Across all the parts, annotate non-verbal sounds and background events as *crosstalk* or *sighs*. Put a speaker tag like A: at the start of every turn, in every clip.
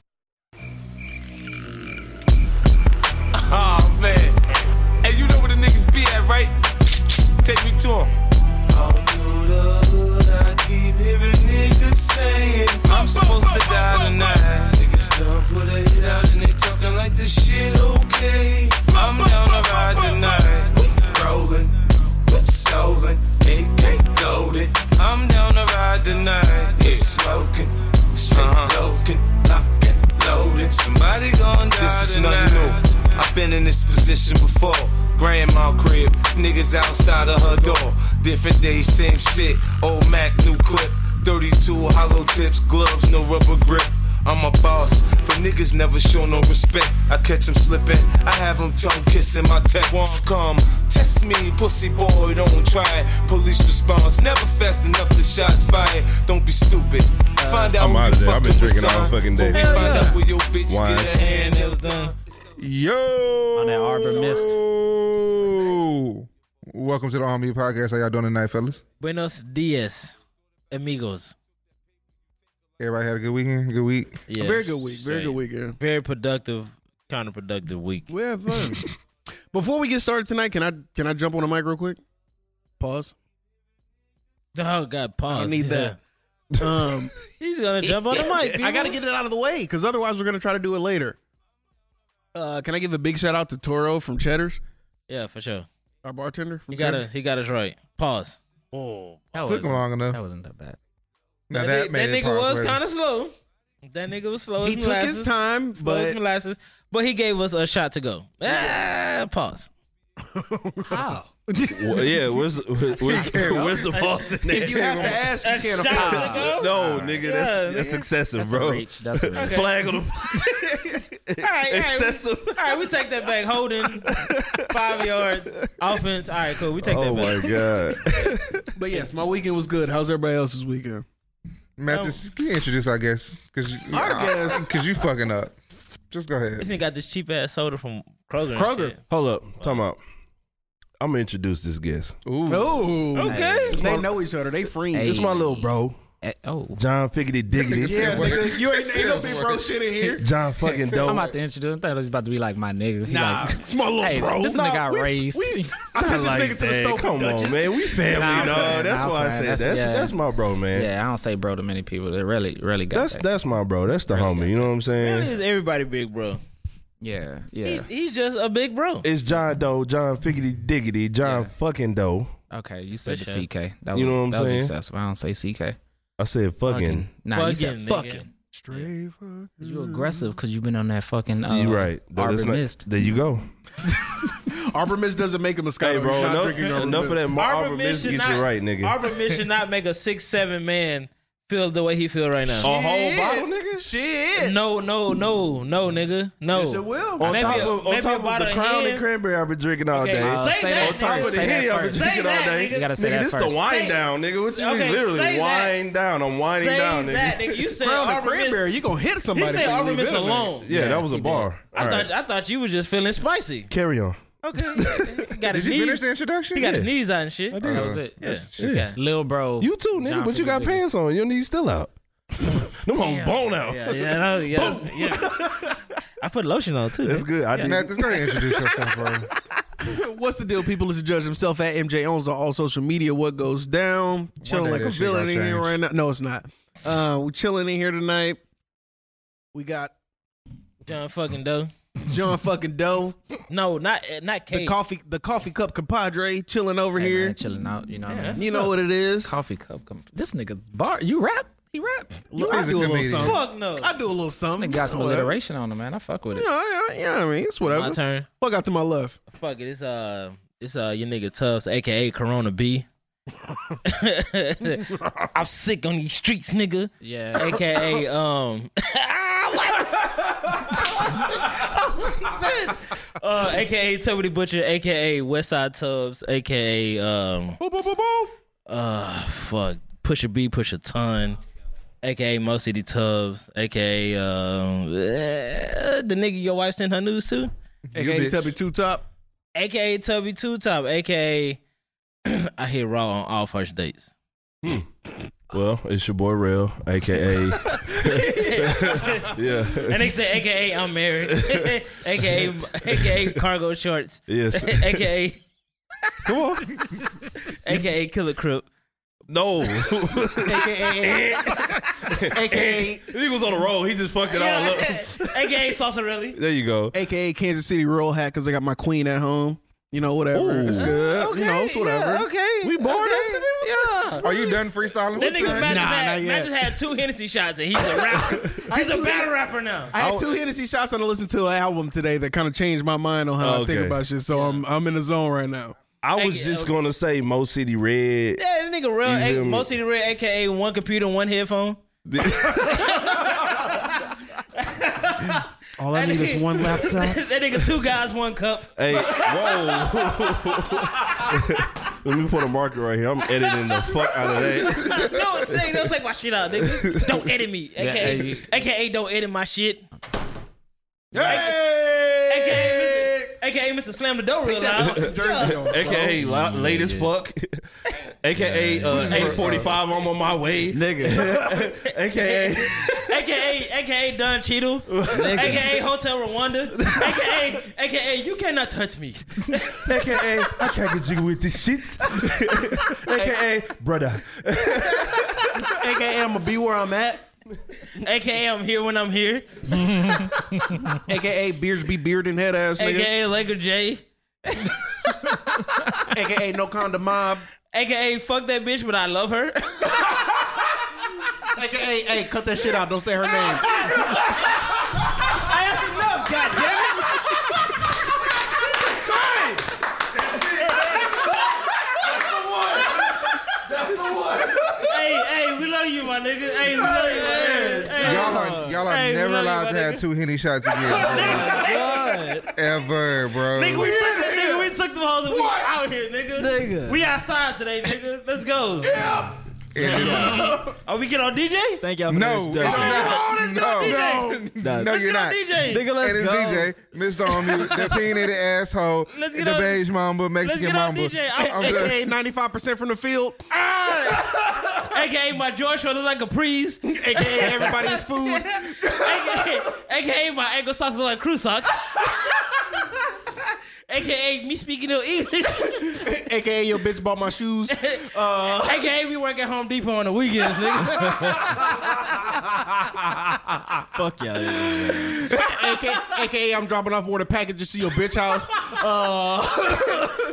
A: Oh,
B: take me to him.
A: All through the hood, I keep hearing niggas saying I'm supposed to die tonight. Niggas done put a hit out and they talking like this shit okay. I'm down to ride tonight. Rolling, whip stolen, it can't loaded. I'm down to ride tonight. It's smoking, straight
B: Uh-huh.
A: looking, locked and loaded. Somebody gon' die
B: This is
A: tonight.
B: nothing new. I've been in this position before. Grandma crib, niggas outside of her door. Different day, same shit. Old Mac, new clip. 32 hollow tips, gloves, no rubber grip. I'm a boss, but niggas never show no respect. I catch them slipping, I have them tongue kissing my tech. Won't come, test me, pussy boy, don't try it. Police response, never fast enough, the shots fired. Don't be stupid. Find out
C: Uh, I'm
B: who you
C: outta there. I've been
B: fucking with,
C: drinking all
B: son.
C: fucking
B: Before
C: day.
B: we Find out where your bitch
C: Wine.
B: get her handles done.
C: Yo!
D: On that Arbor Mist.
C: Welcome to the Army Podcast. How y'all doing tonight, fellas?
D: Buenos dias, amigos.
C: Everybody had a good weekend, good week.
D: Yeah,
E: very good week. Very good
D: straight.
E: weekend.
D: Very productive, counterproductive week.
E: We had fun. Before we get started tonight, can I can I jump on the mic real quick? Pause.
D: Oh God, pause.
E: I need
D: Yeah.
E: that. Um,
D: *laughs* He's gonna jump on the mic.
E: *laughs* I
D: people.
E: gotta get it out of the way because otherwise we're gonna try to do it later. Uh, can I give a big shout out to Toro from Cheddar's,
D: Yeah, for sure.
E: our bartender? From
D: He got us.
E: Cheddar's?
D: He got us right. Pause.
F: Oh, that
C: Took
F: wasn't-
C: long enough.
F: That wasn't that bad.
C: Now that,
D: ni-
C: made it
D: nigga was
C: possible.
D: kind of slow. That nigga was slow.
E: He
D: as
E: took
D: molasses.
E: his time,
D: Slow as
E: but
D: molasses. But he gave us a shot to go. Ah, pause.
F: How?
G: Well, *laughs* yeah, where's the, where's, where's the false in
E: if you
G: that?
E: have to ask, you can't afford.
D: shot to go.
G: No, nigga,
D: Yeah,
G: that's, that's
D: nigga.
G: excessive,
F: That's
G: bro.
F: a reach. That's
G: *laughs*
F: a reach.
G: Flag on the.
D: All right, all right. We,
G: excessive.
D: all right, we take that back. Holding five
E: *laughs*
D: yards offense. All right, cool. We take
G: Oh
D: that back.
G: *laughs* my god.
E: But yes, my weekend was good. How's everybody else's weekend?
C: Mathis, can you introduce our guest? Cause you,
E: Our guest.
C: *laughs* Cause you fucking up. Just go ahead.
D: This nigga got this cheap ass soda from Kroger. and
E: Kroger.
D: shit.
G: Hold up, time out. I'm gonna introduce this guest.
C: Ooh.
E: Oh,
D: Okay.
E: They know each other. They friends.
F: Hey.
G: It's my little bro,
F: Eh, Oh,
G: John Figgity Diggity.
E: Yeah,
C: Work.
E: nigga, you ain't, ain't no big bro
C: Work.
E: shit in here.
G: John fucking
F: I'm
G: dope.
F: about to introduce. I thought it was about to be like my nigga. He like,
G: *laughs*
E: It's my little
F: hey,
E: bro.
F: this nigga got raised.
E: I sent this
G: Like
E: nigga to the
G: that.
E: store.
G: Come on, man. We family,
F: Nah, I'm
G: dog.
F: playing.
G: That's
F: Nah,
G: why I
F: I'm
G: said
F: playing.
G: that's that's,
F: That's- yeah.
G: my bro,
F: *laughs*
G: man.
F: yeah, I don't say bro to many people. They really, really got
G: That's
F: that.
G: that's my bro. That's the homie. You know what I'm saying?
D: Really is everybody big bro.
F: yeah, yeah.
D: He, he's just a big bro.
G: It's John Doe, John Figgity Diggity, John fucking Doe.
F: Okay, you said the
D: For sure.
F: CK. That was
G: You know what I'm
F: that was
G: saying?
F: excessive. I don't say CK.
G: I said fucking.
F: Nah, you said
D: Fucking, nigga.
F: fucking.
E: Straight fuck.
F: You aggressive because you've been on that fucking. Uh,
G: you right. That-
F: Arbor
G: that's not-
F: Mist.
G: There you go.
E: Arbor Mist doesn't make a Moscato.
G: Hey, bro.
E: He's not
G: Enough,
E: drinking Arbor
G: enough of
E: Mist.
G: that. My Arbor Mist
D: should
G: gets
D: not-
G: you right, nigga.
D: Arbor Mist should not make a six seven man feel the way he feel right now.
G: a whole bottle, nigga.
E: Shit.
D: No, no, no, no, nigga, no.
E: Yes, it will.
G: On
D: Maybe
G: top
D: a-
G: of, on
D: maybe
G: top
D: a
G: of
D: bottle
G: the
D: of
G: crown and
D: Hen.
G: cranberry I've been drinking all
D: Okay,
G: day.
D: say that.
F: say that
G: on top of
F: first.
G: the
F: Say that
G: Henny I've been
F: first.
G: drinking
D: Say
G: all
D: that,
G: day.
D: nigga. You
F: gotta say
G: nigga,
F: that
G: this
F: first.
G: the wind
D: Say-
G: down, nigga. What you
D: Okay,
G: mean? Literally
D: say that.
G: wind down. I'm winding
D: Say
G: down, nigga.
D: that, nigga. You said
E: Crown and
D: Arbor Mist-
E: cranberry. You gonna hit
D: He
E: somebody.
D: said
E: before you
D: Arbor
E: leave
D: Mist
E: in a minute.
D: alone.
G: Yeah, that was a bar.
D: I
G: All
D: thought
G: right.
D: I thought you was just feeling spicy.
G: Carry on.
D: Okay, *laughs* he got
C: Did
D: his
C: you finish
D: knees.
C: the introduction?
D: He got his knees out and shit.
G: I
F: That
G: did.
F: was it.
D: Yeah,
C: Yeah.
D: yeah.
F: Lil bro.
G: You too, nigga.
F: John
G: But you got
F: Figgity.
G: pants on. Your knees still out. Them hoes bone out.
D: yeah, yeah, no, yes, yes. I put lotion on too.
G: That's
D: man.
G: good. I did.
C: Mathis, go ahead and introduce yourself,
D: *laughs*
C: bro.
E: What's the deal? People is the judge himself at MJ owns on all social media. What goes down? Chilling
C: day
E: like a
C: that shit
E: villain
C: gonna
E: in here
C: change.
E: right now. No, it's not. Uh, we chilling in here tonight. We got
D: John fucking Doe.
E: John fucking Doe,
D: No, not eh, not
E: the
D: Kate.
E: coffee, the coffee cup compadre, chilling over
F: Hey,
E: here.
F: man, chilling out. You know. what I
D: Yeah.
F: mean?
E: You know what it is.
F: Coffee cup. Come, this nigga's bar. You rap. He rap.
E: Look, I
C: He's a
E: do a little
C: comedian.
E: something.
D: Fuck no.
E: I do a little something.
F: Nigga got some
E: You know,
F: alliteration on him, man. I fuck with it.
E: Yeah, yeah, yeah. I mean, it's
D: My
E: whatever.
D: turn.
E: Fuck out to my left.
D: Fuck it. It's uh, it's uh, your nigga Tubbs, aka Corona B. I'm sick on these streets, nigga.
F: Yeah.
D: AKA um uh AKA Tubby the Butcher, AKA Westside Tubbs, AKA um uh fuck Pusha B Pusha Ton, AKA Mo City Tubbs, AKA um eh, the nigga your wife sent her news to?
E: AKA
C: bitch.
E: Tubby Two Top.
D: AKA Tubby Two Top, AKA *clears throat* I hit raw on all first dates.
G: Well, it's your boy Rail, aka yeah,
D: And they say AKA I'm *laughs* married, AKA AKA cargo shorts, *laughs*
G: yes.
D: AKA
G: Come on.
D: AKA Killer Crip.
G: *laughs* No. AKA. He was on a roll. He just fucked it all
D: *laughs*
G: up.
D: AKA Saucerelli.
G: There you go.
E: AKA Kansas City roll hat because I got my queen at home. You know, whatever.
G: Ooh.
E: It's good. you know, it's whatever.
D: okay.
G: We born into
D: Yeah.
C: Are you done freestyling?
D: That nigga Matt, just
E: Nah, not
D: had,
E: yet.
D: Matt just had two Hennessy shots and he's a rapper. he's a battle rapper now.
E: I had two Hennessy shots and I listened to an album today that kind of changed my mind on how I think
G: Okay.
E: about shit. So I'm I'm in the zone right now.
G: I was
D: Hey,
G: just
D: okay.
G: gonna say Mo City Red.
D: Yeah, that nigga
G: You
D: real,
G: feel
D: a,
G: me?
D: mostly the real, AKA one computer, one headphone.
E: All I need *laughs* is one laptop.
D: *laughs* that nigga two guys, one cup.
G: *laughs* Hey, whoa. Let me put a marker right here. I'm editing the fuck out of that.
D: *laughs* no, say, no, say my shit out, nigga. Don't edit me. AKA,
F: hey, you-
D: AKA don't edit my shit.
G: Hey!
D: AKA, AKA Mr. Slam the door real *laughs* loud. Yeah.
G: AKA la- late as fuck. *laughs* AKA uh, 845, I'm on my way. *laughs* Nigga. AKA. *laughs*
D: AKA, AKA Don Cheadle. AKA Hotel Rwanda. AKA, AKA you cannot touch me.
G: AKA, I can't get jiggy with this *laughs* shit. AKA, brother.
E: AKA I'm gonna be where I'm at.
D: AKA I'm here when I'm here.
E: AKA beards be beard and head ass nigga.
D: AKA Laker J.
E: AKA no condom mob.
D: AKA fuck that bitch, but I love
C: *laughs*
D: her.
E: AKA hey cut that shit out. Don't say her name.
D: I asked enough, goddammit. Hey, hey, we love you, my nigga. Hey, we love you, man. Hey,
C: Y'all are y'all are
D: Hey,
C: never
D: we love you,
C: allowed to
D: my
C: have
D: nigga. Oh
C: two henny shots
D: *laughs*
C: again, bro. ever, bro.
D: Nigga, we took the nigga, we took the whole we out here, nigga.
F: Nigga.
D: We outside today, nigga. Let's go. *laughs*
C: It is-
D: Are we get on DJ?
F: Thank y'all for
C: no, it's
F: this joke.
D: Oh,
C: not.
D: let's go,
C: No,
D: DJ.
C: no, no,
D: Let's
C: you're
D: get
C: not.
D: on DJ.
F: Nigga, let's
C: It is
F: go.
C: DJ, Mr. On
D: *laughs*
C: Mute, the peanut asshole,
D: Let's
C: the
D: get on-
C: beige mamba,
D: let's
C: Mexican
D: get on
C: mamba.
D: DJ.
C: I'm
D: *laughs* I-
C: just-
E: AKA 95% from the field.
D: AKA my George short look like a
E: *laughs*
D: priest.
E: AKA everybody's food.
D: AKA, AKA my ankle socks look like crew
E: *laughs*
D: socks. AKA me speaking no
E: *laughs*
D: English.
E: AKA your bitch bought my shoes. Uh.
D: AKA we work at Home Depot on the weekends,
E: *laughs*
D: nigga.
F: Fuck y'all.
E: AKA, AKA I'm dropping off more than packages to your bitch house.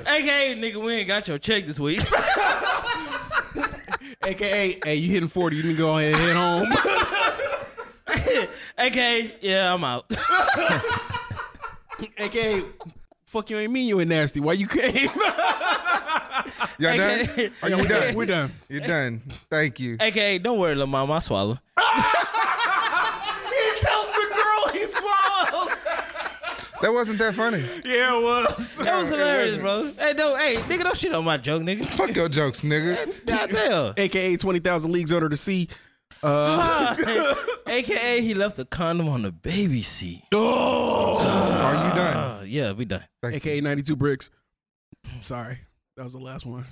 D: AKA nigga, we ain't got your check this week. *laughs*
E: AKA, hey, you hitting 40, you can go ahead and head home.
D: AKA yeah, I'm out. *laughs*
E: AKA, fuck you ain't mean you ain't nasty. Why you came?
C: Y'all
D: AKA
C: done? Are you done?
E: We're done.
C: You're done. Thank you.
D: AKA don't worry, little mama, I swallow.
E: *laughs* He tells the girl he swallows.
C: That wasn't that funny.
E: Yeah, it was.
D: That was hilarious, bro. Hey, no, hey, nigga, don't shit on my joke,
E: *laughs*
D: nigga.
C: Fuck your jokes, nigga.
D: Goddamn.
E: AKA 20,000 Leagues Under the Sea.
D: *laughs* AKA he left the condom on the baby seat.
C: Are you done?
D: Uh, yeah, we done.
E: AKA 92 Bricks. Sorry. That was the last one.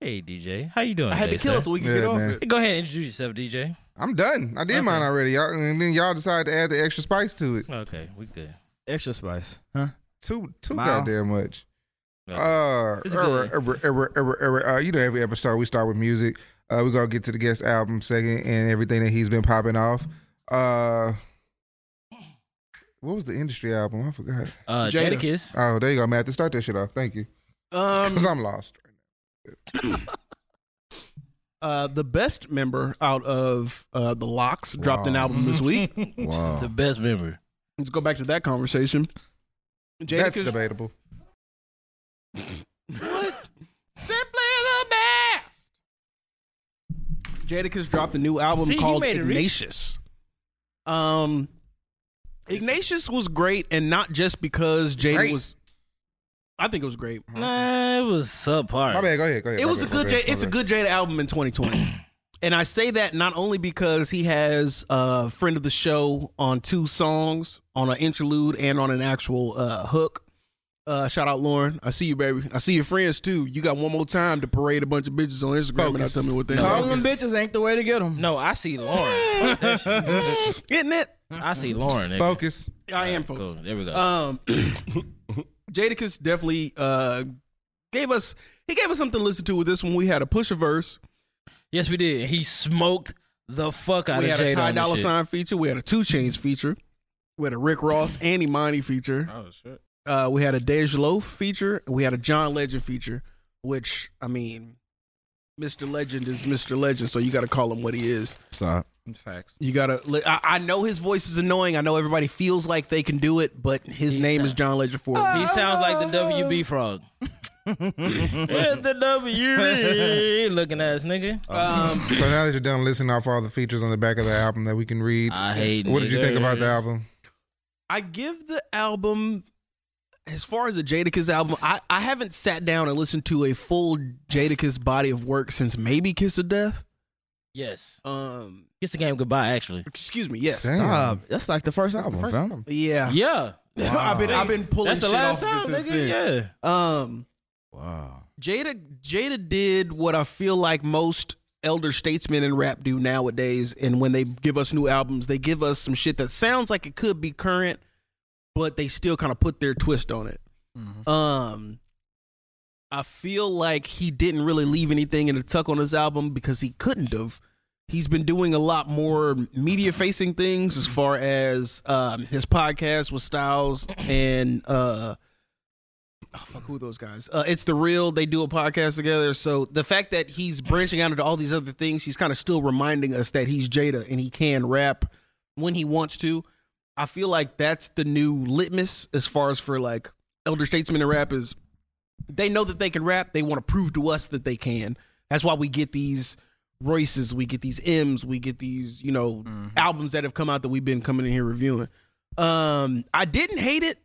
D: Hey DJ, how you doing?
E: I had to
D: today,
E: kill
D: sir?
E: it so we could
C: Yeah,
E: get off
C: man.
E: it.
D: Go ahead and introduce yourself, DJ.
C: I'm done. I did mine already. Y'all, and then y'all decided to add the extra spice to it.
D: Okay, we good.
F: Extra spice.
C: Too too
F: Wow.
C: goddamn much.
D: Okay.
C: Uh,
D: It's
C: er,
D: good.
C: er, er, er, er, uh, you know, every episode we start with music. Uh, we're gonna get to the guest album second and everything that he's been popping off. Uh, what was the industry album? I forgot.
D: Uh,
E: Jada.
D: Jadakiss.
C: Oh, there you go, Matt. To start that shit off, thank you.
E: Um, *laughs*
C: Cause I'm lost.
E: uh, the best member out of uh, the Locks dropped an
C: Wow.
E: album this week.
C: Wow,
D: The best member.
E: Let's go back to that conversation.
C: that's
E: Jadakiss-
C: debatable.
D: Simply the best.
E: Jadakiss dropped a new album
D: See, he
E: called
D: made it rich.
E: Ignatius. Um, Ignatius was great, and not just because Jada
C: Great.
E: was. I think it was great.
D: Nah, it was subpar.
C: My bad. Go ahead. Go ahead.
E: It
C: My
E: was a
C: bad,
E: good.
C: my
E: Jada,
C: bad, my
E: it's a
C: bad.
E: good Jada album in *clears throat* 2020, and I say that not only because he has a friend of the show on two songs, on an interlude and on an actual uh, hook. Uh, shout out Lauren. I see you, baby. I see your friends too. You got one more time to parade a bunch of bitches on Instagram and not
C: Focus.
E: tell me what they
F: Calling
E: are.
F: them bitches ain't the way to get them.
D: No, I see Lauren.
E: Isn't it?
D: I see Lauren. nigga.
C: focus.
E: I am focused.
D: Cool. There we go.
E: Um, *clears throat* Jadakiss definitely uh, gave us he gave us something to listen to with this one. We had a push a verse.
D: Yes, we did. He smoked the fuck out
E: we
D: of
E: had
D: Jada.
E: a Ty
D: on this
E: Dolla
D: shit.
E: Sign feature. We had a Two Chains feature. We had a Rick Ross and Imani feature.
F: Oh shit.
E: Uh, we had a Dej Loaf feature. And we had a John Legend feature. Which I mean, Mr. Legend is Mr. Legend, so you got to call him what he is.
F: Stop.
D: Facts.
E: You gotta. li- I, I know his voice is annoying. I know everybody feels like they can do it, but his
D: He's
E: name
D: a-
E: is John Legend for a
D: He
E: reason.
D: sounds like the *laughs* WB frog. Where's the WB *laughs* looking ass nigga?
E: Um,
C: So now that you're done listening off all the features on the back of the album that we can read,
D: I hate
C: what did you think about the
D: niggas.
C: album?
E: I give the album. As far as the Jadakiss album, I, I haven't sat down and listened to a full Jadakiss body of work since maybe Kiss of Death.
D: Yes.
E: Um,
D: Kiss the game goodbye, actually.
E: excuse me, yes,
C: Damn.
F: Stop. That's like the first
C: That's the
F: album,
C: first
F: fam.
C: album.
E: yeah.
D: Yeah.
E: *laughs* I've been I've been pulling
D: That's the
E: shit
D: last
E: off of
D: time,
E: this since
D: nigga.
E: then.
D: Yeah.
E: Um,
F: Wow.
E: Jada Jada did what I feel like most elder statesmen in rap do nowadays and when they give us new albums they give us some shit that sounds like it could be current but they still kind of put their twist on it. Um I feel like he didn't really leave anything in a tuck on his album because he couldn't have. He's been doing a lot more media facing things as far as um his podcast with Styles and uh oh, fuck who are those guys uh it's the real they do a podcast together so the fact that he's branching out into all these other things he's kind of still reminding us that he's jada and he can rap when he wants to i feel like that's the new litmus as far as for like elder statesmen and rap is they know that they can rap they want to prove to us that they can that's why we get these royces we get these m's we get these you know
D: Mm-hmm.
E: albums that have come out that we've been coming in here reviewing um i didn't hate it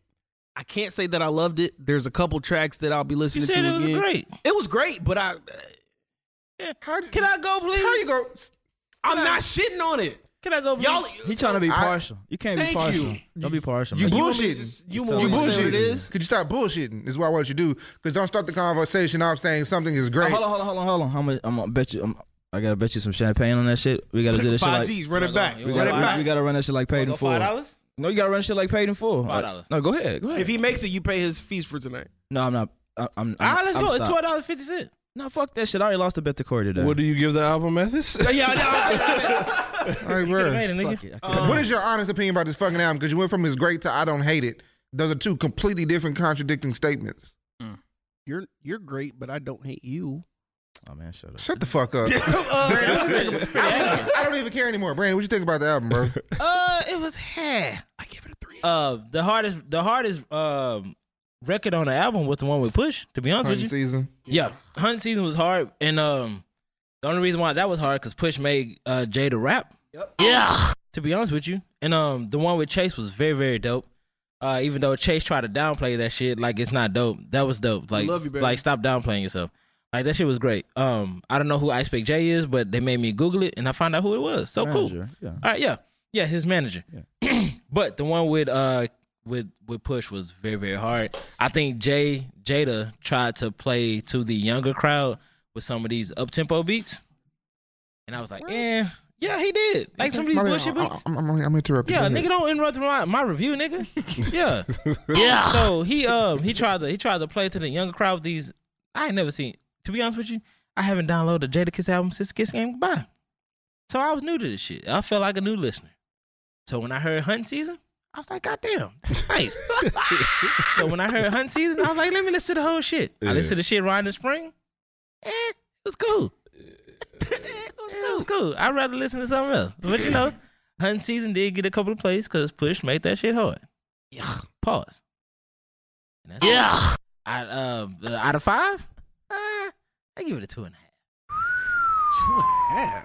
E: I can't say that I loved it. There's a couple tracks that I'll be
D: You
E: listening
D: said
E: to
D: it was
E: again.
D: great.
E: It was great, but I
D: Can I go, please?
C: How you go?
E: I'm not shitting on it.
D: Can I go, please?
E: Y'all
F: He trying to be
C: I-
F: partial. You can't be
E: Thank
F: partial.
E: you.
F: Don't be partial.
C: You
F: man.
E: want me
C: bullshitting.
E: to just- You
F: Just
E: want me
F: tell
E: to
F: me.
E: say what it
F: You
E: is?
C: Could you stop bullshitting? Is what I want you to do. Because don't start the conversation off saying something is great.
F: Hold on, hold on, hold on, hold on. How much? I'm gonna bet you. I'm, I gotta bet you some champagne on that shit. We gotta do this shit
E: Five
F: like.
E: G's, run it
D: Hold
E: back,
D: on,
F: We
E: run
F: gotta,
E: it
F: we- we
E: back.
F: gotta run that shit like paid in
D: Go
F: full.
D: five dollars?
F: No, you gotta run shit like paid in full.
D: Five dollars.
F: No, go ahead. Go ahead.
E: If he makes it, you pay his fees for tonight.
F: no, I'm not. I, I'm. I'm
D: All right, let's
F: I'm
D: go. It's
F: stopped.
D: twelve dollars fifty cents.
F: No, fuck that shit. I already lost a bet to Corey today.
G: What do you give the album, Mathis?
C: Like, bro.
D: Made it, nigga.
F: Fuck it. I can't-
C: what is your honest opinion about this fucking album? Because you went from it's great to I don't hate it. Those are two completely different contradicting statements.
E: You're you're great, but I don't hate you.
F: Oh man, shut up.
C: Shut the fuck
D: *laughs*
C: up. Brandon, what you think about- I, don't, I don't even care anymore. Brandon, what you think about the album, bro?
D: Uh, it was half.
E: I give it a three.
D: Uh, the hardest, the hardest um record on the album was the one with Push. To be honest
C: Hunting
D: with you,
C: season.
D: yeah, Hunting Season was hard, and um, the only reason why that was hard because Push made uh Jay to rap. Yeah. To be honest with you, and um, the one with Chase was very, very dope. Uh, even though Chase tried to downplay that shit, like it's not dope. That was dope. Like,
E: love you, baby.
D: like stop downplaying yourself. Like that shit was great. Um, I don't know who Ice Pick J is, but they made me Google it, and I found out who it was. So cool.
F: Manager, Yeah.
D: All right, yeah, yeah, his manager. *clears throat* but the one with uh with with push was very very hard. I think Jay Jada tried to play to the younger crowd with some of these up tempo beats, and I was like, eh, yeah, he did. Like some of these
C: My bad,
D: bullshit
C: I,
D: beats.
C: am I'm, I'm interrupting.
D: Yeah,
C: Go ahead.
D: nigga, don't interrupt my, my review,
C: *laughs*
D: nigga. Yeah, yeah. So he um he tried to he tried to play to the younger crowd with these. I ain't never seen. To be honest with you, I haven't downloaded a Jada Kiss album since Kiss Game Goodbye. So I was new to this shit. I felt like a new listener. So when I heard Hunt Season, I was like, God damn, that's
C: *laughs*
D: nice. so when I heard Hunt Season, I was like, let me listen to the whole shit. I listened to the shit Ryan the Spring. Eh, it was cool. *laughs* it was cool. It was cool. I'd rather listen to something else. But you know, Hunt Season did get a couple of plays because Push made that shit hard. Yeah. Pause. Yeah. I, uh, uh, out of five, uh, I give it a two and a half.
E: Two and a half.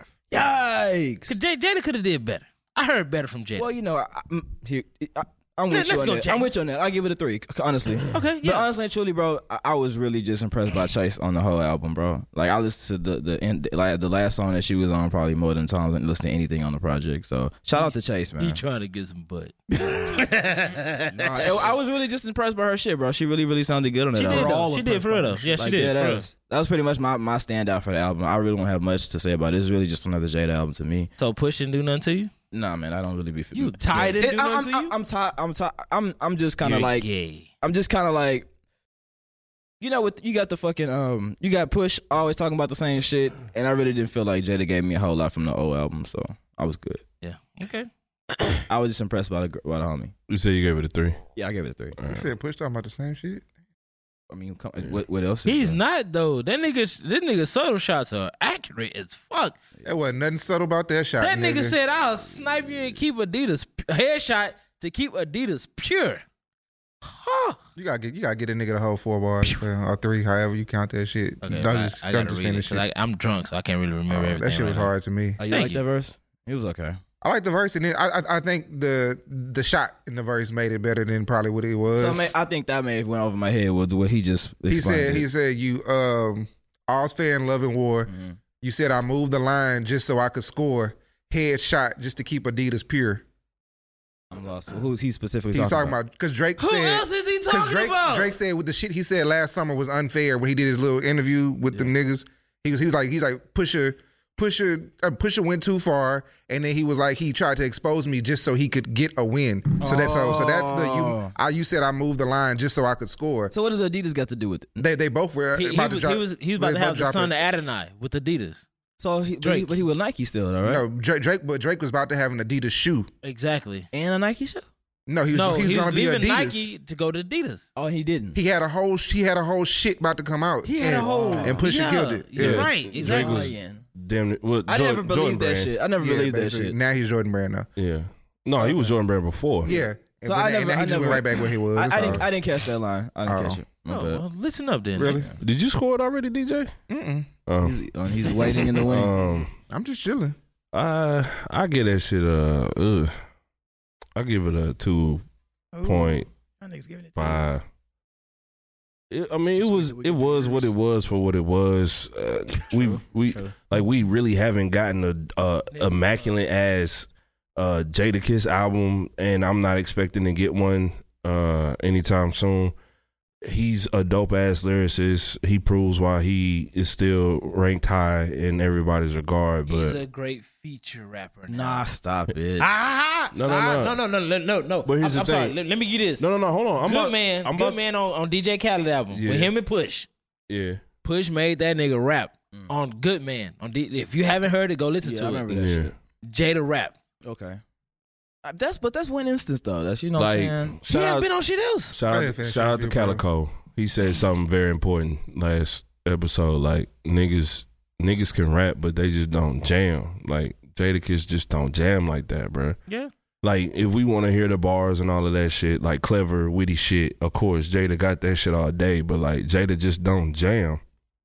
D: Cause
F: Yikes.
D: J- Jada could have did better. I heard better from Jada.
F: Well, you know, I, I, mm, here, I, I'm with
D: Let-
F: you
D: let's
F: on
D: go,
F: that.
D: Jay.
F: I'm with you on that. I give it a three, c- honestly.
D: okay,
F: But
D: yeah.
F: honestly, and truly, bro, I, I was really just impressed by Chase on the whole album, bro. Like I listened to the the end, like the last song that she was on probably more than times and listened to anything on the project. So shout out to Chase, man.
D: he trying to get some butt.
F: Nah, I, I was really just impressed by her shit, bro. She really, really sounded good on that
D: She
F: album.
D: did though. She did for real though. Yeah, she
F: Like,
D: did.
F: yeah,
D: for
F: that,
D: real.
F: was, that was pretty much my, my standout for the album. I really don't have much to say about it. It's really just another Jada album to me.
D: So push didn't do nothing to you.
F: Nah, man, I don't really be.
D: You
E: Ty didn't
F: It,
E: do
F: I'm,
E: nothing to you.
F: I'm, I'm tired. I'm tired. I'm I'm just kind of
D: You're
F: like
D: gay.
F: I'm just kind of like
E: you know what? You got the fucking um, you got Push always talking about the same shit, and I really didn't feel like Jada gave me a whole lot from the old album, so I was good.
D: Yeah. Okay.
E: I was just impressed by the gr- by the homie.
G: You said you gave it a three.
E: Yeah, I gave it a three.
G: All
C: You
G: right.
C: said push talking about the same shit.
E: I mean, come, what, what else? is
D: He's
E: there?
D: not though. That nigga, that nigga solo shots are accurate as fuck.
C: That wasn't nothing subtle about that shot.
D: That nigga said, "I'll snipe you and keep Adidas p- headshot to keep Adidas pure." Huh?
C: "You gotta get, you gotta get a nigga the whole four bars uh, or three, however you count that shit.
D: Okay,
C: don't
D: I,
C: just,
D: I
C: don't
D: gotta
C: just
D: read it
C: finish
D: 'cause I, I'm drunk, so I can't really remember
C: it.
D: everything.
C: That shit
D: right
C: was
D: now.
C: hard to me.
E: Oh, you
D: Thank
E: like
D: you.
E: that verse? It was okay.
C: I like the verse, and then I, I, I think the the shot in the verse made it better than probably what it was.
E: So man, I think that may have went over my head with what he just.
C: he
E: explained
C: said,
E: it.
C: he said, you um, all's fair in love and war.
D: Mm-hmm.
E: Mhm.
C: You said I moved the line just so I could score head shot just to keep Adidas pure.
E: I'm lost. So who's he specifically
C: He's talking about because Drake
D: Who
C: said.
D: else is he
C: Because
D: talking
C: Drake,
D: about?
C: Drake said with the shit he said last summer was unfair when he did his little interview with them niggas. He was he was like he's like Pusher, Pusher, uh, Pusher went too far, and then he was like he tried to expose me just so he could get a win. So that's so so that's the you
E: Oh.
C: I you said I moved the line just so I could score.
E: So what does Adidas got to do with it?
C: They they both were
D: he, he,
C: about to
D: was,
C: drop.
D: he was he was about
C: they
D: to
C: both
D: have the
C: dropped
D: son
C: it.
D: of Adonai with Adidas.
E: So he, but, he,
D: Drake.
E: but he with Nike still, though, right?
C: No, Drake, Drake, but Drake was about to have an Adidas shoe.
D: Exactly.
E: And a Nike show?
C: No, he was
D: no,
C: he was, gonna be
D: leaving
C: Adidas.
D: Nike to go to Adidas.
E: Oh, he didn't.
C: He had a whole he had a whole shit about to come out.
E: He had a
C: and-
E: whole-
C: and Pusher
D: yeah,
C: killed it.
D: You're
C: Yeah.
D: right. Exactly.
G: was- Damn it. Well,
E: I
G: Jor-
E: never believed
G: Jordan
E: that
G: Brand.
E: shit. I never
C: Yeah,
E: believed that
C: basically.
E: shit.
C: Now he's Jordan Brand now.
G: Yeah. No, he was Jordan Brand before.
C: Yeah. and,
E: So
C: but-
E: I never,
C: and then
E: I
C: he just
E: never,
C: went right back where he was.
E: I, I
C: so.
E: didn't, I didn't catch that line. I didn't
C: Oh.
E: catch it. My
D: Oh,
E: bad.
D: well, listen up then.
C: Really?
D: nigga.
G: Did you score it already, DJ?
C: Mm-mm.
G: Oh.
E: He's, uh, he's waiting in
G: *laughs*
E: the wing.
G: Um,
C: I'm just chilling.
G: I I get that shit. Uh, ugh. I give it a two point
E: That nigga's giving it
G: five. It, I mean, it was it was what it was for what it was.
E: *laughs*
G: Uh, we we like we really haven't gotten a,
E: uh,
G: a immaculate as uh Jada Kiss album, and I'm not expecting to get one uh anytime soon. He's a dope ass lyricist. He proves why he is still ranked high in everybody's regard.
D: He's
G: But
D: a great feature rapper. Now.
E: Nah, stop it.
D: Ah,
G: No, no,
D: ah,
G: no.
D: no, no, no, no, no.
G: But here's
D: I'm,
G: the
D: I'm sorry.
G: thing.
D: Let, let me get this.
G: no, no, no. Hold on. I'm
D: good
G: about,
D: man,
G: I'm
D: good
G: about,
D: man on, on DJ Khaled album
G: Yeah.
D: with him and Push.
G: Yeah.
D: Push made that nigga rap on Good Man. On D- if you haven't heard it, go listen
E: Yeah, I
D: to
E: remember
D: it.
E: that
G: Yeah.
E: shit.
D: Jada rap.
E: Okay. Uh, That's but that's one instance though. That's you know
G: Like
E: what I'm saying.
D: She
G: shout
D: ain't
G: out,
D: been on shit else.
G: shout
C: Go
G: out,
C: ahead,
G: to,
C: finish
G: shout
C: your
G: out to
C: review, bro.
G: Calico. He said something very important last episode. Like niggas, niggas can rap, but they just don't jam. Like Jadakiss just don't jam like that, bro.
D: Yeah.
G: Like if we want to hear the bars and all of that shit, like clever, witty shit. Of course, Jada got that shit all day, but like Jada just don't jam.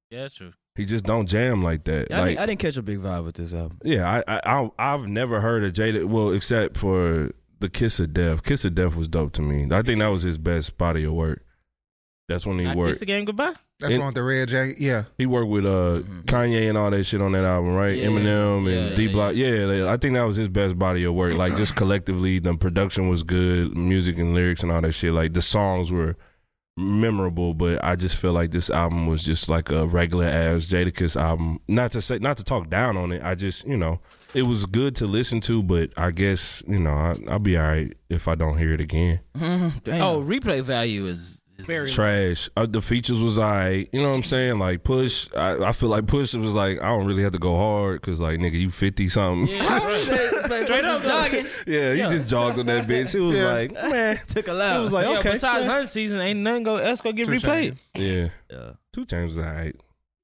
D: Yeah, true.
G: He just don't jam like that.
E: I,
G: like
E: didn't, I didn't catch a big vibe with this album. *laughs*
G: Yeah, I, I I I've never heard of Jada. Well, except for the Kiss of Death. Kiss of Death was dope to me. I think that was his best body of work. That's when he
D: I
G: worked.
D: kissed the game goodbye.
C: That's
G: It-
C: one with the red jacket. Yeah.
G: He worked with uh
E: Mhm.
G: Kanye and all that shit on that album, right?
D: Yeah,
G: Eminem
D: yeah,
G: and
D: yeah,
G: D Block. Yeah, like, I think that was his best body of work. Like just collectively, the production was good, music and lyrics and all that shit. Like the songs were memorable, but I just feel like this album was just like a regular ass Jadakiss album. Not to say, not to talk down on it. I just, you know, it was good to listen to, but I guess you know, I, I'll be all right if I don't hear it again.
E: Damn.
D: Oh, replay value is, is *laughs* very
G: Trash. Uh, the features was alright. You know what I'm saying? Like push. I, I feel like push was like I don't really have to go hard because like nigga, you fifty something. *laughs* Yeah,
D: straight up jogging.
G: you just jogged on that bitch. It was like man,
E: took a
G: it
E: lap.
G: was like
D: yeah,
G: okay.
D: besides hunting season, ain't nothing go else go get
C: Two
D: replayed.
C: Chainz.
G: yeah,
E: Yeah.
G: two chains was alright.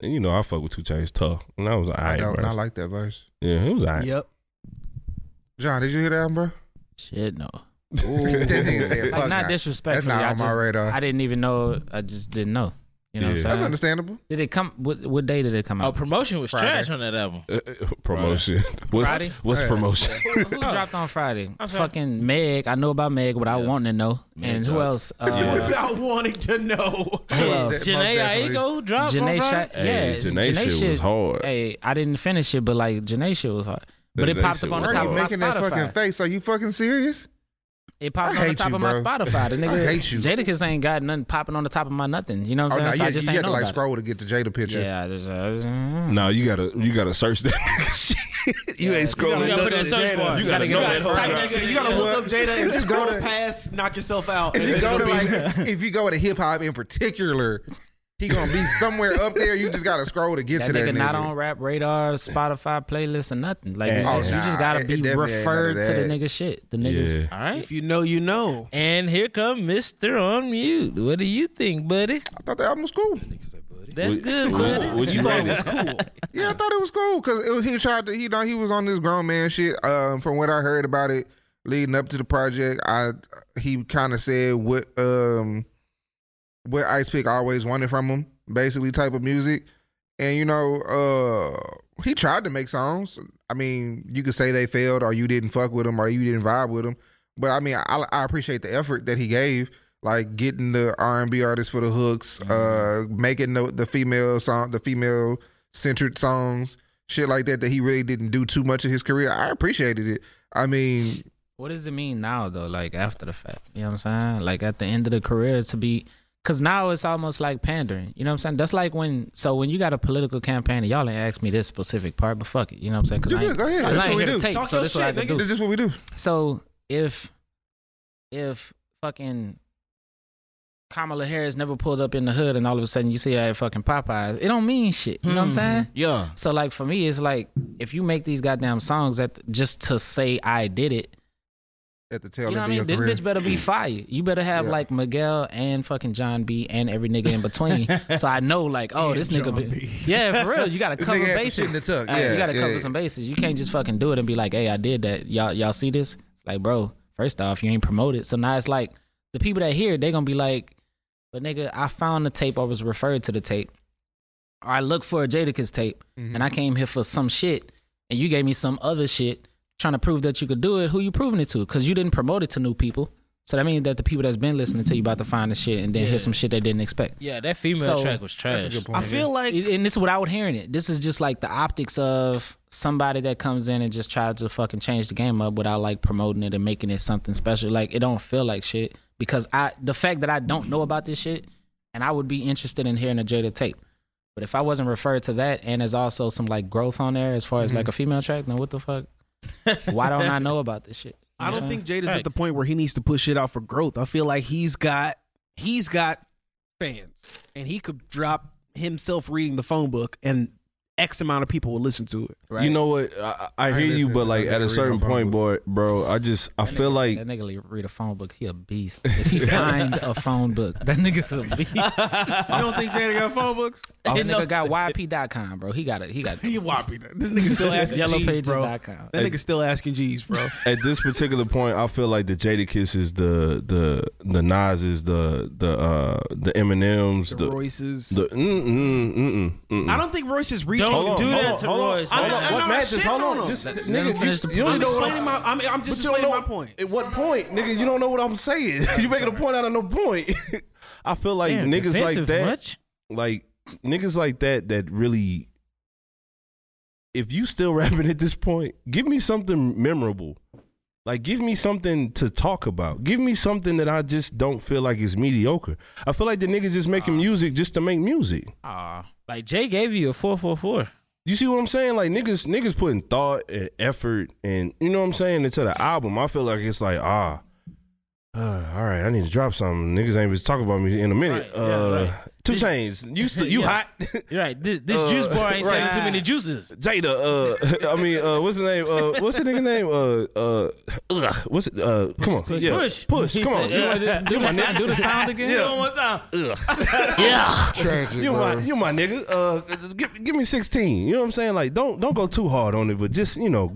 G: And you know I fuck with two chains tough, and I was
C: I
G: alright,
C: don't.
G: bro.
C: I like that verse.
G: yeah, it was alright.
A: Yep.
C: John, did you hear that, album,
F: *laughs*
C: bro?
E: Shit no.
C: that nigga said, "Fuck
F: Like, not
C: nah." That's
F: disrespectfully.
C: not
F: I
C: on my
F: just,
C: radar.
F: I didn't even know. I just didn't know. You know
G: Yeah.
F: what I'm
C: That's
F: saying?
C: understandable.
F: Did it come? What, what day did it come
D: Oh,
F: out?
D: promotion was
C: Friday.
D: trash on that album.
G: Uh, uh, *laughs* promotion. What's
F: Friday?
G: what's
C: Yeah.
G: promotion?
F: who *laughs* who dropped on Friday? Fucking Meg. I know about Meg, but I wanted to know. and who
D: dropped.
F: else? Uh,
A: Without wanting to know.
F: who else?
C: Most de- most
D: Janae
C: definitely.
D: Aiko dropped
F: Janae
D: on Friday.
F: shot. Yeah,
G: Hey, Janae shit was hard.
F: Hey, I didn't finish it, but like Janae shit was hard. But
G: Janae
F: it popped
G: shit
F: up on the
G: was
F: top
C: Why
F: of
C: you
F: my
C: making that fucking
F: Spotify.
C: face? Are you fucking serious?
F: It popped
C: I
F: on the
C: hate
F: top
C: you,
F: of my
C: bro.
F: Spotify. The nigga,
C: I hate you.
F: Jadakiss ain't got nothing popping on the top of my nothing. You know what
C: Oh
F: I'm
C: no,
F: saying? So
C: yeah,
F: I just
C: you
F: ain't
C: got to
F: know
C: like
F: about
C: scroll to get the Jada
F: it.
C: picture.
F: Yeah, I just. uh, I just
G: No, you gotta you gotta search that *laughs* shit. You ain't scrolling.
D: gotta put it in search bar.
G: You
D: You
G: gotta
D: gotta
G: know
D: get- you gotta
G: that hard.
D: type that shit
A: You gotta
D: Yeah.
A: look up Jada and
C: If you
A: just
C: go
A: go
C: to-
A: past, knock yourself out.
C: If
A: and
F: *laughs*
C: you
A: then
C: go to
A: it'll be-
C: like, if you go to hip hop in particular, He gonna be somewhere up there. You just gotta scroll to get
F: That
C: to that
F: nigga
C: nigga.
F: not on rap radar, Spotify playlist, or nothing. Like it's
E: Yeah.
F: just-
C: Oh,
F: you just
C: nah,
F: gotta
C: it
F: be
C: definitely ain't
F: referred
C: none
F: to
C: of
F: the
C: that.
F: nigga shit. The niggas.
G: Yeah.
D: All right.
A: If you know, you know.
D: And here come Mr. On Mute. What do you think, buddy?
C: I thought the album was cool.
D: That's
G: What-
D: good,
G: what-
D: buddy.
G: What you
A: Thought it
G: rate
A: was
G: it?
A: cool.
C: Yeah, I thought it was cool because he tried to. He know he was on this grown man shit. Um, from what I heard about it leading up to the project, I he kind of said what um what Ice Pick always wanted from him, basically type of music. And you know, uh, he tried to make songs. I mean, you could say they failed, or you didn't fuck with them, or you didn't vibe with them. But I mean, I, I appreciate the effort that he gave, like getting the R and B artists for the hooks, uh, making the, the female song, the female centered songs, shit like that. That he really didn't do too much of his career. I appreciated it. I mean,
F: What does it mean now though? Like after the fact, you know what I'm saying? Like at the end of the career to be, because now it's almost like pandering. You know what I'm saying? That's like when so when you got a political campaign and y'all ain't asked me this specific part, but fuck it, you know what I'm saying? Because
C: Yeah,
F: I ain't,
C: go ahead.
F: 'cause
C: That's
F: I ain't
C: what we
F: here to
C: do.
F: tape,
A: Talk
F: so
A: your
F: this what I
A: shit,
F: can
A: nigga.
F: do.
C: that's just what we do.
F: So if if fucking Kamala Harris never pulled up in the hood and all of a sudden you see her at fucking Popeyes, it don't mean shit. You know what
D: Mm. Hmm.
F: I'm saying?
E: Yeah.
F: So like for me, it's like if you make these goddamn songs that just to say I did it,
C: At the tail
F: you know
C: end
F: what I mean?
C: of
F: This
C: your career.
F: bitch better be fire. You better have
C: Yeah.
F: like Miguel and fucking John B and every nigga in between. so I know like, oh, this nigga.
A: John
F: Be,
A: B.
F: yeah, for real. You gotta
C: This
F: cover
C: nigga had some
F: bases.
C: shit in the tuck.
F: Hey,
C: Yeah,
F: you gotta
C: yeah,
F: cover
C: yeah.
F: some bases. You can't just fucking do it and be like, hey, I did that. Y'all y'all see this? It's like, bro, first off, you ain't promoted. So now it's like the people that hear, it, they gonna be like, but nigga, I found the tape. I was referred to the tape. Or I looked for a Jadakiss tape,
C: Mm-hmm.
F: and I came here for some shit, and you gave me some other shit, trying to prove that you could do it. Who you proving it to? Because you didn't promote it to new people. So that means that the people that's been listening to you about to find the shit and then
D: Yeah.
F: hear some shit they didn't expect.
D: Yeah, that female
F: So,
D: track was trash.
C: That's a good point.
A: I feel like
F: It- and this is without hearing it. This is just like the optics of somebody that comes in and just tries to fucking change the game up without like promoting it and making it something special. Like it don't feel like shit because I the fact that I don't know about this shit and I would be interested in hearing a Jada tape. But if I wasn't referred to that and there's also some like growth on there as far as like a female track, then what the fuck? Why don't I know about this shit? You
A: I
F: know?
A: don't think Jada's at the
D: Facts.
A: point where he needs to push it out for growth. I feel like he's got he's got fans, and he could drop himself reading the phone book, and X amount of people will listen to it.
F: right?
G: You know what? I, I I
C: ain't
G: hear you,
C: listening
G: but
C: to
G: like
C: that
G: at
C: nigga
G: a
C: read
G: certain
C: no
G: point, boy, bro, I just I feel like
F: that nigga li- read a phone book. He a beast. If
G: *laughs*
F: he find a phone book, that nigga's a beast.
A: *laughs* You don't think Jada got phone books?
F: That nigga got YP.com, bro. He got it. He got
A: He whoppy. This
F: *laughs*
A: nigga still asking G's, bro.
F: yellowpages.com.
A: That nigga still asking G's, bro.
G: at this particular point, I feel like the Jada Kiss is the the the Nas is the the uh the Eminems
A: The
G: the
A: Royces.
G: the mm mm mm mm.
A: I don't think Royce is reaching.
D: Don't
G: Hold
D: do
G: on, hold
D: that
G: on,
D: to
G: hold on,
D: Royce.
G: hold
A: I'm
G: on.
A: not-
G: What
A: I'm
G: matter?
A: not shitting
G: Hold
A: on
G: on,
A: him.
G: just
F: Let- let
G: nigga,
F: him
G: you-
F: finish the
G: you don't
F: point.
A: I'm
G: know what
A: explaining
G: I'm-
A: my. I'm, I'm just
G: But you don't
A: explaining my
G: know-
A: point.
G: At what point, nigga? You don't know what I'm saying. *laughs* you making a point out of no point. *laughs* I feel like
D: Damn,
G: niggas like
D: defensive
G: that,
D: much?
G: like niggas like that, that really. If you still *laughs* rapping at this point, give me something memorable. Like, give me something to talk about. Give me something that I just don't feel like is mediocre. I feel like the nigga just making music just to make music.
D: Like Jay gave you a four four four.
G: You see what I'm saying? Like niggas, niggas putting thought and effort and you know what I'm saying into the album. I feel like it's like ah, uh, all right, I need to drop something. Niggas ain't been talking about me in a minute.
D: Right, yeah,
G: uh,
D: right.
G: Two
D: This-
G: chains, you still,
D: *laughs*
G: you
D: Yeah.
G: hot? *laughs*
D: You're right. This, this
G: Uh,
D: juice bar ain't
G: right.
D: selling too many juices.
G: Jada, uh, *laughs* I mean, uh, what's his name? Uh, what's the nigga name? Uh, uh, ugh, what's it? Uh, come on, yeah,
D: push.
G: push, come on,
D: said,
G: you,
D: uh,
G: you my nigga,
F: Do the sound again?
D: Do it one time.
C: *laughs*
F: *laughs*
C: Tragic,
G: you my,
C: bro.
G: you my nigga. Uh, give, give me sixteen. You know what I'm saying? Like, don't don't go too hard on it, but just you know,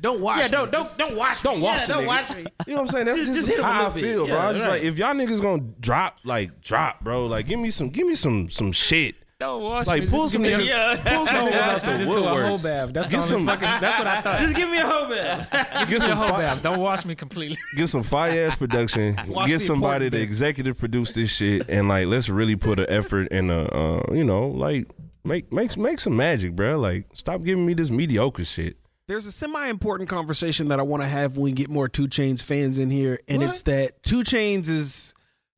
A: Don't watch.
D: Yeah, don't don't don't watch.
G: Don't
D: me.
G: watch
D: Yeah,
G: the
D: don't
G: nigga.
D: watch me.
G: *laughs* You know what I'm saying? That's
D: Just-
G: just,
D: just hit him a
G: how I
D: little bit.
G: feel, bro.
D: Yeah,
G: I was just
D: right.
G: like, if y'all niggas gonna drop, like drop, bro. Like, give me some, give me some, some shit.
D: Don't watch
G: Like,
D: me.
G: pull
D: Just
G: some
D: give me
G: niggas,
D: *laughs* a-
G: pull some niggas out the
F: Just do a whole
G: woodworks.
F: bath. That's
G: Get
F: the
G: some,
F: only fucking. That's what I thought.
D: Just give me a whole bag.
G: get some,
F: Whole
G: fi-
F: bath. Don't wash me completely.
G: get some fire ass production.
A: *laughs* Watch
G: get
A: the
G: somebody
A: important
G: to
A: bits.
G: executive produce this shit, and like, let's really put an effort in a, uh, you know, like, make make make some magic, bro. Like, stop giving me this mediocre shit.
A: There's a semi-important conversation that I want to have when we get more Two Chains fans in here, and it's that Two Chains is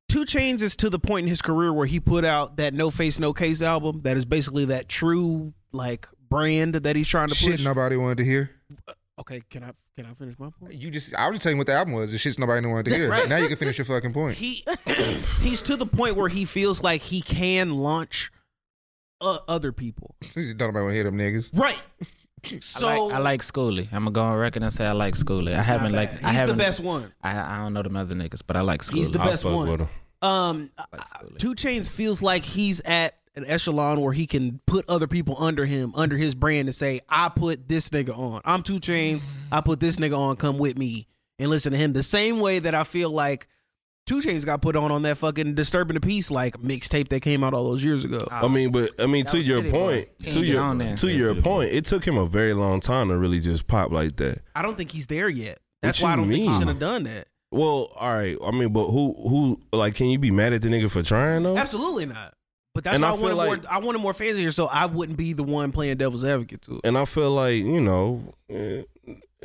A: Two Chains is to the point in his career where he put out that No Face No Case album that is basically that true like brand that he's trying to
C: Shit
A: push.
C: nobody wanted to hear.
A: Okay, can I can I finish my point?
C: You just I was just telling you what the album was. It's shit nobody wanted to hear.
A: Right.
C: Now you can finish your fucking point.
A: He *coughs* he's to the point where he feels like he can launch uh, other people.
C: *laughs* Don't nobody want to hear them niggas.
A: Right.
F: I
A: So
F: like- I like Schooley. I'm gonna go on record and say I like Schooley. I haven't like
A: he's
F: I
A: the
F: haven't
A: best one.
F: I, I don't know them other niggas, but I like Schooley.
A: He's the
G: I
A: best
G: fuck
A: one.
G: with him.
A: Um,
F: Like
A: uh,
F: Schooley.
A: Two Chains feels like he's at an echelon where he can put other people under him, under his brand, and say, "I put this nigga on. I'm Two Chains. I put this nigga on. Come with me and listen to him." The same way that I feel like Two Chains got put on on that fucking disturbing the peace like mixtape that came out all those years ago.
G: I mean, but I
F: Ah.
G: mean,
F: That
G: to
F: was
G: your
F: Titty Boy.
G: point,
F: He
G: to
F: ain't
G: your
F: get on there.
G: to
F: Yeah,
G: your
F: Titty Boy.
G: point, it took him a very long time to really just pop like that.
A: I don't think he's there yet. That's
G: you
A: why I don't think he
G: mean?
A: should have done that.
G: Well, all right. I mean, but who who like can you be mad at the nigga for trying though?
A: Absolutely not. But that's
G: And
A: why I,
G: I feel
A: wanted
G: like-
A: more. I wanted more fans here, so I wouldn't be the one playing devil's advocate to it.
G: And I feel like you know. eh,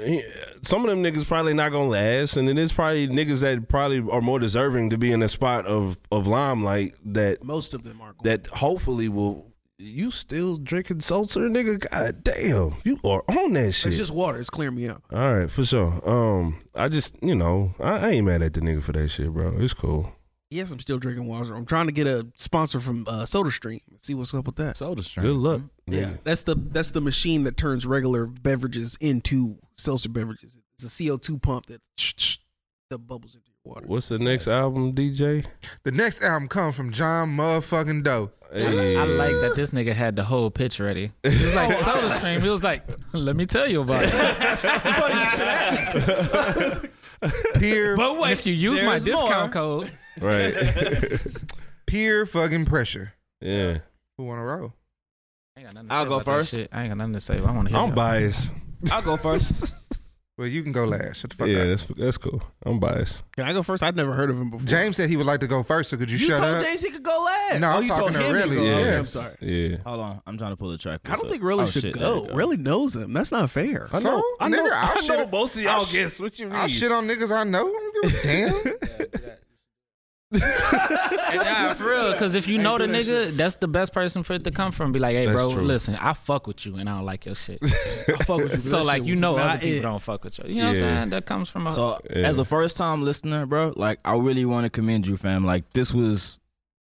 G: he- Some of them niggas probably not gonna last, and it is probably niggas that probably are more deserving to be in the spot of of limelight that
A: Most of them are. going
G: that hopefully will. You still drinking seltzer, nigga? God damn, you are on that shit.
A: It's just water. It's clearing me up.
G: All right, for sure. Um, I just you know I, I ain't mad at the nigga for that shit, bro. It's cool.
A: Yes, I'm still drinking water. I'm trying to get a sponsor from uh, SodaStream. See what's up with that.
F: Soda Stream.
G: Good luck.
A: Yeah,
G: nigga.
A: that's the that's the machine that turns regular beverages into seltzer beverages. It's a CO2 pump that the bubbles into your water.
G: What's the next album, DJ?
C: The next album comes from John motherfucking Doe.
G: Hey.
F: I like that this nigga had the whole pitch
A: *laughs*
F: ready. It was
A: Oh,
F: like Soda Stream. He was like, let me tell
A: *laughs*
F: you about it.
C: Peer
F: *laughs* But wait, if you use my discount code,
G: right. *laughs*
C: peer fucking pressure.
G: Yeah,
C: Who wanna roll?
F: I ain't got nothing to
E: I'll
F: say
E: go
F: about that
E: first.
F: shit. I ain't got nothing to say. I want to hear.
G: I'm
F: y'all.
G: biased.
E: I'll go first.
C: Well, you can go last. Shut the fuck
G: Yeah,
C: up.
G: that's that's cool. I'm biased.
A: Can I go first? I've never heard of him before.
C: James said he would like to go first, so could you,
A: you
C: shut
A: told
C: up?
A: James he could go last.
C: No,
A: Oh,
C: I'm
A: you told
C: talking to
A: him
C: Riley.
A: Go.
G: Yeah.
A: Okay, I'm
C: Yes.
A: sorry.
G: Yeah.
E: Hold on, I'm trying to pull the track.
A: I don't
E: up.
A: think Riley
E: Oh,
A: should
E: shit, there
A: go.
E: it go.
A: Riley knows him. That's not fair.
C: So, nigga, I'll shit on-
G: both of
C: I'll sh-
G: What you
C: I'll *laughs* shit on niggas I know. I don't give
G: *laughs*
C: a Damn.
F: Nah, for real. Because if you know the
C: do that
F: nigga, that's the best person for it to come from. Be like, hey,
G: That's
F: bro,
G: true.
F: listen, I fuck with you, and I don't like your *laughs* shit.
A: I fuck with you. but
F: so
A: that
F: like,
A: shit
F: you
A: was
F: know,
A: not
F: other people
A: it.
F: don't fuck with you. You know what I'm
G: Yeah.
F: saying? That comes from a.
E: So
G: Yeah.
E: as a first time listener, bro, like I really want to commend you, fam. Like this was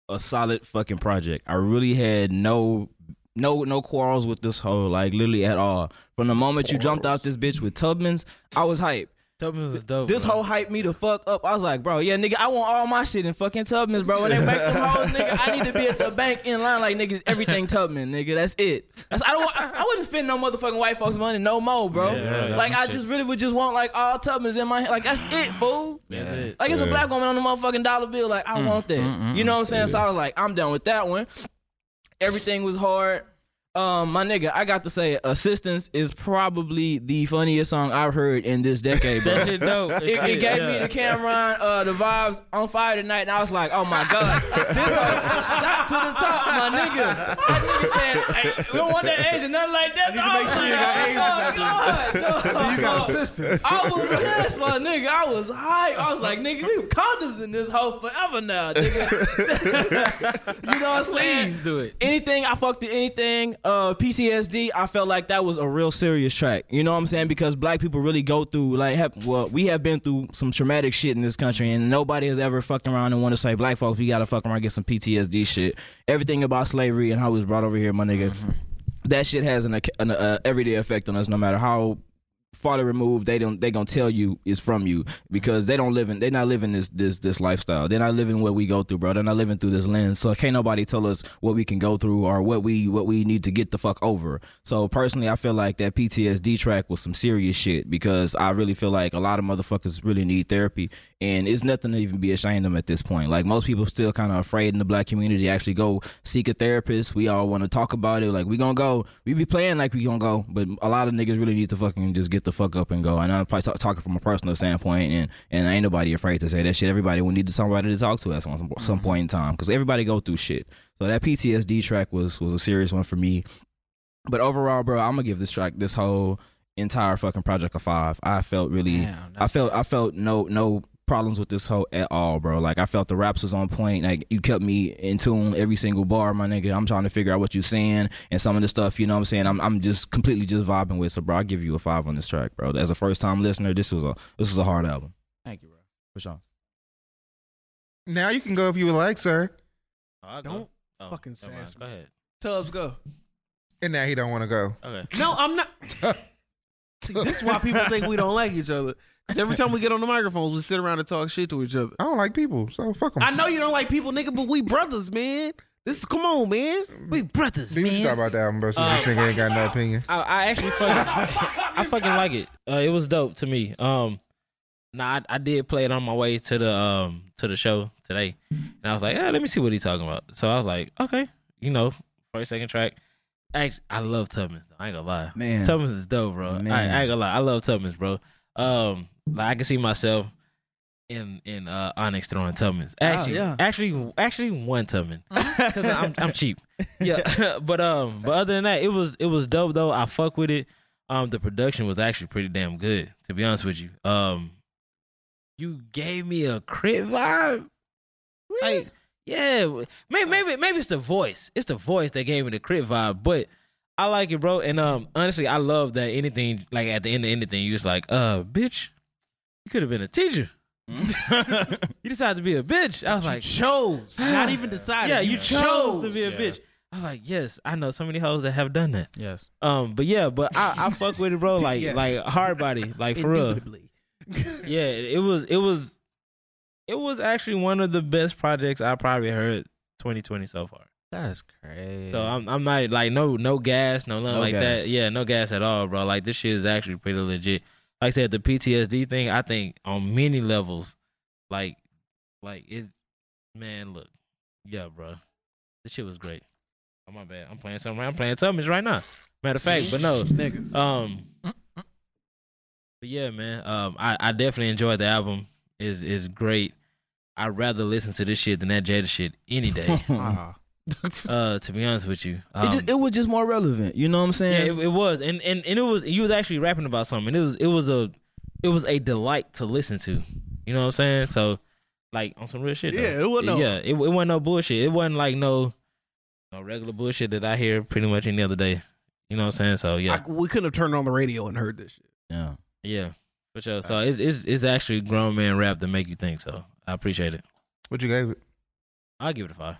E: a solid fucking project. I really had no no no quarrels with this whole like literally at all. From the moment you jumped out this bitch with Tubman's, I was hype.
D: Tubman was dope.
E: This whole hype me the fuck up. I was like, bro, yeah, nigga, I want all my shit in fucking Tubman's, bro. When they make
G: *laughs*
E: them hoes, nigga, I need to be at the bank in line like niggas, everything Tubman, nigga. That's it. That's I don't. want- I, I wouldn't spend no motherfucking white folks money no more, bro. like I just really would just want like all Tubman's in my hand. Like that's it, fool.
D: That's it.
E: Like it's a
G: Yeah. Mm.
E: black woman on the motherfucking dollar bill. Like I want that. you know what I'm saying? So I was like, I'm done with that one. Everything was hard. Um, my nigga, I got to say, "Assistance" is probably the funniest song I've heard in this decade, bro.
D: That shit dope. That
E: It,
D: shit,
E: it gave
D: yeah.
E: me the Cameron, uh, the vibes on fire tonight, and I was like, "Oh my god, this a shot to the top, my nigga." That nigga said, hey, "We don't want that Asian, nothing like that." I
C: make sure you
E: oh, God, dog.
C: You got assistance.
E: I was pissed, my nigga. I was hype. I was like, nigga, we condoms in this hole forever now, nigga. *laughs* you know what I'm saying?
F: Please do it.
E: Anything I fucked with anything, uh, PCSD, I felt like that was a real serious track. You know what I'm saying? Because black people really go through like have well, we have been through some traumatic shit in this country and nobody has ever fucked around and wanna say black folks, we gotta fuck around and get some PTSD shit. Everything about slavery and how it was brought over here, my nigga.
F: Mm-hmm.
E: That shit has an, an uh, everyday effect on us, no matter how farther removed they don't they gonna tell you is from you because they don't live in they not living this this this lifestyle they're not living what we go through bro they're not living through this lens so can't nobody tell us what we can go through or what we what we need to get the fuck over so personally i feel like that ptsd track was some serious shit because i really feel like a lot of motherfuckers really need therapy and it's nothing to even be ashamed of at this point like most people still kind of afraid in the black community to actually go seek a therapist we all want to talk about it like we gonna go we be playing like we gonna go but a lot of niggas really need to fucking just get the fuck up and go and i'm probably ta- talking from a personal standpoint and and ain't nobody afraid to say that shit everybody will need somebody to talk to at some, some point in time because everybody go through shit so that ptsd track was was a serious one for me but overall bro i'm gonna give this track this whole entire fucking project a five i felt really
F: Damn,
E: I
F: *laughs* that's-
E: felt I felt no no problems with this hoe at all, bro. Like I felt the raps was on point. Like you kept me in tune every single bar, my nigga. I'm trying to figure out what you're saying and some of the stuff, you know what I'm saying? I'm I'm just completely just vibing with. So bro, I give you a five on this track, bro. As a first time listener, this was a this was a hard album.
F: Thank you, bro.
E: For sure.
C: Now you can go if you would like, sir.
D: Oh,
A: Don't fucking say
D: never mind.
A: it's-
D: Go ahead.
A: Tubbs, go.
C: And now he don't want to go.
D: Okay.
A: No, I'm
C: *laughs*
A: not. See, this is why people think we don't like each other. Because every time we get on the microphones, we sit around and talk shit to each other.
C: I don't like people, so fuck them.
A: I know you don't like people, nigga, but we brothers, man. This is come on, man. We brothers,
C: Dude, you
A: man.
C: talk about the album, bro. Since
A: Uh,
C: this nigga ain't got no opinion.
D: I, I actually fucking, I fucking like it. Uh, it was dope to me. Um, nah, I, I did play it on my way to the um to the show today, and I was like, yeah, let me see what he's talking about. So I was like, okay, you know, first second track. Actually, I love Tubman's. Though. I ain't gonna lie,
E: Man.
D: Tubman's is dope, bro. I, I
E: Man.
D: ain't gonna lie, I love Tubman's, bro. Um, like I can see myself in in uh Onyx throwing Tubman's.
E: Oh,
D: Actually,
A: yeah.
D: actually, actually, one Tubman because I'm I'm
E: *laughs*
D: cheap. Yeah, *laughs* but um, but other than that, it was it was dope though. I fuck with it. Um, the production was actually pretty damn good, to be honest with you. Um, you gave me a crit vibe. Like, yeah, maybe maybe maybe it's the voice. It's the voice that gave me the crit vibe, but I like it, bro. And um, honestly, I love that anything like at the end of anything, you just like, uh, bitch, you could have been a teacher. *laughs* you decided to be a bitch. I was like,
A: Chose. Mm. Not
D: *sighs*
A: even decided.
D: yeah, you chose, to be a bitch. I was like, yes, I know so many hoes that have done that.
F: Yes.
D: Um, but yeah, but I, I fuck with
A: *laughs*
D: it, bro. Like,
A: Yes.
D: like hard body, like for real.
A: Indubitably.
D: Yeah, it was, it was, it was actually one of the best projects I probably heard 2020 so far.
F: That's crazy.
D: So I'm, I'm not like no, no gas, no nothing
E: No
D: like
E: gas.
D: that. Yeah, no gas at all, bro. Like this shit is actually pretty legit. Like I said, the PTSD thing, I think on many levels, like, like it, man. Look, yeah, bro, this shit was great. Oh my bad, I'm playing something. right- I'm playing Tubman's right now. Matter of fact, but no,
A: Niggas.
D: um, but yeah, man. Um, I, I definitely enjoyed the album. is is great. I'd rather listen to this shit than that Jada shit
A: *laughs*
D: any day.
F: Ah.
D: uh, to be honest with you,
E: it,
D: um,
E: just, it was just more relevant, you know what I'm
D: yeah,
E: saying?
D: it, it was, and, and and it was. You was actually rapping about something. It was it was a it was a delight to listen to. You know what I'm saying? So, like on some real shit. though.
A: Yeah, it wasn't no-
D: Yeah, it, it wasn't no bullshit. It wasn't like no no regular bullshit that I hear pretty much any other day. You know what I'm saying? So yeah,
A: I- we couldn't have turned on the radio and heard this shit.
E: yeah.
D: Yeah, for sure. So it's it's it's actually grown man rap to make you think. So I appreciate it.
C: What you gave it?
D: I'll give it a five.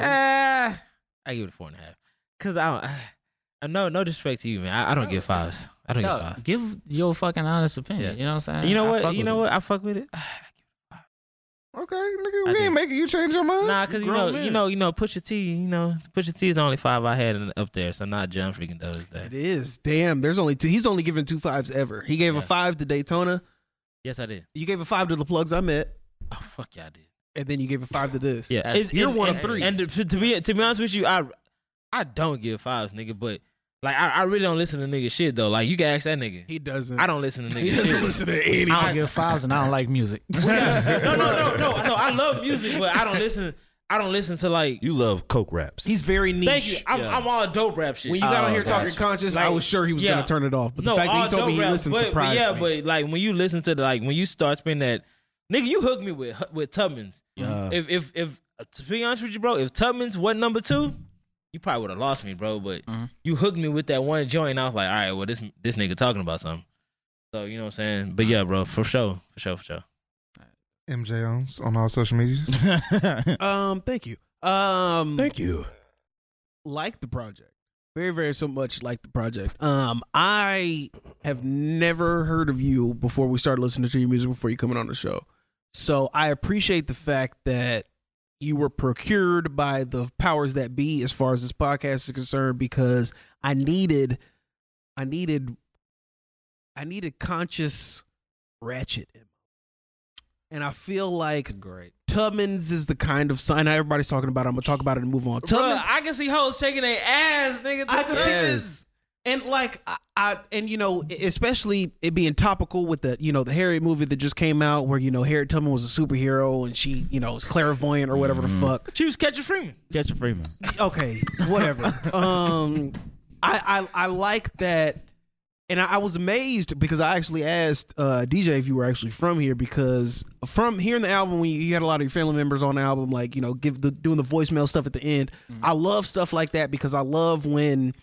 D: Ah, I give it a four and a half. Cause I don't. *sighs* I- I, no no disrespect to you, man. I, I don't give fives. I don't give
F: Yo,
D: fives.
F: give your fucking honest opinion. You know what I'm saying?
D: You know
F: I
D: what?
F: fuck
D: You
F: with
D: know
F: it.
D: what? I fuck with it.
C: Okay, nigga,
D: I
C: we
D: did.
C: ain't making you change your mind.
D: *sighs* Nah, cause you know,
A: grown man.
D: you know, you know, Pusha T, you know, Pusha T is the only five I had in, up there. So not John freaking does
A: It
D: that.
A: is. Damn, there's only two. He's only given two fives ever. He gave a
D: Yeah.
A: five to Daytona.
D: Yes, I did.
A: You gave a five to the plugs I met.
D: Oh fuck yeah, I did.
A: And then you gave a five to this.
D: Yeah,
F: That's-
A: you're one of
D: and-
A: three.
D: And to, to be to be honest with you, I I don't give fives, nigga. But like, I, I really don't listen to nigga shit though. Like, you can ask that nigga.
A: He doesn't.
D: I don't *laughs* listen to
A: He
D: nigga
A: doesn't
D: shit.
A: listen to any.
F: I don't give fives and I don't like music.
D: no, no, no, no, no. I love music, but
A: *laughs*
D: I don't listen. I don't listen to like.
G: You love coke raps.
A: He's very niche.
D: Thank you. I'm, I'm all dope rap shit.
A: When you got
D: Oh,
A: on here talking
D: gotcha.
A: conscious, I
D: Like,
A: was sure he was
D: yeah.
A: going to turn it off. But the fact that
D: all
A: he told
D: dope
A: me he
D: raps,
A: listened
D: but, but
A: surprised
D: yeah,
A: me.
D: but like when you listen to the like when you start spinning that, nigga, you hooked me with with Tubman's.
E: Yeah.
D: If if if to be honest with you, bro, if Tubman's wasn't number two, you probably would have lost me, bro. But
A: Mm-hmm.
D: you hooked me with that one joint, and I was like, all right, well this this nigga talking about something. So you know what I'm saying? But yeah, bro, for sure, for sure, for sure.
C: MJ Owens on all
A: *laughs*
C: social medias.
A: um, thank you. Um,
G: *laughs* Thank you.
A: like the project. Very, very so much like the project. Um, I have never heard of you before we started listening to your music before you coming on the show. So I appreciate the fact that you were procured by the powers that be as far as this podcast is concerned because I needed I needed I needed conscious ratchet in my and I feel like
F: Great.
A: Tubman's is the kind of sign everybody's talking about. it. I'm gonna talk about it and move on. Tubman's
D: I can see hoes shaking their ass, nigga.
A: I could see this. And like I, I and you know, e, especially it being topical with the you know the Harriet movie that just came out where you know Harriet Tubman was a superhero and she you know was clairvoyant or whatever
D: Mm-hmm.
A: the fuck.
D: She was catching Freeman.
E: Catch a Freeman.
A: Okay, whatever. um, I, I I like that and I, I was amazed because I actually asked uh, DJ if you were actually from here because from hearing the album, when you, you had a lot of your family members on the album, like you know, give the doing the voicemail stuff at the end. I love stuff like that because I love when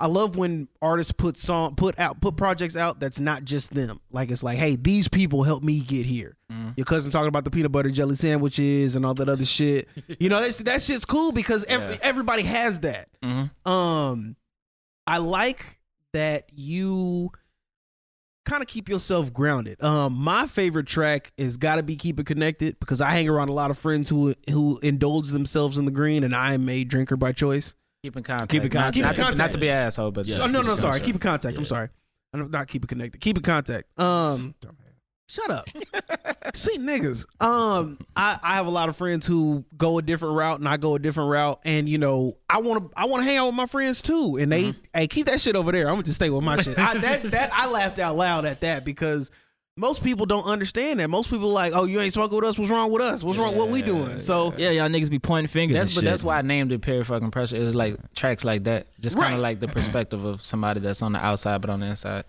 A: I love when artists put song put out put projects out that's not just them. Like it's like, hey, these people helped me get here. Your cousin talking about the peanut butter jelly sandwiches and all that other shit. you know, that's that shit's cool because every, everybody has that. Um, I like that you kind of keep yourself grounded. Um, my favorite track is got to be "Keep It Connected" because I hang around a lot of friends who who indulge themselves in the green, and I am a drinker by choice.
F: Keep in contact.
A: Keep in
F: Not-
A: contact.
F: Not,
A: Keep in
F: to-
A: contact.
F: not to be an asshole, but
A: oh, no, no, sorry. Keep in contact. I'm sorry. I'm not keep it connected. Keep in contact. Um, shut up. See niggas. Um, I I have a lot of friends who go a different route, and I go a different route, and you know I want to I want to hang out with my friends too, and they hey keep that shit over there. I'm gonna just stay with my shit. I, that that I laughed out loud at that because. Most people don't understand that. Most people like, oh, you ain't smoking with us. What's wrong with us? What's wrong? What we doing? So
E: Yeah, y'all niggas be pointing fingers.
F: That's
E: and
F: but
E: shit.
F: that's why I named it "Pure Fucking Pressure." It was like tracks like that, just
A: Right.
F: kind of like the perspective of somebody that's on the outside but on the inside.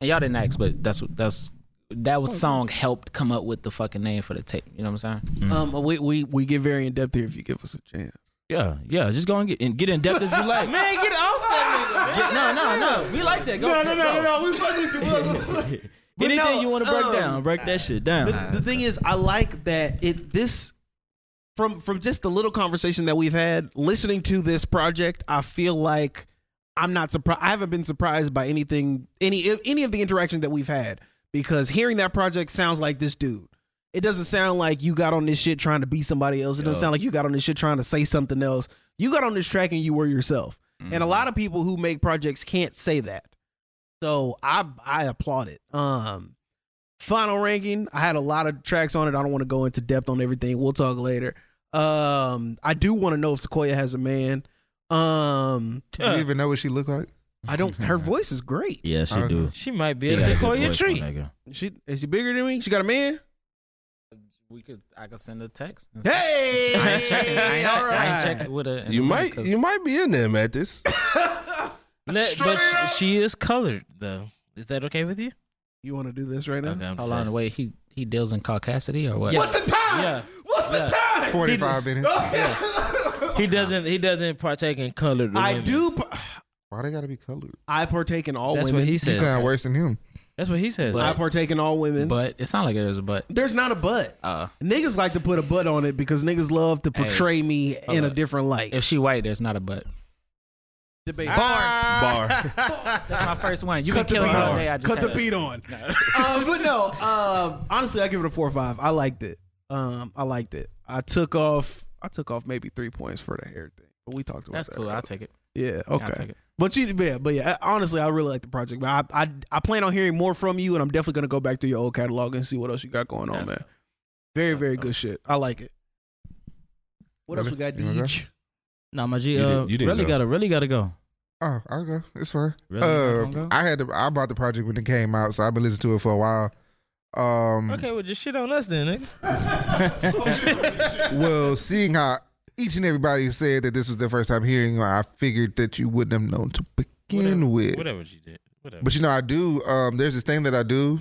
F: And y'all didn't ask, but that's what that's that was song helped come up with the fucking name for the tape. You know what I'm saying?
A: um, we, we we get very in depth here if you give us a chance.
E: Yeah, yeah. Just go and get and get in depth if you like. man, get off that nigga. no, no, no. We like that. Go, no, no, no, no, no.
A: We fuck with you.
E: Anything
A: no,
E: you want to break
A: um,
E: down, break that shit down.
A: the, the thing is, I like that it this from from just the little conversation that we've had listening to this project. I feel like I'm not surprised. I haven't been surprised by anything any any of the interaction that we've had because hearing that project sounds like this dude. It doesn't sound like you got on this shit trying to be somebody else. It doesn't sound like you got on this shit trying to say something else. You got on this track and you were yourself. And a lot of people who make projects can't say that. So I I applaud it. Um final ranking i had a lot of tracks on it i don't want to go into depth on everything we'll talk later um i do want to know if sequoia has a man um
F: *laughs*
C: Do you even know what she looked like?
A: i don't her voice is great
E: yeah, she
C: Uh,
E: do.
D: She might be
E: You
D: a
E: got a good
D: sequoia
E: voice,
D: tree.
E: my nigga.
A: she is she bigger than me she got a man
F: We could I could send a text.
A: hey
F: I ain't checking. I ain't,
A: all
F: I ain't
A: right.
F: checking with a.
G: You might you might be in there, Mathis. *laughs*
D: Let- but she, she is colored though. Is that okay with you?
A: you want to do this right now
D: Okay, I'm
F: hold on.
D: sorry.
F: Wait, he he deals in caucasity or what?
D: Yeah. What's the time? Yeah. What's the time?
C: Forty
A: *laughs*
C: five minutes.
D: He doesn't. He doesn't partake in colored.
A: i
D: women.
A: do par-
C: Why they gotta be colored?
A: i partake in all
D: That's
A: women
D: what he
C: You
D: says.
C: sound worse than him.
D: That's what he says.
A: i partake in all women
F: But it sounds like it was a but.
A: there's not a butt
F: Uh,
A: niggas like to put a butt on it because niggas love to portray me in a different light
F: if she white, there's not a but.
A: debate *laughs*
G: Bar.
F: That's my first one. You
A: Cut
F: been
A: the
F: killing
A: beat
F: me all
A: on.
F: day. I just
A: Cut
F: had
A: the
F: a-
A: beat on. *laughs* um, but no, um, honestly, I give it a four or five. I liked it. Um, I liked it. I took off. I took off maybe three points for the hair thing, but we talked about
F: That's
A: that.
F: cool. I'll take it.
A: yeah.
F: I'll take
A: Okay.
F: it.
A: But you, yeah, but yeah. I- Honestly, I really like the project. But I, I, I plan on hearing more from you, and I'm definitely gonna go back through your old catalog and see what else you got going on,
F: That's
A: man. Very, very good shit. I like it. What else we got,
C: You wanna go?
A: Deej?
E: Nah, my G,
G: You
E: uh,
G: didn't- you didn't
E: really
G: go.
E: gotta, really gotta go.
C: Oh, I'll go. It's fine.
E: Really? You
C: uh,
E: gonna go?
C: I had to, I bought the project when it came out, so I've been listening to it for a while. Um,
D: okay, *laughs* well just shit on us then, nigga.
C: well, seeing how each and everybody said that this was their first time hearing, I figured that you wouldn't have known to begin with.
D: Whatever you did. Whatever.
C: But you know, I do. Um, there's this thing that I do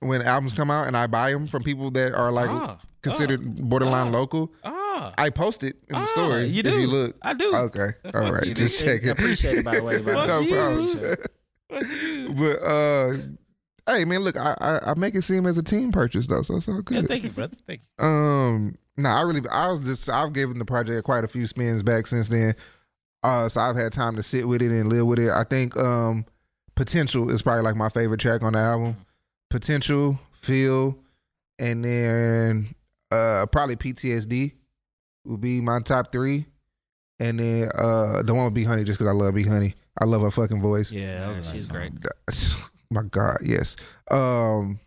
C: when albums come out, and I buy them from people that are like
D: Ah,
C: considered borderline local.
D: Ah,
C: I post it in the
D: Ah,
C: story.
D: you
C: If
D: do.
C: you look,
D: I do.
C: Okay, all right.
D: you,
C: Just check it.
F: Appreciate it, by the way. By the
C: *laughs* no
F: way.
D: Fuck you.
C: problem. *laughs* but uh, hey man, look, I, I I make it seem as a team purchase though, so it's all good.
D: yeah, thank you, brother. Thank you.
C: Um, no, I really, I was just, I've given the project quite a few spins back since then. Uh, so I've had time to sit with it and live with it. I think, um, Potential is probably like my favorite track on the album.
D: Mm-hmm.
C: Potential, Feel, and then, uh, probably PTSD would be my top three. And then, uh, the one with B Honey just because I love B Honey. I love her fucking voice.
E: Yeah, that was a nice
F: She's
E: song.
F: great.
C: *laughs* My God, yes. Um,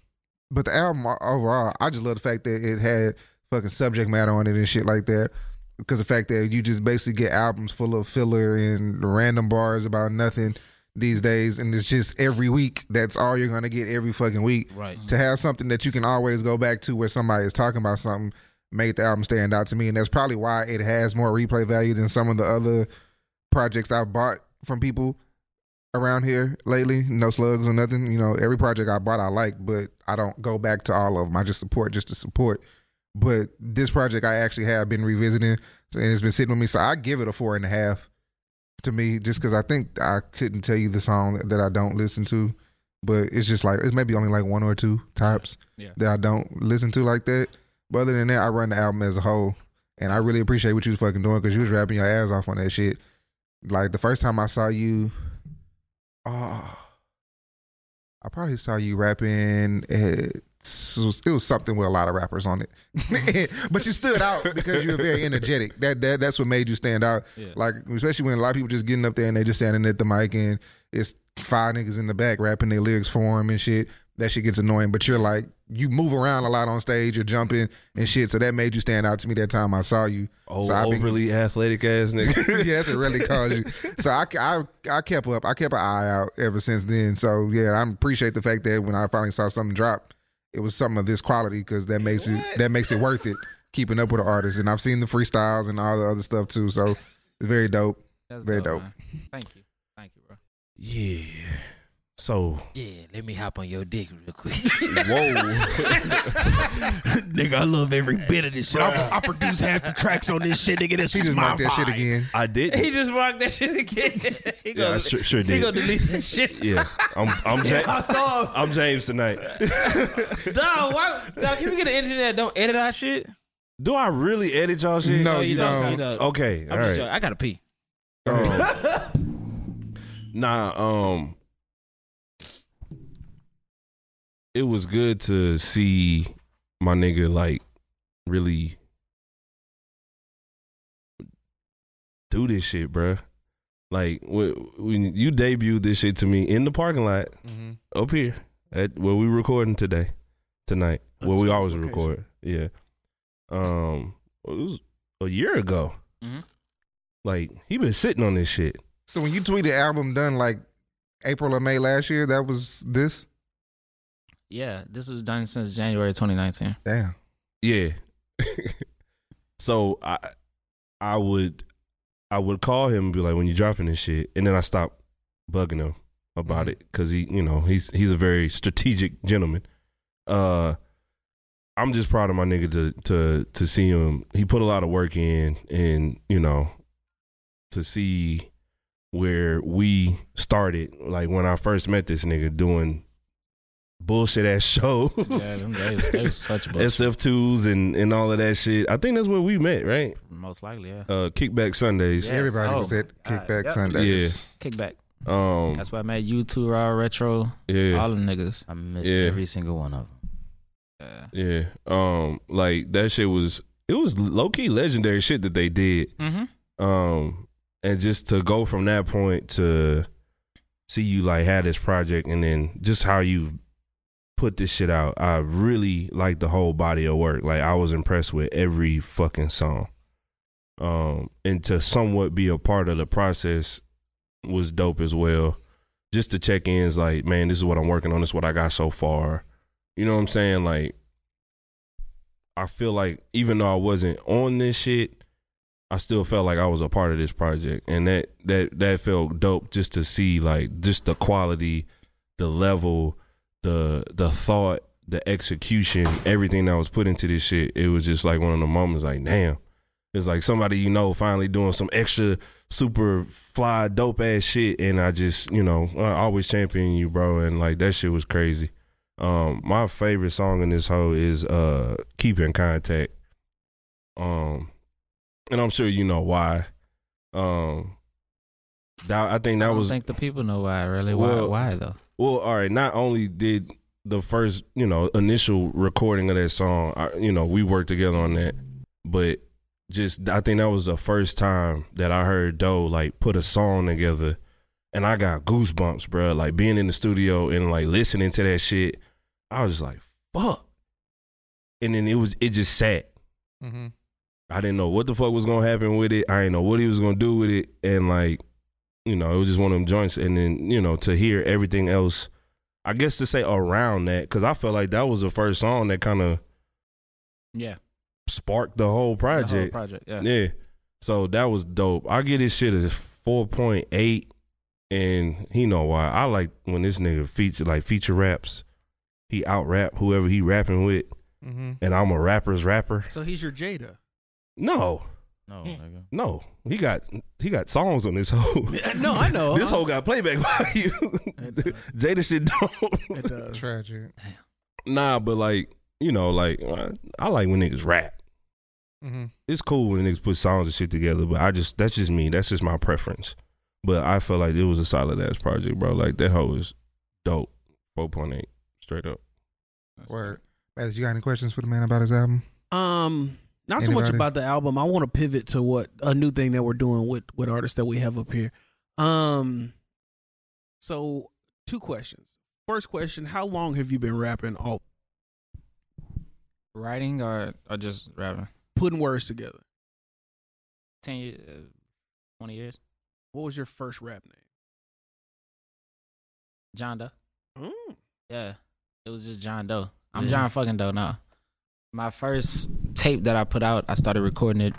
C: but the album o- overall, I just love the fact that it had fucking subject matter on it and shit like that. Because the fact that you just basically get albums full of filler and random bars about nothing these days, and it's just every week. That's all you're gonna get every fucking week.
D: Right.
C: To have something that you can always go back to where somebody is talking about something made the album stand out to me, and that's probably why it has more replay value than some of the other projects I've bought from people around here lately. No slugs or nothing. You know, every project I bought I like, but I don't go back to all of them. I just support just to support. But this project I actually have been revisiting, so- and it's been sitting with me. So I give it a four and a half to me, just because I think I couldn't tell you the song that, that I don't listen to. But it's just like it's maybe only like one or two tops that I don't listen to like that. But other than that, I run the album as a whole, and I really appreciate what you was fucking doing because you was rapping your ass off on that shit. Like the first time I saw you, oh, I probably saw you rapping. At, it was something with a lot of rappers on it, *laughs* but you stood out because you were very energetic. That that that's what made you stand out. Like especially when a lot of people just getting up there and they just standing at the mic and it's five niggas in the back rapping their lyrics for them and shit. That shit gets annoying. But you're like you move around a lot on stage. You're jumping and shit. So that made you stand out to me that time I saw you.
G: Oh,
C: so I've been-
G: overly athletic ass nigga.
C: *laughs* yeah, that's what really caused you. So I, I, I kept up. I kept an eye out ever since then. So yeah, I appreciate the fact that when I finally saw something drop, it was something of this quality because that makes it that makes it worth it keeping up with the artist. And I've seen the freestyles and all the other stuff too. So it's very dope.
F: That's
C: Very dope.
F: man. Thank you. Thank you, bro.
G: yeah. So
D: Yeah, let me hop on your dick real *laughs* quick.
A: nigga, I love every bit of this shit. I, I produce half the tracks on this shit, nigga. This
C: He
A: is
C: just
A: my
C: marked that shit
A: vibe.
C: again.
G: I did.
D: he just walked that shit again. *laughs* he
G: yeah,
D: gonna,
G: I sure, sure
D: he
G: did.
D: gonna delete that shit.
G: *laughs* yeah, I'm I'm
A: I
G: James,
A: saw him.
G: I'm James tonight. *laughs*
D: Dog, why? Dog, can we get an engineer that don't edit our shit?
G: Do I really edit y'all shit?
C: No, you
D: don't.
C: don't.
D: You don't.
G: Okay, all
D: I'm just
G: right.
D: joking. I gotta pee.
G: Um, *laughs* nah, um, it was good to see my nigga like really do this shit, bruh. Like when, when you debuted this shit to me in the parking lot
D: Mm-hmm.
G: up here at where we recording today, tonight, where we
A: Upstairs
G: always
A: location.
G: record. Yeah, um, it was a year ago.
D: Mm-hmm.
F: Mhm.
G: Like he been sitting on this shit.
C: So when you tweeted album done like April or May last year, that was this.
F: Yeah, this was done since January 2019.
C: Damn.
G: Yeah. *laughs* so I I would I would call him and be like, when you dropping this shit, and then I stop bugging him about
F: Mm-hmm.
G: it because he you know he's he's a very strategic gentleman. Uh, I'm just proud of my nigga to to to see him. He put a lot of work in, and you know, to see where we started, like when I first met this nigga doing bullshit ass *laughs* shows.
F: Yeah, them days, they was
G: *laughs*
F: such bullshit.
G: SF2s and, and all of that shit. I think that's where we met, right?
F: Most likely, yeah.
G: Uh, Kickback Sundays.
F: Yes.
C: Everybody
F: Oh,
C: was at
F: my God.
C: Kickback
F: Yep.
C: Sundays.
F: Kickback.
G: Um,
F: That's why I met you two, Raw Retro,
G: yeah,
F: all them niggas.
H: I missed
G: Yeah.
H: every single one of them.
F: Yeah.
G: yeah. Um, like that shit was it was low key legendary shit that they did.
F: Mm-hmm.
G: Um, and just to go from that point to see you like had this project and then just how you put this shit out. I really like the whole body of work. Like I was impressed with every fucking song. Um, and to somewhat be a part of the process was dope as well. Just to check ins, like, man, this is what I'm working on. This is what I got so far. You know what I'm saying? Like, I feel like even though I wasn't on this shit, I still felt like I was a part of this project, and that that that felt dope just to see like just the quality, the level, the the thought, the execution, everything that was put into this shit. It was just like one of the moments, like damn, it's like somebody you know finally doing some extra super fly dope ass shit, and I just you know I always champion you, bro, and like that shit was crazy. Um, my favorite song in this whole is uh "Keep in Contact." Um, and I'm sure you know why. Um, that I think that
F: I don't
G: was
F: think the people know why, really.
G: Well-
F: why, why though?
G: well, all right. Not only did the first, you know, initial recording of that song, I, you know, we worked together on that, but just I think that was the first time that I heard Doe like put a song together, and I got goosebumps, bro. Like being in the studio and like listening to that shit, I was just like, fuck. And then it was it just sat.
C: Mm-hmm.
G: I didn't know what the fuck was gonna happen with it. I didn't know what he was gonna do with it, and like, you know, it was just one of them joints. And then you know, to hear everything else, I guess to say around that, because I felt like that was the first song that kind of
F: Yeah.
G: sparked the whole
F: The whole
G: project.
F: project. Yeah.
G: yeah. So that was dope. I get this shit as four point eight and he know why. I like when this nigga feature like feature raps. He out rap whoever he rapping with,
C: Mm-hmm.
G: and I'm a rapper's rapper.
A: So he's your Jada.
G: No,
H: No,
D: Oh,
H: nigga.
G: no, he got he got songs on this whole.
A: *laughs*
G: *laughs*
A: No, Oh, I know.
G: This whole got playback value. *laughs* Jada shit don't.
A: It does.
C: Tragic.
G: Nah, but like you know, like I, I like when niggas rap.
C: Mm-hmm.
G: It's cool when niggas put songs and shit together, but I just that's just me. That's just my preference. But I felt like it was a solid ass project, bro. Like that hoe is dope. Four point eight, straight up.
C: Word. Mathis, you got any questions for the man about his album?
A: Um, not so much
C: Anybody?
A: about the album. I want to pivot to what a new thing that we're doing with with artists that we have up here. Um, so two questions. First question: How long have you been rapping? All
F: Writing or, or just rapping?
A: putting words together.
F: 10 years, 20 uh, years.
A: What was your first rap name?
F: John Doe.
A: Mm.
F: Yeah. It was just John Doe. I'm
A: Yeah.
F: John fucking Doe now. My first tape that I put out, I started recording it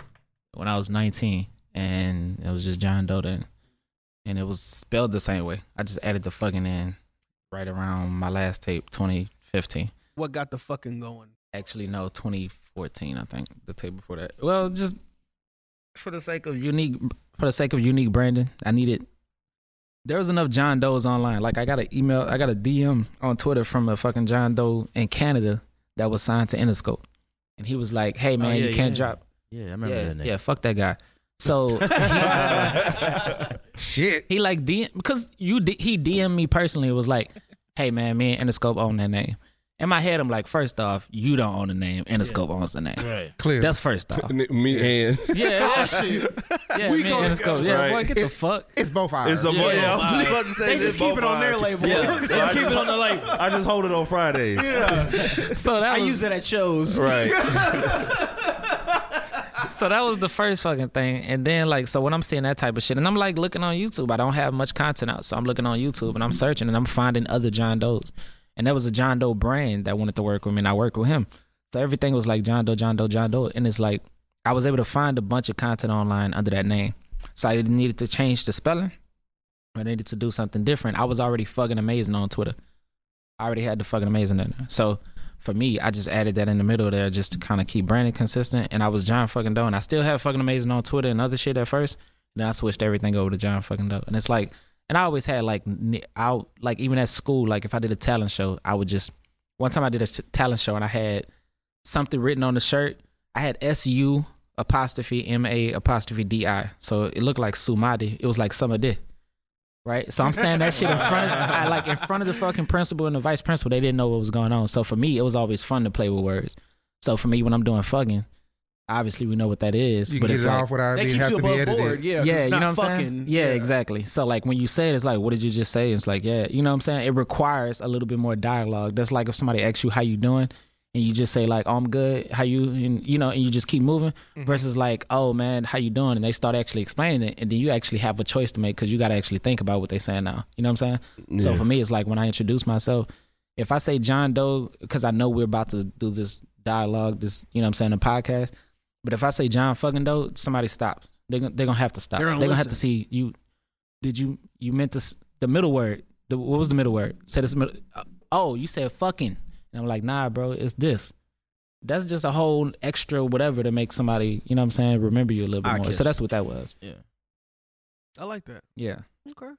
F: when I was 19, and it was just John Doe then. And it was spelled the same way. I just added the fucking in right around my last tape, 2015.
A: What got the fucking going?
F: Actually, no, 2014, I think, the tape before that. Well, just for the sake of unique, for the sake of unique branding, I needed. There was enough John Does online. Like I got an email, I got a DM on Twitter from a fucking John Doe in Canada that was signed to Interscope, and he was like, "Hey man,
H: Oh, yeah,
F: you can't
H: yeah.
F: drop,
H: Yeah, I remember
F: yeah,
H: that nigga.
F: yeah, fuck that guy." So *laughs*
C: Shit.
F: He like DM because you D, he DM me personally was like, "Hey man, me and Interscope own that name." In my head, I'm like, first off, you don't own the name. Interscope owns the name.
H: Right.
C: Clear.
F: That's first off.
G: N- Me and
F: yeah, that shit. Yeah,
C: We
F: me and
C: gonna
F: Interscope.
C: go.
F: Yeah,
G: Right.
F: boy, get the fuck.
C: it's both ours.
G: *laughs* it's a yeah, yeah, I was about to say
A: They just keep it on their label.
G: So I just- I just hold it on Fridays.
F: So that
A: I
F: was,
A: use that at shows. *laughs*
G: Right.
F: so that was the first fucking thing. And then like so when I'm seeing that type of shit and I'm like looking on YouTube, I don't have much content out. So I'm looking on YouTube and I'm searching and I'm finding other John Does. And there was a John Doe brand that wanted to work with me and I worked with him. So everything was like John Doe, John Doe, John Doe. And it's like I was able to find a bunch of content online under that name. So I needed to change the spelling. I needed to do something different. I was already fucking amazing on Twitter. I already had the fucking amazing in there. So for me, I just added that in the middle there just to kind of keep branding consistent. And I was John fucking Doe, and I still had fucking amazing on Twitter and other shit at first. Then I switched everything over to John fucking Doe, and it's like, and I always had like, ni- I like even at school, like if I did a talent show, I would just. One time I did a t- talent show and I had something written on the shirt. I had S U apostrophe M A apostrophe D I, so it looked like Sumadi. It was like Sumadi. Right, so I'm saying that shit in front of I, like in front of the fucking principal and the vice principal. They didn't know what was going on. So for me, it was always fun to play with words. So for me, when I'm doing fucking, obviously we know what that is.
C: you
F: but
C: can get
F: it's
C: it
F: like,
C: off without
A: That
C: it
A: keeps
C: have
A: you
C: to be
A: above
C: edited.
A: board. Yeah, 'cause
F: yeah,
A: it's
F: you
A: not
F: know what I'm
A: fucking.
F: saying? Yeah, exactly. So like when you say it, it's like, what did you just say? It's like, yeah, you know what I'm saying? It requires a little bit more dialogue. That's like if somebody asks you how you doing and you just say like, oh, I'm good, how you and you know, and you just keep moving
A: Mm-hmm.
F: versus like, oh man, how you doing? And they start actually explaining it and then you actually have a choice to make because you gotta actually think about what they're saying now. You know what I'm saying? So
G: Yeah.
F: for me, it's like when I introduce myself, if I say John Doe, because I know we're about to do this dialogue, this, you know what I'm saying, a podcast. But if I say John fucking Doe, somebody stops. They're gonna, they're gonna have to stop.
A: They're
F: They're
A: gonna
F: gonna, have to
A: listen.
F: see you. Did you, you meant this, the middle word. The, what was the middle word? Said it's middle. uh, Oh, you said fucking. And I'm like, nah, bro, it's this. That's just a whole extra whatever to make somebody, you know what I'm saying, remember you a little bit
H: I
F: more.
H: catch
F: So that's what that was.
H: Yeah.
A: I like that.
F: Yeah.
A: Okay.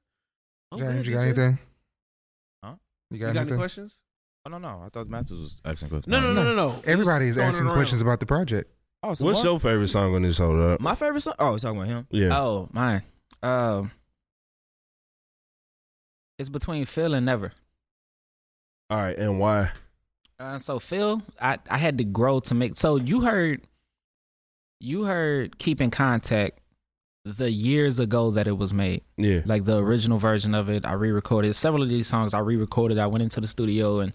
A: I'm
C: James,
A: good,
C: you got
A: I'm good.
C: anything?
H: Huh?
A: You
C: You got,
A: got any
C: anything?
A: questions?
H: Oh no, no. I thought Mathis was asking questions.
A: No, no,
D: *laughs*
A: no, no, no.
C: Everybody is
A: Throwing it
C: asking
A: around.
C: questions about the project.
H: Oh, so
G: What's
H: what?
G: your favorite song on this hold up?
H: my favorite song? Oh, we're talking about him.
G: Yeah.
F: Oh, mine. Um, it's between Phil and Never.
G: All right, and why?
F: Uh, so Phil, I, I had to grow to make. So you heard, you heard Keep in Contact the years ago that it was made,
G: Yeah.
F: like the original version of it. I re-recorded several of these songs. I re-recorded. I went into the studio and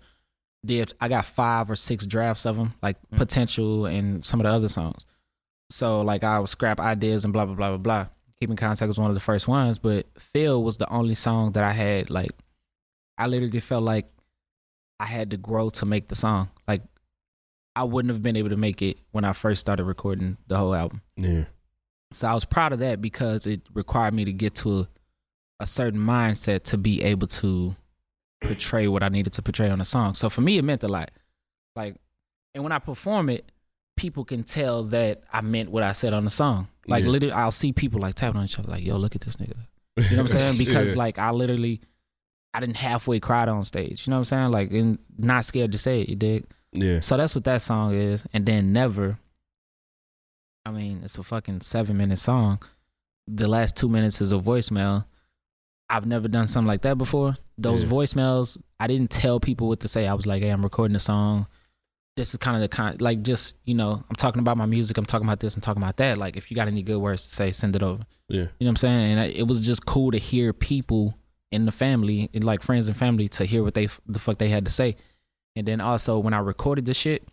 F: did. I got five or six drafts of them, like Potential and some of the other songs. So like I would scrap ideas and blah blah blah blah blah. Keep in Contact was one of the first ones, but Phil was the only song that I had like. I literally felt like I had to grow to make the song. Like I wouldn't have been able to make it when I first started recording the whole album.
G: Yeah.
F: So I was proud of that because it required me to get to a certain mindset to be able to portray what I needed to portray on a song. So for me, it meant a lot. Like, and when I perform it, people can tell that I meant what I said on the song. Like,
G: Yeah.
F: literally, I'll see people like tapping on each other, like, "Yo, look at this nigga." You know what
G: *laughs*
F: I'm saying? Because like I literally, I didn't halfway cried on stage. You know what I'm saying? Like, and not scared to say it. You dig?
G: yeah,
F: So that's what that song is. And then Never, I mean, it's a fucking seven minute song. The last two minutes is a voicemail. I've never done something like that before. Those
G: Yeah.
F: voicemails, I didn't tell people what to say. I was like, hey, I'm recording a song. This is kind of the kind, like, just, you know, I'm talking about my music. I'm talking about this. I'm talking about that. Like, if you got any good words to say, send it over.
G: yeah,
F: You know what I'm saying? And I, it was just cool to hear people in the family, and like friends and family, to hear what they f- the fuck they had to say. And then also when I recorded the shit,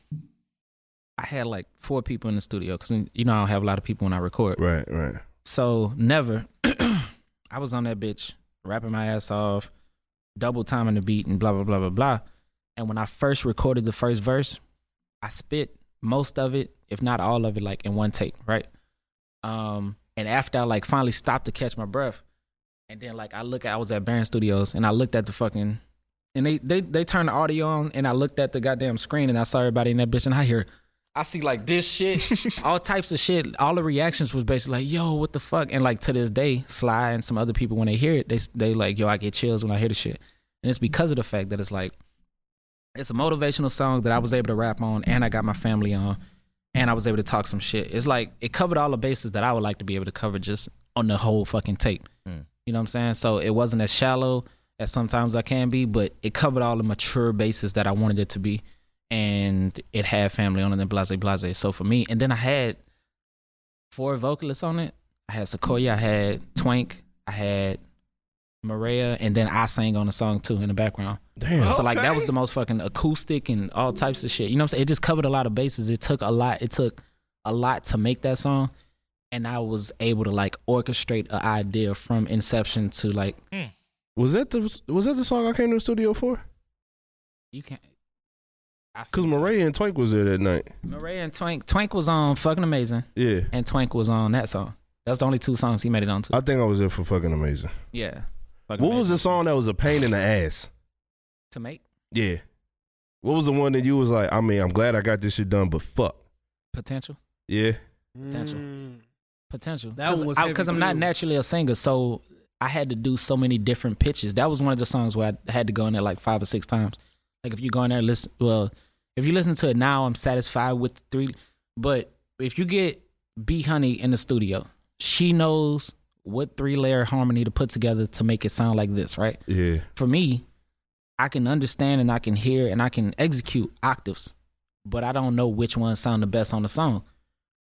F: I had like four people in the studio because you know I don't have a lot of people when I record.
G: right, right.
F: So never, *clears throat* I was on that bitch rapping my ass off, double timing the beat and blah blah blah blah blah. And when I first recorded the first verse, I spit most of it, if not all of it, like in one take, right? Um, and after I like finally stopped to catch my breath, and then like I look, I was at Baron Studios and I looked at the fucking, and they they they turned the audio on, and I looked at the goddamn screen and I saw everybody in that bitch, and I hear. I see like this shit, all types of shit. All the reactions was basically like, "Yo, what the fuck?" And like to this day, Sly and some other people when they hear it, they they like, "Yo, I get chills when I hear the shit," and it's because of the fact that it's like, it's a motivational song that I was able to rap on, and I got my family on, and I was able to talk some shit. It's like it covered all the bases that I would like to be able to cover just on the whole fucking tape. You know what I'm saying? So it wasn't as shallow as sometimes I can be, but it covered all the mature bases that I wanted it to be and it had family on it and blase blase. So for me, and then I had four vocalists on it. I had Sequoia, I had Twink, I had Maria, and then I sang on the song too in the background.
G: Damn.
F: So like that was the most fucking acoustic and all types of shit. You know what I'm saying? It just covered a lot of bases. It took a lot. It took a lot to make that song, and I was able to like orchestrate an idea from inception to like
G: Was that the was that the song I came to the studio for?
F: you can't. I
G: Cause
F: feel-
G: Maria and Twink was there that night.
F: Maria and Twink, Twink was on fucking amazing.
G: Yeah,
F: and Twank was on that song. That's the only two songs he made it onto.
G: I think I was there for fucking amazing.
F: yeah.
G: Uh, What was the song that was a pain in the ass?
F: to make?
G: Yeah. What was the one that you was like? I mean, I'm glad I got this shit done, but fuck.
F: Potential,
G: Yeah.
F: Potential.
A: Mm.
F: potential.
A: That one was
F: because
A: heavy,
F: I'm not
A: too.
F: naturally a singer, so I had to do so many different pitches. That was one of the songs where I had to go in there like five or six times. Like if you go in there, and listen. Well, if you listen to it now, I'm satisfied with the three. But if you get B Honey in the studio, she knows what three layer harmony to put together to make it sound like this, right?
G: Yeah.
F: for me, I can understand and I can hear and I can execute octaves, but I don't know which ones sound the best on the song.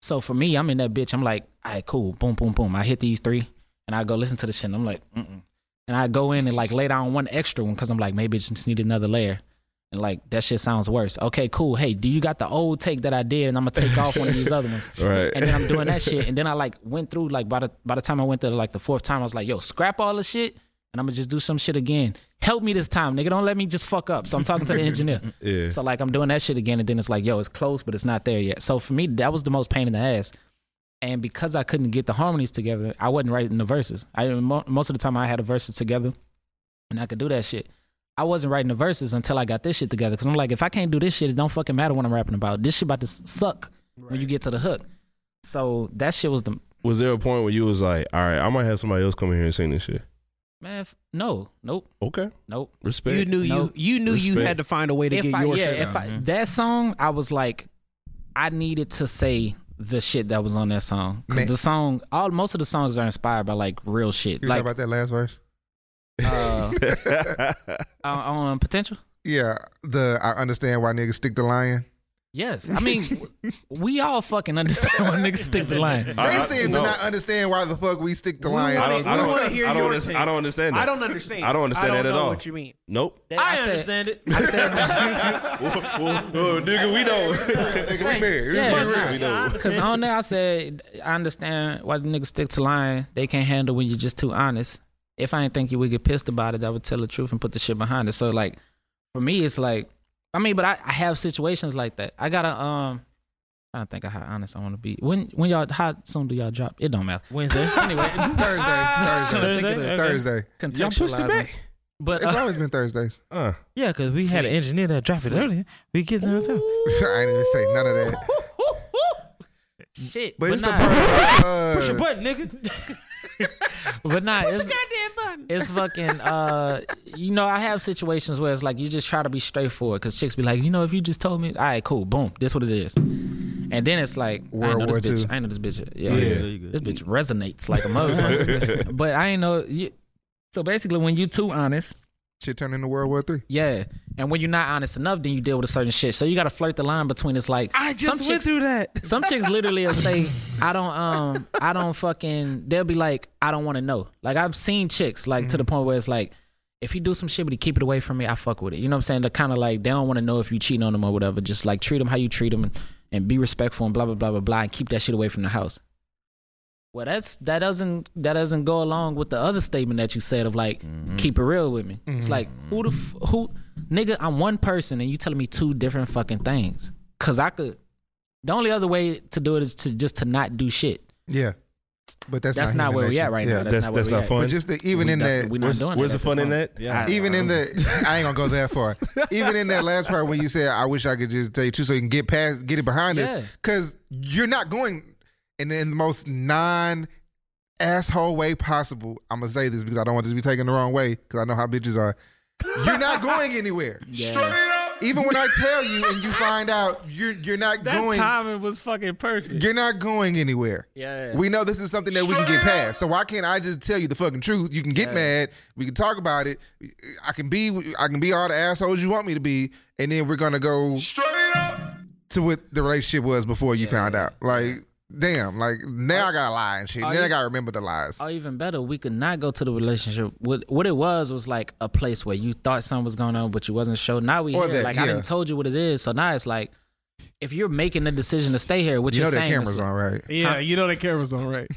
F: So for me, I'm in that bitch. I'm like, all right, cool, boom, boom, boom. I hit these three, and I go listen to the shit. And I'm like, mm-mm. and I go in and like lay down one extra one because I'm like, maybe it just need another layer, and like that shit sounds worse. Okay, cool. Hey, do you got the old take that I did? And I'm gonna take off one of these other ones.
G: Right.
F: And then I'm doing that shit. And then I like went through like by the by the time I went to like the fourth time, I was like, yo, scrap all the shit and I'm gonna just do some shit again. Help me this time, nigga. Don't let me just fuck up. So I'm talking to the engineer.
G: Yeah.
F: So like I'm doing that shit again, and then it's like, yo, it's close, but it's not there yet. So for me, that was the most pain in the ass. And because I couldn't get the harmonies together, I wasn't writing the verses. I mo- most of the time I had the verses together, and I could do that shit. I wasn't writing the verses until I got this shit together. Cause I'm like, if I can't do this shit, it don't fucking matter what I'm rapping about. This shit about to s- suck when you get to the hook. So that shit was the
G: Was there a point where you was like, all right, I might have somebody else come in here and sing this shit?
F: man. F- no, nope,
G: Okay.
F: nope.
G: Respect.
A: You knew
F: No.
A: you you knew you
G: Respect.
A: had to find a way to
F: if
A: get
F: I,
A: your Mm-hmm.
F: yeah,
A: shit
F: if
A: out.
F: I, that song, I was like, I needed to say the shit that was on that song because
C: Man.
F: the song, all most of the songs are inspired by like real shit,
C: You
F: like
C: talking about that last verse?
F: uh,
G: *laughs*
F: on, uh, on potential.
C: Yeah, the I understand why niggas stick the lion.
F: Yes, I mean,
C: *laughs*
F: w- we all fucking understand when niggas stick to line.
C: They seem to not understand why the fuck we stick the lion.
G: I
A: don't-
G: don't,
A: We wanna
C: *laughs*
A: hear
G: I don't,
A: your
G: underst-
A: take.
G: I don't understand that.
A: I don't understand.
G: I don't understand
A: I
G: that
A: don't
G: at
A: know
G: all.
A: What you mean?
G: Nope.
F: *laughs*
D: I,
F: said-
D: understand it.
F: I said
G: *laughs* oh, nigga, we don't.
C: Nigga, we married.
F: Yeah.
C: We married.
G: we don't.
F: because on there I said I understand why the niggas stick to lying. They can't handle when you're just too honest. If I didn't think you would get pissed about it, I would tell the truth and put the shit behind it. So like, for me, it's like, I mean, but I, I have situations like that. I got a um, I don't think I how honest I want to be. When when y'all how soon do y'all drop? It don't matter.
D: Wednesday.
G: *laughs*
F: Anyway,
C: Thursday, Thursday,
D: *laughs* Thursday? Okay.
C: Ah. Thursday.
G: Y'all pushed it
F: contextualizing.
G: back.
F: But
C: It's
F: uh,
C: always been Thursdays.
G: Uh,
D: Yeah, because we had an engineer that dropped it earlier. We get
C: *laughs*
D: downtown.
C: I didn't even say none of that.
F: *laughs* shit,
C: But,
F: but
C: it's the
F: nah,
C: part. Uh,
D: Push your
C: *laughs*
D: button, nigga.
F: but nah, it's, it's fucking. Uh, you know, I have situations where it's like you just try to be straightforward because chicks be like, you know, if you just told me, all right, cool, boom, this what it is, and then it's like, I ain't know
C: World War
F: this
C: Two.
F: bitch, I ain't know this bitch, yet. yeah, this bitch resonates like
C: *laughs*
F: a motherfucker, but I ain't know you. So basically, when you too honest,
C: shit turned into World War Three.
F: Yeah. And when you're not honest enough, then you deal with a certain shit. So you gotta flirt the line between it's like I just some went chicks, through that. *laughs* Some
A: *laughs*
F: chicks literally will say, I don't um I don't fucking they'll be like, I don't wanna know. Like I've seen chicks like to the point where it's like, if he do some shit but he keep it away from me, I fuck with it. You know what I'm saying? They're kinda like they don't wanna know if you cheating on them or whatever. Just like treat them how you treat them and, and be respectful and blah blah blah blah blah and keep that shit away from the house. Well, that's that doesn't that doesn't go along with the other statement that you said of like
C: Mm-hmm.
F: keep it real with me. It's like who the f- who nigga I'm one person and you telling me two different fucking things because I could. The only other way to do it is to just to not do shit.
C: Yeah, but that's
F: That's,
C: not,
F: not
C: human
F: where we
C: nature.
F: at right
C: yeah.
F: now. That's,
G: that's
F: not
G: that's,
F: where we
G: not
F: at.
G: fun.
C: But just the, even
F: We-
C: in
F: that's-
C: that,
F: we not
G: where's
F: doing
G: where's
F: that at
G: the fun
F: this
G: in
F: moment.
G: that? Yeah.
C: even in the, I ain't gonna go that far. Even in that last part when you said, "I wish I could just tell you two, so you can get past, get it behind
F: Yeah.
C: us," because you're not going in, in the most non asshole way possible. I'm gonna say this because I don't want this to be taken the wrong way because I know how bitches are. You're not going anywhere.
F: *laughs* Yeah.
C: Even when I tell you and you find out, you're you're not going.
F: timing was fucking perfect.
C: You're not going anywhere.
F: Yeah.
C: We know this is something that we can get past. So why can't I just tell you the fucking truth? You can get mad. We can talk about it. I can be I can be all the assholes you want me to be, and then we're gonna go straight up to what the relationship was before you found out. Like damn, like now I gotta lie and shit. Then I gotta remember the lies.
F: Or even better, we could not go to the relationship. What what it was was like a place where you thought something was going on, but you wasn't sure. Now we
C: Or
F: here.
C: that,
F: like
C: yeah.
F: I didn't told you what it is, so now it's like if you're making the decision to stay here, what
C: you
F: are
C: know that
F: saying is
C: camera's on,
A: *laughs*
C: right?
A: Yeah, you know that camera's on, right?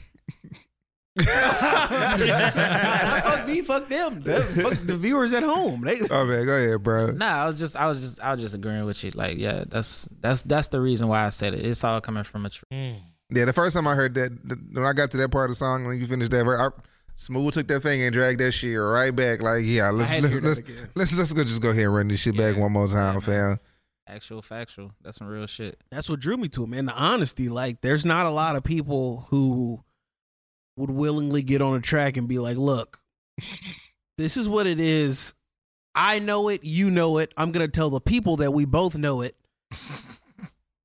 A: *laughs* fuck me, fuck them. That- fuck the viewers at home. They,
C: Oh man, go ahead, bro.
F: Nah, I was just, I was just, I was just agreeing with you. Like, yeah, that's that's that's the reason why I said it. It's all coming from a tree.
C: Yeah, the first time I heard that, the, when I got to that part of the song, when you finished that verse, I, Smooth took that thing and dragged that shit right back. Like, yeah, let's
A: had to
C: let's
A: hear that
C: let's,
A: again.
C: let's let's go just go ahead and run this shit back one more time, fam.
F: Actual, factual. That's some real shit.
A: that's what drew me to him, man. The honesty. Like, there's not a lot of people who would willingly get on a track and be like, look, this is what it is. I know it. You know it. I'm going to tell the people that we both know it.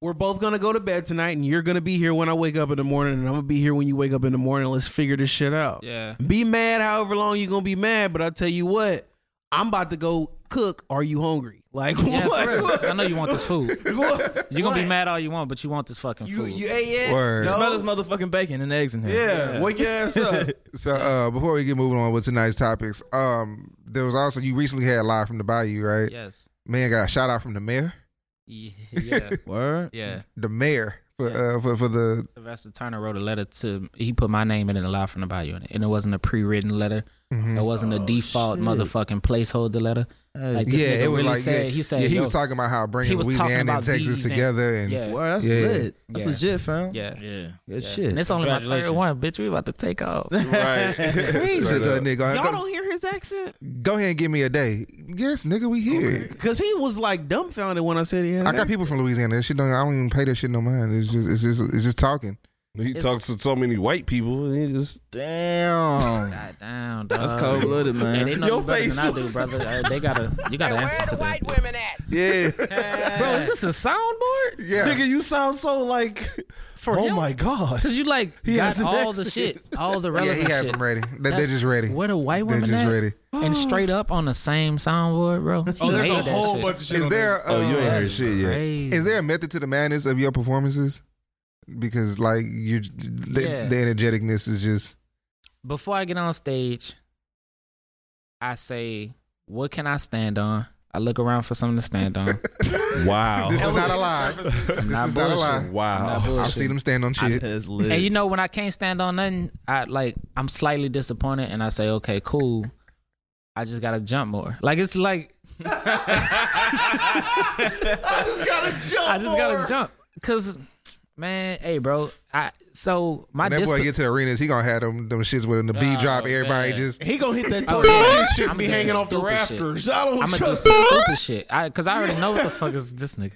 A: We're both going to go to bed tonight, and you're going to be here when I wake up in the morning, and I'm going to be here when you wake up in the morning. Let's figure this shit out.
C: *laughs*
F: Yeah.
A: Be mad however long you're going to be mad, but I'll tell you what, I'm about to go cook. Are you hungry? Like, *laughs*
F: Yeah,
A: what?
F: for real. 'Cause I know you want this food.
A: What?
F: You're gonna
A: What?
F: be mad all you want, but you want this fucking
A: You,
F: food.
A: you ate yet?
C: Word.
A: No.
H: Smell this motherfucking bacon and eggs in here.
A: Yeah, wake your ass
F: *laughs*
A: up.
C: So uh, before we get moving on with tonight's topics, um, there was also you recently had live from the Bayou, right?
F: Yes.
C: Man got a shout out from the mayor,
F: Yeah. *laughs* Yeah.
H: Word.
F: yeah.
C: the mayor for uh, for for the
F: Sylvester Turner wrote a letter to. He put my name in it and allowed from the bio in it, and it wasn't a pre-written letter.
C: mm-hmm.
F: It wasn't a default motherfucking placeholder letter. Like this
C: Mm. yeah,
F: nigga
C: it was
F: really
C: like
F: said,
C: yeah,
F: he said
C: yeah, he
F: yo,
C: was talking about how
F: he
C: bringing
F: was talking
C: Louisiana
F: about
C: and Texas
F: these things.
C: together and
F: Yeah.
H: Word. That's
C: Yeah.
H: lit. That's
F: Yeah.
H: legit, fam.
F: yeah.
D: Yeah.
H: Good shit.
F: And it's only my
D: Congratulations.
F: third one, bitch. We about to take off.
G: *laughs* Right.
C: *laughs* He said to that nigga,
A: Y'all
C: go,
A: don't hear his accent?
C: go ahead and give me a day. Yes,
F: Oh
C: nigga, we here.
A: Because he was like dumbfounded when I said he had
C: I got people from Louisiana. That shit don't. I don't even pay that shit no mind. It's just. It's just. It's just talking.
G: He talks to so many white people. And he just damn.
F: God damn, dog.
H: That's cold blooded, *laughs*
F: Hey, they
H: man.
F: know you
G: Your
F: better
G: face
F: than I do,
G: was-
F: brother. Uh, they gotta, you gotta answer to that.
I: women at?
G: *laughs* Yeah.
F: Bro, is this a
C: *laughs*
F: soundboard?
C: Yeah.
G: Nigga, you sound so like. oh
F: him?
G: my god.
F: Cause you like
G: He
F: got
G: has an
F: all the
G: accent.
F: shit, all *laughs* the
C: yeah,
F: relevant
C: he had
F: shit.
C: them ready. They, they're
F: That's-
C: just ready.
F: Where the white
C: They're
F: women
C: just
F: at?
C: ready.
F: and straight up on the same soundboard, bro.
A: Oh, there's a
F: hated that
A: whole
F: shit.
A: bunch of shit.
C: Is
A: on
C: there?
G: Oh, you ain't
C: uh,
G: heard shit yet.
F: Crazy.
C: Is there a method to the madness of your performances? Because like you, the,
F: Yeah.
C: the energeticness is just.
F: Before I get on stage, I say, "What can I stand on?" I look around for something to stand on.
G: Wow.
C: This is not a lie.
B: *laughs*
C: *laughs* this
F: not
C: is not a lie.
F: bullshit.
G: Wow.
F: Not bullshit.
C: I've seen them stand on shit.
H: That's lit.
F: And you know, when I can't stand on nothing, I like I'm slightly disappointed, and I say, "Okay, cool." I just gotta jump more. Like it's like I just gotta jump. I just gotta jump because Man, hey, bro. I so my
C: When that
F: discipline-
C: boy get to the arenas, he gonna have them them shits with him. The B
D: Oh,
C: drop, everybody
D: man.
C: just
A: He gonna hit that
F: *laughs* Oh,
A: tornado
F: yeah.
A: and shit
F: I'ma
A: be
F: do
A: hanging
F: some
A: off the
F: stupid shit.
A: rafters. I don't
F: I'm gonna do
A: trust
F: some stupid shit. I, Cause I already know what the fuck is this nigga.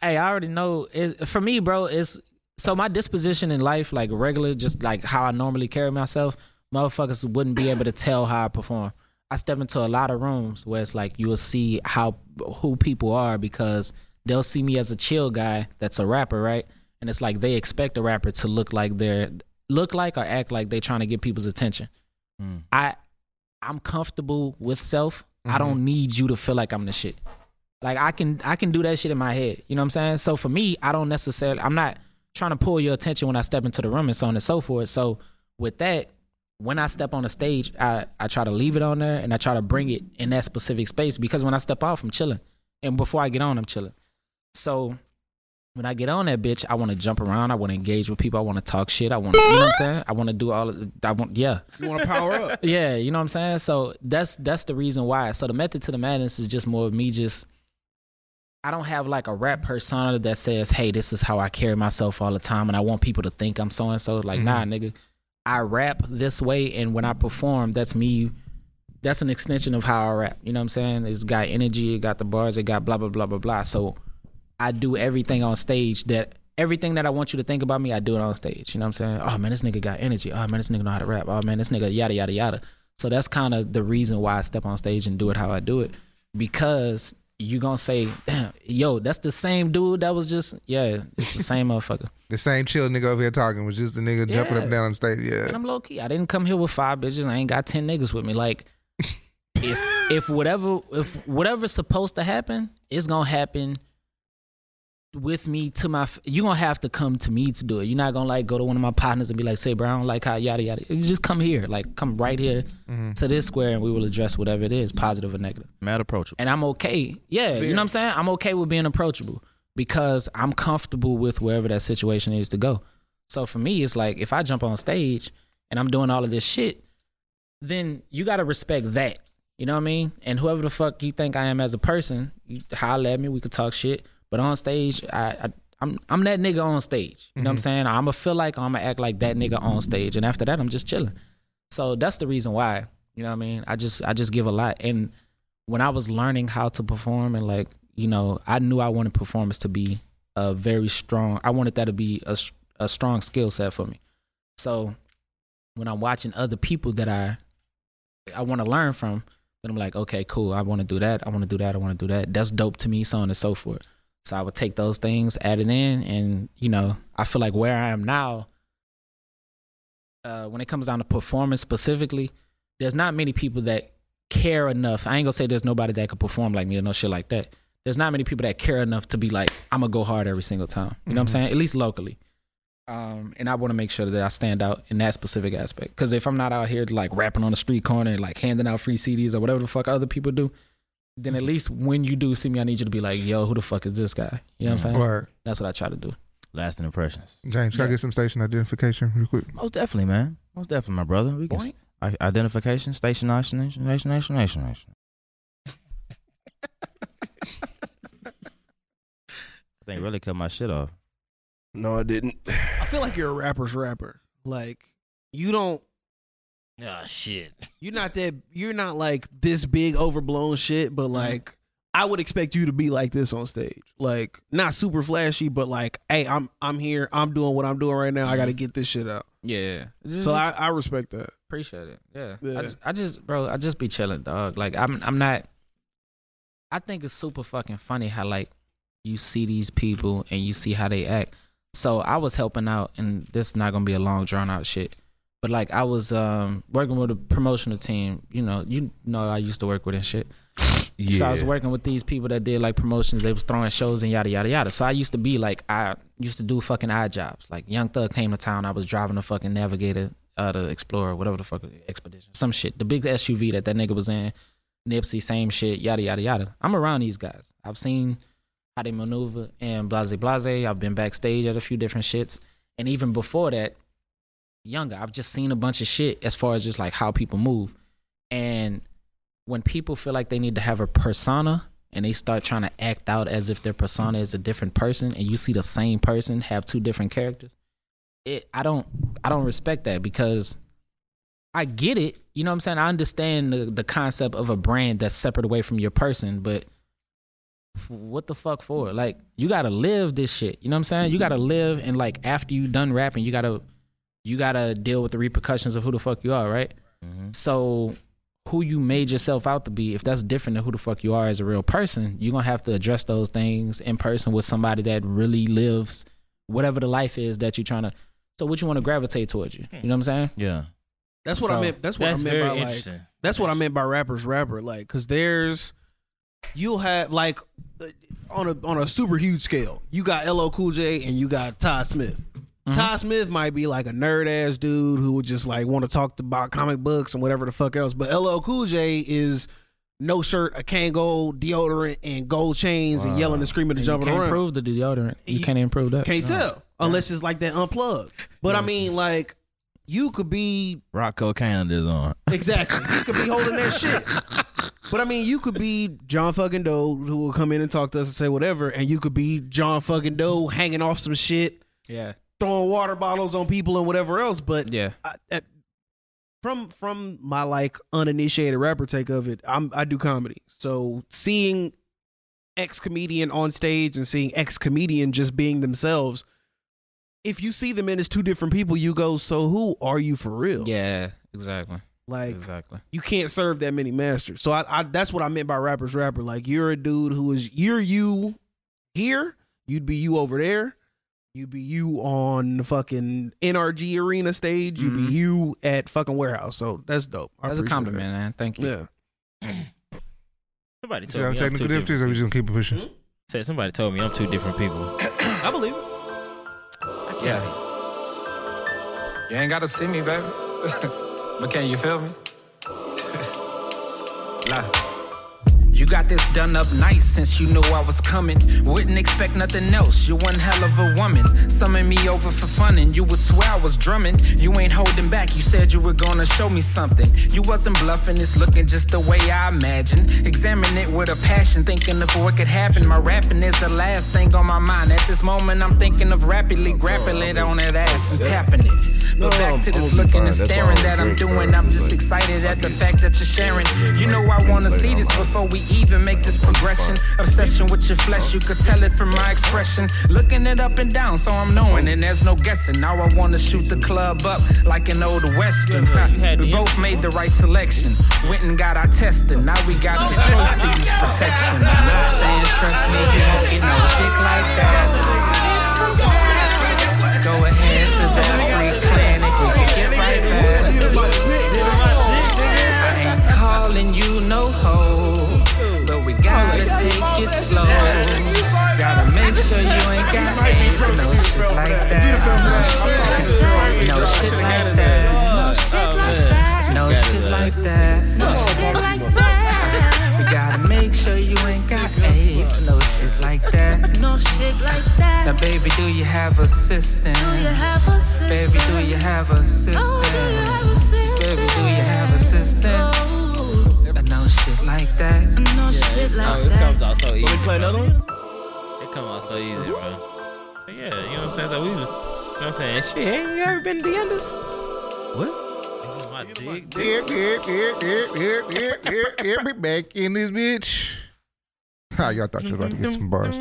F: Hey, I already know. It, for me, bro, it's so my disposition in life, like regular, just like how I normally carry myself. Motherfuckers wouldn't be able to tell how I perform. I step into a lot of rooms where it's like you'll see how who people are because they'll see me as a chill guy that's a rapper, right? And it's like they expect a rapper to look like they're look like or act like they're trying to get people's attention. I I'm comfortable with self. I don't need you to feel like I'm the shit. Like I can I can do that shit in my head. You know what I'm saying? So for me, I don't necessarily I'm not trying to pull your attention when I step into the room and so on and so forth. So with that, when I step on the stage, I, I try to leave it on there and I try to bring it in that specific space because when I step off, I'm chilling. And before I get on, I'm chilling. So when I get on that bitch, I want to jump around. I want to engage with people. I want to talk shit. I want to, you know what I'm saying? I want to do all of, I want, yeah.
A: You want to power up?
F: Yeah, you know what I'm saying? So that's that's the reason why. So the method to the madness is just more of me just I don't have like a rap persona that says, "Hey, this is how I carry myself all the time and I want people to think I'm so and so." Like, nah, nigga. I rap this way and when I perform, that's me that's an extension of how I rap. You know what I'm saying? It's got energy, it got the bars, it got blah blah blah blah blah. So I do everything on stage that everything that I want you to think about me, I do it on stage. You know what I'm saying? Oh man, this nigga got energy. Oh man, this nigga know how to rap. Oh man, this nigga yada yada yada. So that's kind of the reason why I step on stage and do it how I do it because you gonna say, damn, yo, that's the same dude that was just yeah, it's the same *laughs* motherfucker.
C: the same chill nigga over here talking was just the nigga jumping up
F: Yeah.
C: and down on stage. Yeah,
F: And I'm low key. I didn't come here with five bitches. I ain't got ten niggas with me. Like, if if whatever if whatever's supposed to happen, it's gonna happen with me to my. f- You gonna have to come to me to do it. You're not gonna like go to one of my partners and be like, "Say, bro, I don't like how yada yada." You just come here, like come right here to this square, and we will address whatever it is, positive or negative
E: Mad approachable.
F: and I'm okay. Yeah, you know what I'm saying? I'm okay with being approachable because I'm comfortable with wherever that situation is to go. So for me, it's like if I jump on stage and I'm doing all of this shit, then you got to respect that. You know what I mean? And whoever the fuck you think I am as a person, you holler at me, we could talk shit. But on stage, I, I I'm I'm that nigga on stage. You know what I'm saying? I'ma feel like I'ma act like that nigga on stage. And after that, I'm just chilling. So that's the reason why. You know what I mean? I just I just give a lot. And when I was learning how to perform and like, you know, I knew I wanted performance to be a very strong. I wanted that to be a s- a strong skill set for me. So when I'm watching other people that I I want to learn from, then I'm like, okay, cool. I want to do that. I want to do that. I want to do that. That's dope to me, so on and so forth. So I would take those things, add it in, and you know, I feel like where I am now, uh, when it comes down to performance specifically, there's not many people that care enough. I ain't gonna say there's nobody that could perform like me or no shit like that. There's not many people that care enough to be like, I'm gonna go hard every single time. You know what I'm saying? At least locally. Um, and I want to make sure that I stand out in that specific aspect. Because if I'm not out here like rapping on the street corner and like handing out free CDs or whatever the fuck other people do, then at least when you do see me, I need you to be like, yo, who the fuck is this guy?
A: Mm.
F: You know what I'm saying?
C: Word.
F: That's what I try
A: *laughs*
F: to do.
E: Lasting impressions.
C: James, can I get some station identification real quick?
E: Most definitely, man. Most definitely, my brother. We can s- I- identification, station, nation, nation, nation, nation, nation, nation. I think really cut my shit off.
G: No, I didn't.
A: I feel like you're a rapper's rapper. Like you don't.
D: Ah, shit.
A: You're not that. You're not like this big overblown shit. But like, I would expect you to be like this on stage. Like not super flashy, but like, hey, I'm I'm here. I'm doing what I'm doing right now. I got to get this shit out.
F: Yeah.
A: So I, I respect that.
F: Appreciate it. Yeah.
A: Yeah.
F: I, just, I just, bro, I just be chilling, dog. Like I'm, I'm not. I think it's super fucking funny how like you see these people and you see how they act. So I was helping out, and this is not gonna be a long drawn out shit. But like I was um, working with a promotional team. You know, you know I used to work with and shit. So I was working with these people that did like promotions. They was throwing shows and yada yada yada. So I used to be like I used to do fucking odd jobs. Like Young Thug came to town. I was driving a fucking Navigator, uh, the Explorer, whatever the fuck expedition, some shit. The big SUV that that nigga was in. Nipsey, same shit. Yada yada yada. I'm around these guys. I've seen how they maneuver and blase blase. I've been backstage at a few different shits, and even before that, younger, I've just seen a bunch of shit as far as just like how people move, and when people feel like they need to have a persona and they start trying to act out as if their persona is a different person and you see the same person have two different characters it i don't i don't respect that because i get it you know what i'm saying i understand the, the concept of a brand that's separate away from your person but f- what the fuck for like you gotta live this shit you know what i'm saying you gotta live and like after you done rapping you gotta you gotta deal with the repercussions of who the fuck you are right so who you made yourself out to be, if that's different than who the fuck you are as a real person, you're gonna have to address those things in person with somebody that really lives whatever the life is that you're trying to. So what you want to gravitate towards you? You know what I'm saying?
D: Yeah.
A: That's what I
F: So,
A: meant. That's what
D: That's
A: I meant
D: very
A: by like.
D: interesting.
A: That's what I meant by rappers rapper. Like, cause there's you'll have like uh, on a on a super huge scale. You got LL Cool J and you got Todd Smith. Todd Smith might be like a nerd ass dude who would just like want to talk about comic books and whatever the fuck else. But LL Cool J is no shirt, a Kangol, deodorant, and gold chains, and yelling and screaming and,
F: You
A: jumping
F: can't
A: around.
F: improve the deodorant. You
A: You-
F: can't improve that.
A: Can't tell unless it's like that unplugged. But I mean, like you could be
H: Rock cocaine is on.
A: Exactly. You could be holding that shit. But I mean, you could be John fucking Doe who will come in and talk to us and say whatever, and you could be John fucking Doe hanging off some shit,
F: Yeah.
A: throwing water bottles on people and whatever else. But
F: Yeah.
A: I, I- from from my like uninitiated rapper take of it, I'm I do comedy, so seeing ex comedian on stage and seeing ex comedian just being themselves. If you see them in as two different people, you go, so who are you for real?
F: Yeah. Exactly.
A: Like
F: Exactly.
A: you can't serve that many masters. So I, I that's what I meant by rappers rapper. Like you're a dude who is you're you here, you'd be you over there, you'd be you on the fucking NRG arena stage, you'd
F: Mhm.
A: be you at fucking warehouse. So that's dope. I
F: That's a
A: appreciate
F: compliment, man. Thank
A: that.
F: you.
A: Yeah.
D: Somebody
C: Do you have
D: told me I'm two
C: technical difficulties, or we
D: different.
C: just gonna keep it pushing?
D: Said somebody told me I'm two different *coughs* people.
A: I believe it.
I: Yeah. You ain't gotta see me, baby. *laughs* but can you feel me? Lie. You got this done up nice since you knew I was coming. Wouldn't expect nothing else. You one hell of a woman. Summon me over for fun and you would swear I was drumming. You ain't holding back. You said you were gonna show me something. You wasn't bluffing. It's looking just the way I imagined. Examine it with a passion, thinking of what could happen. My rapping is the last thing on my mind. At this moment, I'm thinking of rapidly grappling on that ass and tapping it. But back to this looking and staring that I'm doing. I'm just excited at the fact that you're sharing. You know I wanna see this before we even make this progression. Obsession with your flesh, you could tell it from my expression. Looking it up and down, so I'm knowing, and there's no guessing. Now I wanna shoot the club up like an old western. Huh, We both made the right selection. Went and got our testing. Now we got control seats protection. I'm not saying trust me, you won't get no dick like that. Go ahead to that free clinic, we can get right back. I ain't calling you no hoe, but we gotta take it slow. Gotta make sure you ain't got hands and no shit like that. No shit like that. No shit like that. No shit like that. We gotta make sure you ain't got AIDS, no shit like that.
J: No shit like that.
I: Now, baby, do you have assistance?
J: Do you have a sister?
I: Baby, do you have
J: Oh, do you
I: assistance?
J: have a sister?
I: Baby, do you have assistance?
J: Oh,
I: But no shit like that.
J: no shit like
D: Oh, it
J: that.
D: comes out so easy.
A: Play another one?
D: It come out so easy, bro. But yeah, you know what I'm saying? So we, you know what I'm saying? Shit, ain't you ever been to the enders? What? My dick.
C: Here, here, here, here, here, here, here, here, we back in this bitch. Ha, y'all thought you was about to get some bars.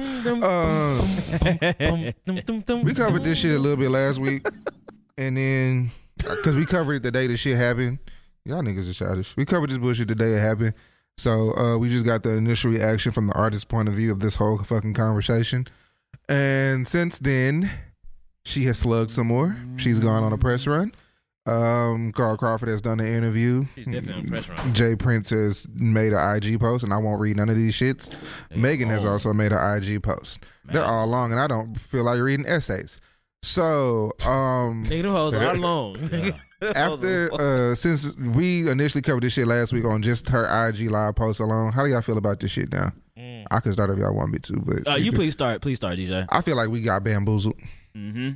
C: Uh, we covered this shit a little bit last week, and then because we covered it the day the shit happened, y'all niggas are childish. We covered this bullshit the day it happened, so uh, we just got the initial reaction from the artist's point of view of this whole fucking conversation, and since then, she has slugged some more. She's gone on a press run. Um, Carl Crawford has done an interview.
D: She's definitely on press run.
C: Jay Prince has made an IG post, and I won't read none of these shits. Megan
D: Oh,
C: has also made an IG post. They're all long, and I don't feel like reading essays. So, um,
D: Nigga, them hoes are long. *laughs*
C: after uh, since we initially covered this shit last week on just her IG live post alone, how do y'all feel about this shit now?
D: Mm,
C: I could start if y'all want me to, but
H: Uh, you
C: can-
H: please start. Please start, DJ.
C: I feel like we got bamboozled.
H: Mm-hmm.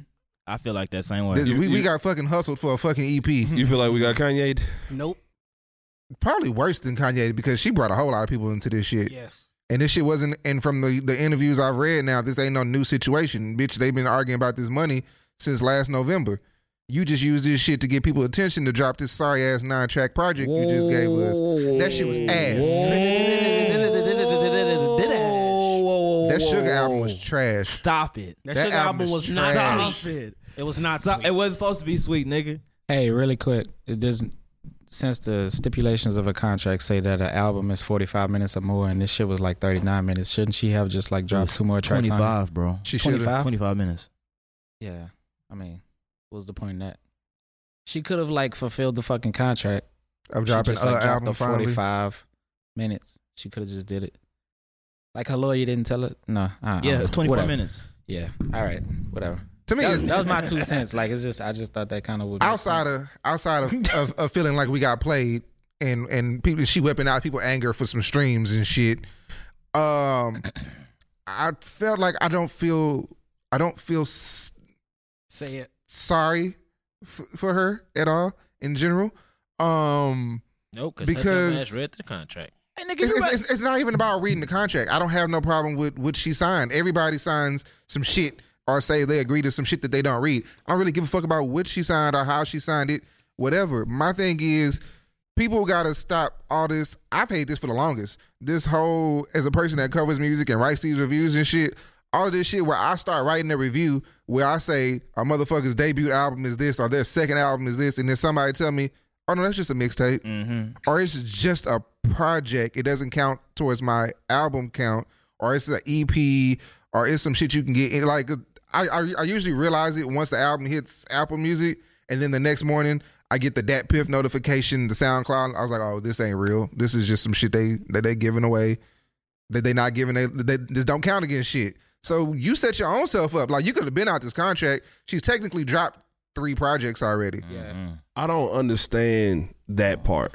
H: I feel like that
E: Uh,
H: same way.
C: This- we, we
G: you- Mm-hmm.
C: got fucking hustled for a fucking E EP.
G: You feel like we got Kanye?
A: Nope.
C: Probably worse than Kanye because she brought a whole lot of people into this shit.
A: Yes.
C: And this shit wasn't. And from the the interviews I've read now, this ain't no new situation, bitch. They've been arguing about this money since last November. You just used this shit to get people attention to drop this sorry ass nine track project you just gave us. That shit was ass. That sugar album was trash.
E: Stop it.
A: That,
C: That
A: sugar album
C: album
A: was
C: is
A: not
C: trash.
A: sweet. It was not
E: Stop-
A: sweet.
E: It wasn't supposed to be sweet, nigga.
F: Hey, really quick. It doesn't since the stipulations of a contract say that an album is 45 minutes or more and this shit was like 39 minutes, shouldn't she have just like dropped two more tracks on it?
H: 25, bro.
C: She should have.
F: 25?
H: 25 minutes.
F: Yeah. I mean, what was the point in that? She could have like fulfilled the fucking contract.
C: I'm
F: She
C: dropping
F: just,
C: other
F: like, dropped
C: album
F: the
C: finally.
F: 45 minutes. She could have just did it. Like her lawyer didn't tell her. No. I- I
H: Yeah,
F: don't
H: it's
F: know.
H: 24
F: Whatever.
H: minutes.
F: Yeah. All right. Whatever.
C: To me,
F: That
C: it's-
F: was, that was my two cents. Like it's just I just thought that kind of would make
C: outside
F: sense.
C: of outside of, of, of feeling like we got played and and people she whipping out people anger for some streams and shit. Um, I felt like I don't feel I don't feel s-
A: Say it.
C: sorry f- for her at all in general. Um,
D: Nope, cause
C: Because-
D: because read the contract.
F: Hey, nigga,
C: it's,
F: you
C: it's,
F: right.
C: it's, it's not even about reading the contract. I don't have no problem with what she signed. Everybody signs some shit or say they agree to some shit that they don't read. I don't really give a fuck about what she signed or how she signed it, whatever. My thing is, people gotta stop all this. I've hated this for the longest. This whole, as a person that covers music and writes these reviews and shit, all of this shit where I start writing a review where I say a motherfucker's debut album is this or their second album is this, and then somebody tell me, oh no, that's just a mixtape or it's just a project. It doesn't count towards my album count, or it's an EP, or it's some shit you can get. in Like I, I, I usually realize it once the album hits Apple Music, and then the next morning I get the Dat Piff notification, the SoundCloud. I was like, oh, this ain't real. This is just some shit they that they giving away that they not giving. They, they just don't count against shit. So you set your own self up. Like you could have been out this contract. She's technically dropped three projects already.
G: I don't understand that part.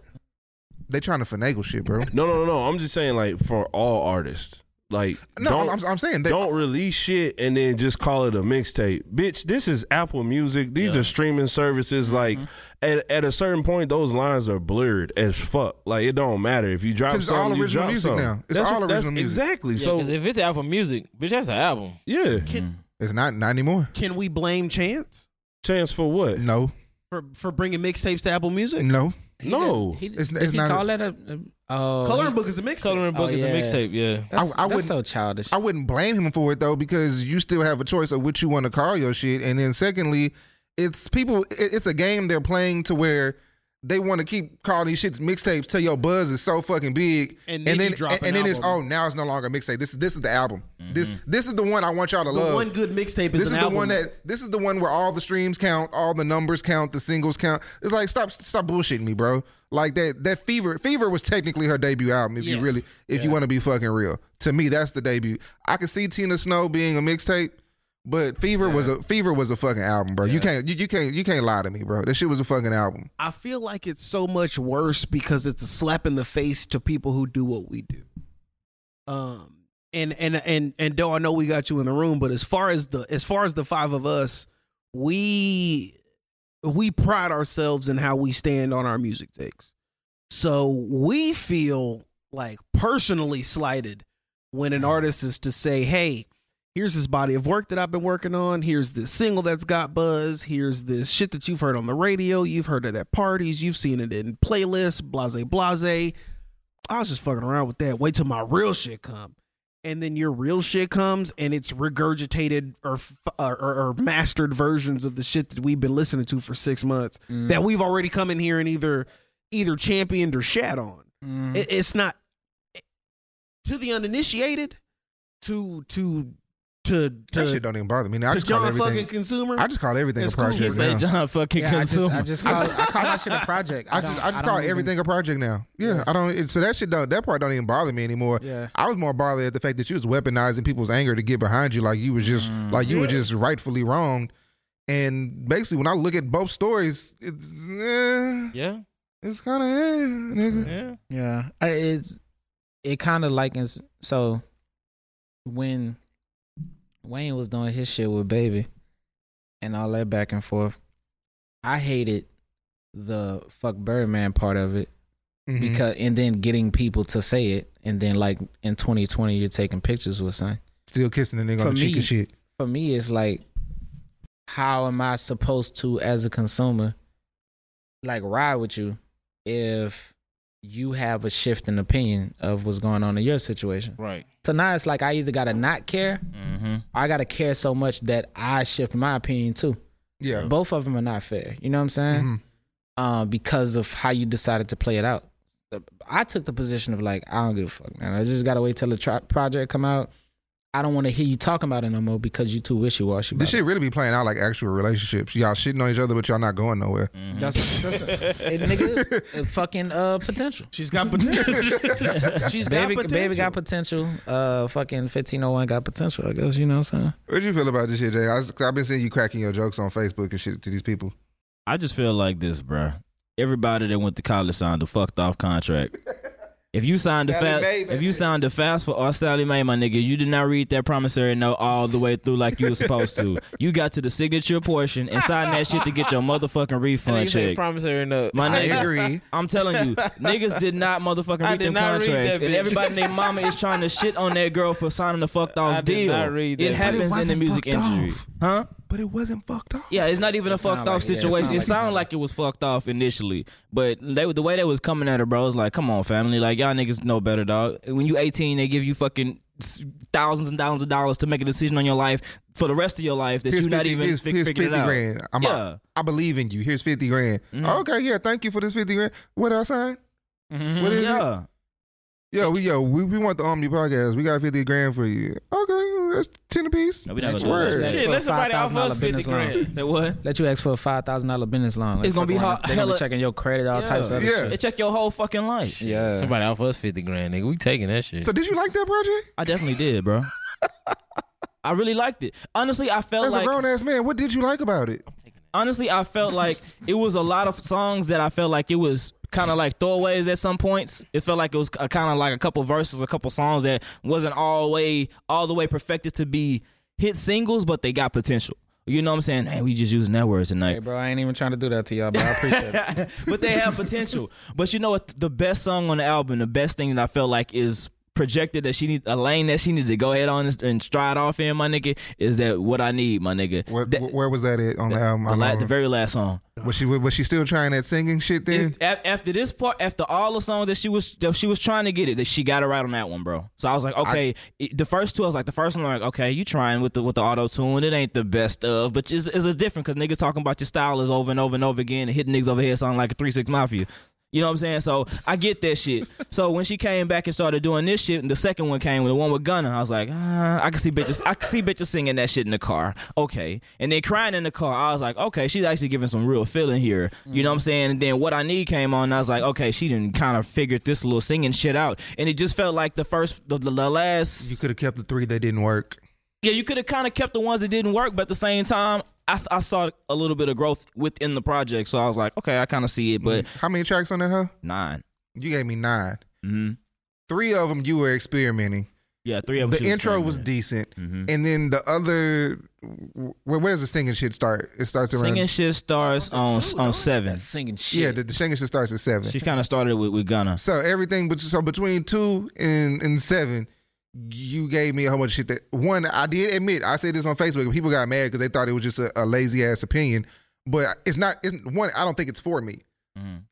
C: They trying to finagle shit, bro.
G: No, no, no, no. I'm just saying, like, for all artists, like,
C: No,
G: don't,
C: I'm, I'm saying they,
G: don't release shit and then just call it a mixtape, bitch. This is Apple Music. These are streaming services. Like, at, at a certain point, those lines are blurred as fuck. Like, it don't matter if you drop
C: 'Cause
G: something.
C: it's all
G: you
C: original
G: drop
C: music
G: something.
C: now. It's all original music.
G: Exactly.
D: So
G: so
D: if it's album music, bitch, that's an album.
G: yeah,
C: it's not not anymore.
A: Can we blame Chance
G: chance for what?
C: No,
A: for, for bringing mixtapes to Apple Music?
C: no.
G: No.
F: He,
C: It's-
F: it's,
C: it's
F: he
C: not a-
F: call that a, a oh,
A: Coloring book is a mixtape.
D: Coloring book
F: Oh,
D: is
F: yeah.
D: a mixtape. Yeah,
F: That's,
C: I- I
F: that's
C: wouldn't-
F: so childish.
C: I wouldn't blame him for it though, because you still have a choice of what you want to call your shit. And then secondly, it's people. it- It's a game they're playing to where they want to keep calling these shits mixtapes till your buzz is so fucking big,
A: And then you drop
C: and,
A: an
C: and then it's oh
A: album. Mm-hmm.
C: now it's no longer a mixtape. This this is the album. This this is the one I want y'all to
A: The
C: love.
A: one good mixtape is
C: this is
A: an
C: the
A: album.
C: one that this is the one where all the streams count, all the numbers count, the singles count. It's like stop stop bullshitting me, bro. Like that that fever fever was technically her debut album. If you
A: Yes.
C: really if you want to be fucking real, to me that's the debut. I could see Tina Snow being a mixtape, but fever was a fever was a fucking album, bro. You can't you, you can't you can't lie to me, bro. That shit was a fucking album.
A: I feel like it's so much worse because it's a slap in the face to people who do what we do. Um and and and and though I know we got you in the room, but as far as the as far as the five of us, we we pride ourselves in how we stand on our music takes. So we feel like personally slighted when an artist is to say, "Hey, here's this body of work that I've been working on. Here's this single that's got buzz. Here's this shit that you've heard on the radio. You've heard it at parties. You've seen it in playlists. Blase, blase. I was just fucking around with that. Wait till my real shit come. And then your real shit comes and it's regurgitated or, f- or, or, or mastered versions of the shit that we've been listening to for six months that we've already come in here and either either championed or shat on.
F: Mm.
C: *laughs* Mm-hmm.
A: It, it's not to the uninitiated, to to to
C: That
A: to,
C: shit don't even bother me. Now, I
A: to
C: just call
A: John
C: everything.
A: fucking consumer.
C: I just call everything a
A: It's cool.
C: project
A: Just
C: now.
H: Say John fucking
F: yeah, I just,
H: consumer.
F: I just call, I call that shit a project.
C: I, just I just call everything a project now. Yeah, I don't. It, so that shit don't. That part don't even bother me anymore.
F: Yeah.
C: I was more bothered at the fact that you was weaponizing people's anger to get behind you, like you was just
E: Mm.
C: like you were just rightfully wronged. And basically, when I look at both stories, it's eh,
D: yeah,
C: it's kind of eh, nigga.
D: yeah.
F: Yeah, I- it's it kind of likens so when Wayne was doing his shit with Baby and all that back and forth. I hated the fuck Birdman part of it
C: Mhm.
F: because and then getting people to say it and then like in 2020 you're taking pictures with son
C: still kissing the nigga
F: For
C: on the cheek
F: me-
C: and shit.
F: for me it's like how am i supposed to as a consumer like ride with you if you have a shift in opinion of what's going on in your situation
E: Right.
F: so now it's like i either gotta not care
E: Mm-hmm.
F: or i gotta care so much that i shift my opinion too
C: Yeah.
F: both of them are not fair you know what i'm
E: eh,
F: saying
C: Mhm.
F: uh, because of how you decided to play it out. I took the position of like, I don't give a fuck, man. I just gotta wait till the tri- project come out. I don't want to hear you talking about it no more because you too wishy washy.
C: This shit really be playing out like actual relationships. Y'all shitting on each other, but y'all not going nowhere.
D: mm-hmm.
F: That's, that's
D: *laughs*
F: a, it, Mm-hmm. nigga, it fucking uh, potential.
A: She's got potential.
D: *laughs*
A: She's got
F: baby,
A: potential.
F: baby got potential. Uh, fucking fifteen oh one got potential. I guess you know what I'm saying.
C: What do you feel about this shit, Jay? I was, I've been seeing you cracking your jokes on Facebook and shit to these people.
E: I just feel like this, bruh. Everybody that went to college signed a fucked off
C: *laughs*
E: contract. If you signed the
C: Sally
E: fast,
C: Mae,
E: if
C: baby.
E: you signed the fast for or Sally Mae, my nigga, you did not read that promissory note all the way through like you were
C: *laughs*
E: supposed to. You got to the signature portion and signed that shit to get your motherfucking refund check.
D: Promissory note. *laughs*
E: My
C: I
E: nigga, *laughs*
C: agree.
E: I'm telling you, niggas did not motherfucking
D: I
E: read
D: did
E: them
D: not read
E: contracts,
D: that
E: and
D: bitch.
E: everybody and their mama is trying to shit on that girl for signing the fucked
D: *laughs*
E: off
D: I did
E: deal.
D: not read
E: it
D: that. But
E: happens in the
C: wasn't
E: music
C: fucked
E: industry,
C: off.
E: huh?
C: But it wasn't fucked up.
E: Yeah, it's not even a fucked
F: sound
E: off
F: like- yeah, it
E: situation.
F: sound
E: it
F: like-
E: sounded like it was fucked off initially, but they, the way they was coming at her, bro, was like, "Come on, family, like y'all niggas know better, dog. When you 18, they give you fucking s- thousands and thousands of dollars to make a decision on your life for the rest of your life that
C: Here's
E: you're not
C: 50
E: even
C: here's,
E: fi-
C: here's
E: figuring it
C: 50
E: out."
C: grand. I'm
E: Yeah.
C: out. I believe in you. Here's 50 grand.
E: Mm-hmm.
C: Oh, Okay, yeah, thank you for this 50 grand. What else, I?
F: Mm-hmm.
C: What is it?
E: yeah.
C: Yo, we yo, we, we want the Omni podcast. We got 50 grand for you. Okay, that's 10 apiece.
E: No, we not
C: That's
E: gonna do that.
C: word.
F: Shit.
D: Shit, let somebody offer
F: $5,000
D: us 50
F: business loan.
D: grand.
E: Say what?
F: Let you ask for a five thousand dollar business loan. Like,
E: It's gonna be
F: fuck
E: hella-
F: around, They gonna
E: hella-
F: be checking your credit, all
E: Yeah.
F: types of other
C: Yeah.
E: They
F: shit.
E: check your whole fucking life.
F: Yeah,
D: Somebody offer us 50 grand, nigga. We taking that shit.
C: So did you like that project?
E: I definitely did, bro. I really liked it. Honestly, I felt
C: As
E: like
C: a grown ass man, what did you like about it?
E: honestly, I felt like it was a lot of songs that I felt like it was kind of like throwaways at some points. It felt like it was kind of like a couple verses, a couple songs that wasn't all way all the way perfected to be hit singles, but they got potential. You know what I'm saying? Hey, we just using that word
F: hey,
E: tonight.
F: bro, I ain't even trying to do that to y'all, but I appreciate it.
E: *laughs* but they have potential. But you know what? The best song on the album, the best thing that I felt like is projected that she need a lane that she needs to go ahead on and stride off in, my nigga, is that what I need, my nigga.
C: What,
E: That-
C: where was that at on the album? I
E: the, la-
C: don't
E: the very last song.
C: Was she was she still trying that singing shit then?
E: It- a- after this part, after all the songs that she was that she was trying to get it, that she got it right on that one, bro. So I was like, okay, it- the first two, I was like, the first one, like, okay, you trying with the with the auto tune, it ain't the best of, but it's, it's a different because niggas talking about your style is over and over and over again, and hitting niggas over here sounding like a three six mafia. You know what I'm saying? So I get that shit. So when she came back and started doing this shit, and the second one came with the one with Gunna, I was like, ah, I can see bitches, I can see bitches singing that shit in the car, okay, and then crying in the car. I was like, okay, she's actually giving some real feeling here. You know what I'm saying? And then what I need came on, and I was like, okay, she didn't kind of figured this little singing shit out, and it just felt like the first, the, the, the last,
C: You could have kept the three that didn't work.
E: yeah, you could have kind of kept the ones that didn't work, but at the same time. I, I saw a little bit of growth within the project, so I was like, okay, I kind of see it, but
C: Mm-hmm. How many tracks on that, huh?
E: nine.
C: You gave me nine.
E: Mm-hmm.
C: Three of them you were experimenting.
E: Yeah, three of them.
C: The intro was decent, and then the other. Where, where does the singing shit start? It starts around.
E: Singing shit starts on on seven.
F: Singing shit.
C: yeah, the, the singing shit starts at seven.
E: She kind of started with with Gunna.
C: so everything, but so between two and and seven, you gave me a whole bunch of shit. That one, I did admit, I said this on Facebook, and people got mad because they thought it was just a, a lazy ass opinion. But it's not. It's one. I don't think it's for me.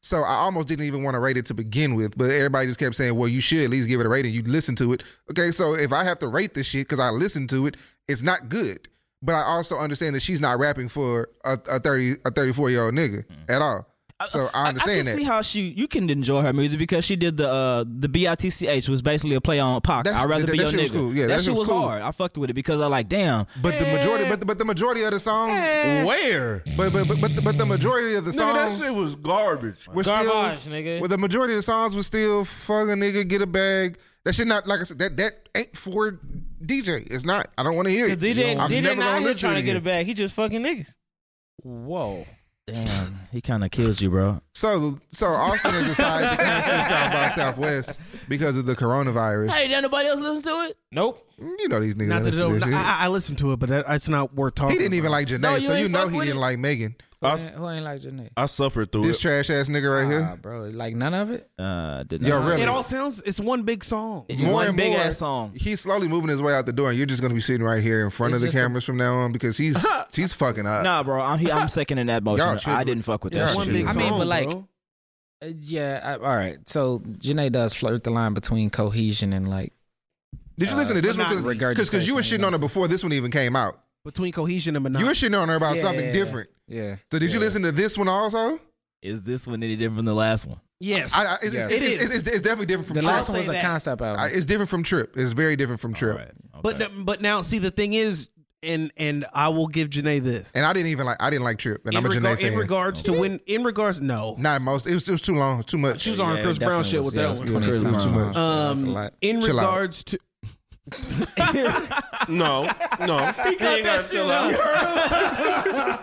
C: So I almost didn't even want to rate it to begin with, but everybody just kept saying, "Well, you should at least give it a rating. You listen to it, okay?" So if I have to rate this shit because I listened to it, it's not good. But I also understand that she's not rapping for a, a thirty a thirty four year old nigga at all. So I,
E: I,
C: understand
E: can
C: that.
E: see how she you can enjoy her music because she did the uh, the bitch was basically a play on Pac.
C: That-
E: I'd rather
C: that-
E: be
C: that
E: your
C: shit was
E: nigga.
C: cool. Yeah,
E: that, shit was
C: cool.
E: hard. I fucked with it because I like damn.
C: but the majority, but the, but the majority of the songs,
D: Where?
C: but but but but the, but the majority of the
G: Nigga, that
C: songs
G: shit was garbage.
C: were still.
D: Garbage, nigga.
C: Well, the majority of the songs was still fuck a nigga, get a bag. That shit not like I said. That that ain't for DJ. It's not. I don't want to hear it.
D: Did
C: I'm
D: did
C: never
D: not
C: gonna
D: here
C: listen
D: trying
C: to it
D: to get
C: again.
D: it back. He just fucking niggas.
F: Whoa.
E: Damn, he kind of killed you, bro.
C: So, so Austin has decided to cancel
D: *laughs*
C: South by Southwest because of the coronavirus. Mm,
D: Hey, did nobody else listen to it? Nope.
C: You know these niggas.
A: Not that
C: don't
A: it
C: listen to
A: don't,
C: this shit.
A: I, I listened to it, but that, it's not worth talking.
C: he didn't even
A: about.
C: like Janae,
D: No, you
C: so you
D: ain't
C: know
D: fuck
C: he
D: with
C: didn't
D: it.
C: like Megan.
F: Who,
G: I-
F: ain't, who ain't like Janae?
G: I suffered through
C: This
G: it.
C: trash ass nigga right
F: Nah,
C: here.
F: bro. Like none of it.
E: Uh, did
C: Yo,
E: not.
C: really?
A: It all sounds. It's one big song.
E: It's
C: more
E: one
C: and
E: big
C: more-
E: ass song.
C: He's slowly moving his way out the door, and you're just gonna be sitting right here in front
F: It's
C: of the
F: just a-
C: cameras from now on because he's he's fucking up.
E: Nah, bro, I'm he, I'm seconding that motion.
C: children.
E: I didn't fuck with
A: It's
E: that.
A: one
E: shit.
A: big
F: I
A: song.
F: mean, but like-
A: bro.
F: Uh, yeah. I, all right. So Janae does flirt the line between cohesion and like.
C: Did you listen to this one?
A: not
C: Because because you were
F: regurgitation,
C: shitting on her before this one even came out.
A: between cohesion and
C: You
A: monotony.
C: were shitting on her about
F: Yeah,
C: something
F: yeah,
C: different.
F: Yeah.
C: So did you listen to this one also?
E: Is this one any different than the last one?
A: yes.
C: I, I, it's,
F: Yes.
C: it's,
A: It
C: it's,
A: is.
C: it's- it's definitely different from
F: The
C: Trip.
F: last one
A: say
F: was a
A: that.
F: concept album.
C: Uh, it's different from Trip. It's very different from Trip.
A: but the- but now see the thing is, and and I will give Janae this.
C: And I didn't even like. I didn't like Trip. And
A: in,
C: I'm a
A: regar-
C: Janae fan.
A: in regards to when, in regards, no,
C: Not most. It was, it was too long. Too much.
A: she was on her Chris Brown shit with that one.
C: too much. Too much.
F: That's a
A: Um,
F: lot.
A: in
C: Chill out.
A: regards to
E: *laughs*
G: No, no. he gotta chill out.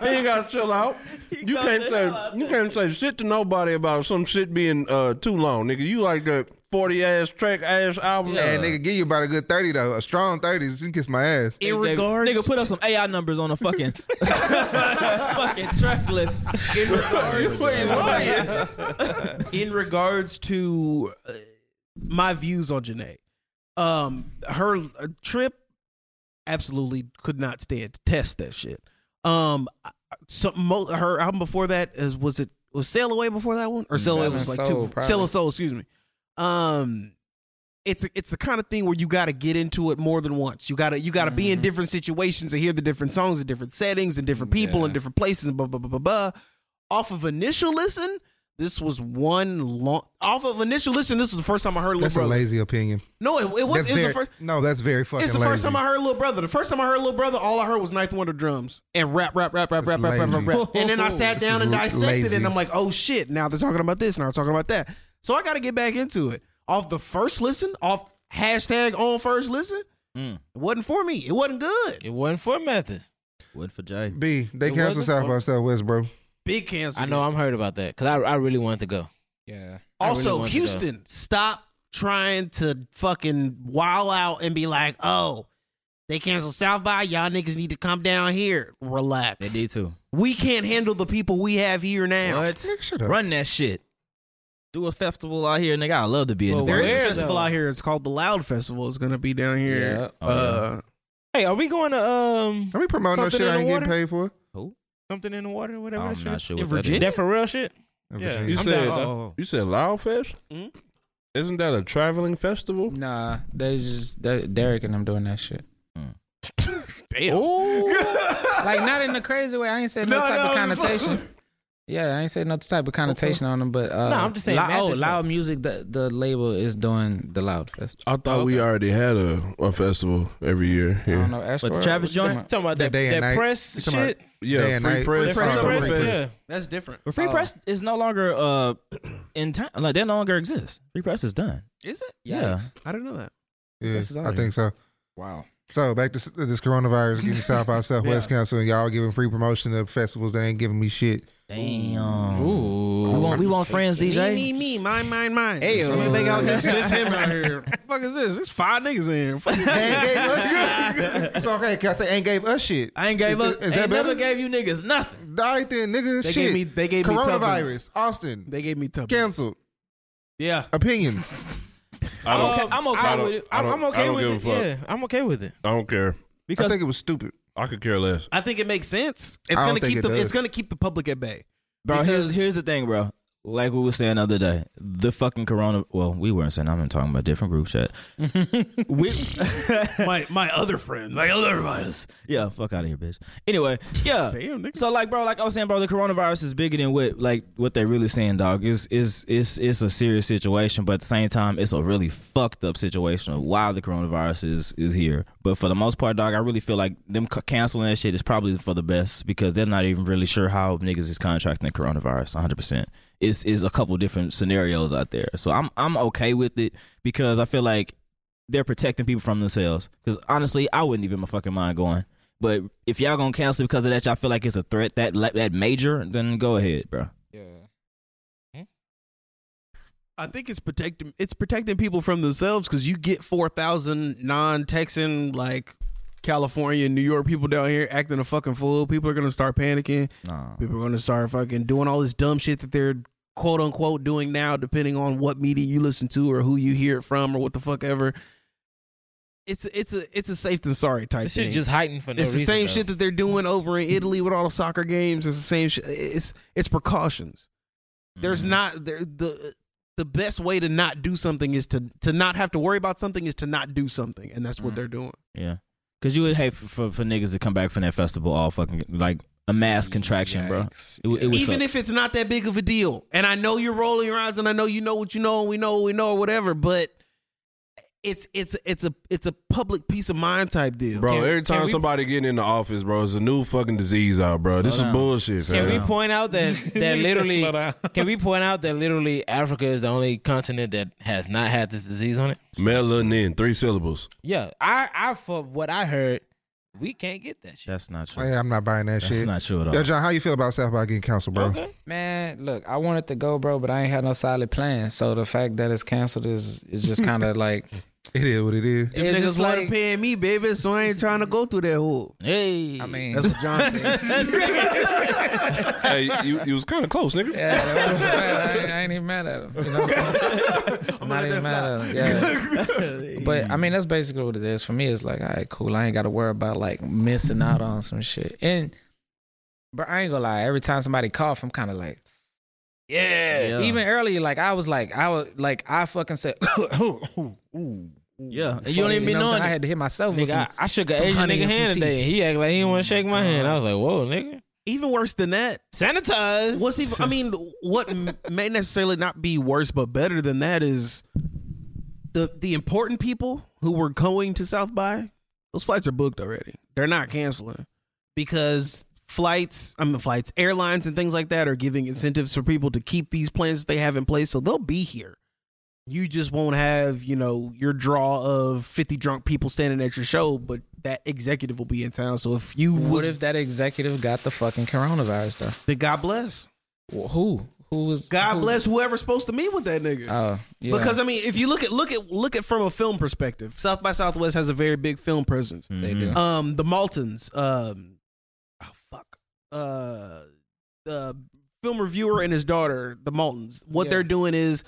G: *laughs* he gotta
E: *laughs*
G: chill out. You can't say you can't say shit to nobody about some shit being uh, too long, nigga. You like that forty ass track ass album.
C: And nigga, give you about a good thirty though. A strong thirty. You can kiss my ass.
A: in
E: They-
A: regards,
E: nigga, put up some AI numbers on a *laughs* fucking fucking track list.
A: in regards, in regards to uh, my views on Janae, um, her uh, trip absolutely could not stand to test that shit. Um, I- some mo- her album before that is was it was Sail Away before that one or Sail Away
F: Selling
A: was like
F: Soul,
A: two
F: probably.
A: Sail and Soul, excuse me. Um, it's a, it's the kind of thing where you got to get into it more than once. You gotta you gotta be
F: Mm-hmm.
A: in different situations and hear the different songs and different settings and different people and different places and blah blah blah blah blah. Off of initial listen, this was one long. Off of initial listen, this was the first time I heard Lil
C: That's a
A: Brother.
C: lazy opinion.
A: no, it, it was
C: That's
A: it was the
C: very-
A: first.
C: No, that's very fucking.
A: It's the
C: lazy.
A: first time I heard Little Brother. The first time I heard Little Brother, all I heard was Ninth Wonder drums and rap, rap, rap, rap,
C: That's
A: rap, rap, rap, rap,
C: lazy.
A: rap. And then I sat
C: This
A: down
C: is
A: and
C: l-
A: dissected it,
C: lazy.
A: and I'm like, oh shit, now they're talking about this, now they're talking about that. So I got to get back into it. Off the first listen, off hashtag on first listen,
D: Mm.
A: it wasn't for me. It wasn't good.
D: It wasn't for Mathis.
E: What for Jay?
C: B. They
D: It
C: canceled
D: wasn't
C: South
D: for-
C: by Southwest, bro.
A: Big cancel.
D: I know I'm heard about that because I, I really wanted to go.
F: Yeah.
A: Also,
D: wanted to go.
A: Houston, stop trying to fucking wild out and be like, oh, they canceled South by. Y'all niggas need to come down here. Relax.
E: They need to
A: We can't handle the people we have here now.
E: What?
C: Nigga, shut up.
E: run that shit. Do a festival out here, nigga. I love to be in.
D: Well,
E: the
A: There is
D: Where,
A: a festival out here. It's called the Loud Festival. It's gonna be down here.
E: Oh,
A: uh,
D: Hey, are we going to um
C: Let me promote no
D: Something
C: shit
D: in
C: I
D: the
C: ain't getting
D: water?
C: paid for.
D: something in the water or whatever?
E: I'm
D: that
E: not
D: shit?
E: sure
A: In
E: what that
A: Virginia?
D: That
E: is.
D: for real shit?
C: in
D: Yeah.
C: Virginia.
G: You
D: I'm
G: said
D: down. Oh.
G: you said Loud Fest.
E: Hmm?
A: Mhm.
G: Isn't that a traveling festival?
F: Nah, they just they, Derek and them doing that shit. like not in a crazy way. I ain't said no,
A: No,
F: type of
A: no,
F: connotation. Yeah, I ain't said no type of connotation on them, but uh,
D: No, I'm just saying
F: Lou-
D: Mathis
F: oh,
D: though.
F: loud music. The the label is doing the loud fest.
G: I thought we already had a, a festival every year
F: I
G: here.
F: don't know. Astro
E: But Travis Joint.
D: Talking about
C: That
D: that,
C: day and
D: that
C: night.
D: press
C: You talking about-
D: shit.
C: Day
G: Yeah,
C: and
G: free
C: night.
G: press.
D: That press
G: Free
D: conference,
G: press.
D: yeah.
A: that's different.
E: But free press is no longer uh in time. Like they no longer exist. Free press is done.
A: Is it?
E: Yeah.
A: I don't know that.
C: Yeah,
E: This is
C: I
E: already-
C: think so.
F: Wow.
C: So back to s- this coronavirus getting
A: *laughs*
C: South by Southwest canceled, and y'all giving free promotion to festivals that ain't giving me shit.
E: Damn. We want we want friends,
A: Me,
E: DJ.
A: me, me, mine, mine, mine.
F: Hey,
A: It's the only thing out there. It's just him out
C: *laughs*
A: here. fuck is this? It's five niggas in here. Fuck
C: They ain't gave us shit. *laughs* It's okay, cause they ain't gave us shit.
E: I ain't gave
C: Is-
E: up.
C: is that
E: ain't
C: better?
E: never gave you niggas nothing.
C: All right then, nigga.
A: They
C: shit.
A: gave me- they gave me tuppence.
C: coronavirus. Austin
A: They gave me tuppence.
C: canceled.
A: Yeah.
C: Opinions.
G: I
E: I'm
G: don't,
E: okay, I'm okay
G: I don't-
E: with it.
G: I
D: I'm,
G: don't-
D: I'm
G: I
D: okay
G: don't
D: with
G: give a
D: it.
G: fuck.
D: Yeah, I'm okay with it.
G: I don't care.
C: I
E: Because
C: think it was stupid.
G: I could care less.
A: I think it makes sense. It's
C: I don't
A: gonna
C: think
A: keep
C: it
A: the
C: does.
A: it's gonna keep the public at bay.
E: Bro, here's
A: Because-
E: here's the thing, bro. Like we were saying the other day, the fucking corona. Well, we weren't saying. I'm not talking about a different group *laughs* chat. we,
A: My my other friends. My other friends.
E: yeah, fuck out of here, bitch. Anyway, yeah.
A: *laughs* Damn, nigga.
E: So like, bro, like I was saying, bro, the coronavirus is bigger than what like what they really saying, dog. Is is it's it's a serious situation, but at the same time, it's a really fucked up situation of why the coronavirus is is here. But for the most part, dog, I really feel like them c- canceling that shit is probably for the best because they're not even really sure how niggas is contracting the coronavirus. 100. percent It's is a couple different scenarios out there, so I'm I'm okay with it because I feel like they're protecting people from themselves. Because honestly, I wouldn't even my fucking mind going. But if y'all gonna cancel because of that, y'all feel like it's a threat that like, that major, then go ahead, bro.
F: Yeah.
A: I think it's protecting it's protecting people from themselves because you get four thousand non Texan like California and New York people down here acting a fucking fool. People are gonna start panicking.
E: No.
A: People are gonna start fucking doing all this dumb shit that they're quote unquote doing now, depending on what media you listen to or who you hear it from or what the fuck ever. It's it's a it's a safe than sorry type
K: This
A: thing.
K: shit just heightened for no
A: it's the
K: reason.
A: same
K: though.
A: shit that they're doing over in Italy with all the soccer games. It's the same shit. It's it's precautions.
K: Mm-hmm.
E: Mm-hmm.
A: There's not there, the the best way to not do something is to to not have to worry about something is to not do something, and that's
K: Mm-hmm.
A: what they're doing.
E: Yeah. Cause you would hate for, for, for niggas to come back from that festival all fucking like a mass contraction, bro. It, would- it was
A: Even
E: *laughs*
A: if it's not that big of a deal, and I know you're rolling your eyes, and I know you know what you know, and we know what we know, or whatever, but. It's it's it's a it's a public peace of mind type deal,
G: Bro,
K: Can-
G: every
K: can
G: time
K: we-
G: somebody getting in the office, bro, it's a new fucking disease out, bro. this
E: down.
G: is bullshit,
K: Can we
G: fam.
K: point out that that literally? Can we point out that literally Africa is the only continent that has not had this disease on it?
G: Melanin, three syllables.
K: Yeah, I, I for what I heard, we can't get that shit.
E: that's not true.
C: Hey, I'm not buying that
E: That's
C: shit.
E: not true at all.
C: Yo, John, how you feel about South by getting canceled, bro?
K: Okay,
F: Man, look, I wanted to go, bro, but I ain't had no solid plan. So the fact that it's canceled is is just kind of like
C: It is what it is.
F: it's
A: Niggas
F: just
A: love
F: like
A: paying me, baby, so I ain't trying to go through that hole.
E: Hey,
F: I mean,
A: That's what John said.
G: *laughs* hey, you, you was kind of close, nigga.
F: yeah, that was bad. I, ain't, I ain't even mad at him. You know what I'm saying? I'm not even mad at him. Yeah. but I mean, that's basically what it is for me. It's like, all right, cool. I ain't got to worry about like missing out on some shit. And but I ain't gonna lie. Every time somebody cough, I'm kind of like.
E: yeah,
F: Even earlier, like I was like I was like I fucking said, *coughs*
E: yeah. And you don't even be
F: know what I'm saying?
E: knowing.
F: I
E: it.
F: had to hit myself. with
K: nigga, I,
F: some,
K: I shook an
F: some
K: Asian
F: honey
K: nigga
F: and some
K: hand
F: tea.
K: today. He act like he didn't want to shake my hand. I was like, whoa, nigga,
A: *laughs* even worse than that,
K: sanitize.
A: what's even? I mean, what m- may necessarily not be worse, but better than that is the the important people who were going to South by. Those flights are booked already. They're not canceling because flights, I mean, flights, airlines, and things like that are giving incentives for people to keep these plans that they have in place, so they'll be here. You just won't have, you know, your draw of fifty drunk people standing at your show, but that executive will be in town. So if you
F: What
A: was,
F: if that executive got the fucking coronavirus though?
A: then God bless.
F: Wh- Who? Who was?
A: God
F: *laughs* who-
A: bless whoever's supposed to meet with that nigga.
F: Oh, yeah.
A: Because I mean, if you look at look at look at from a film perspective, South by Southwest has a very big film presence.
F: they do.
A: Um, the Maltons, um, oh fuck, uh, the film reviewer and his daughter, the Maltons. What
F: Yeah.
A: they're doing is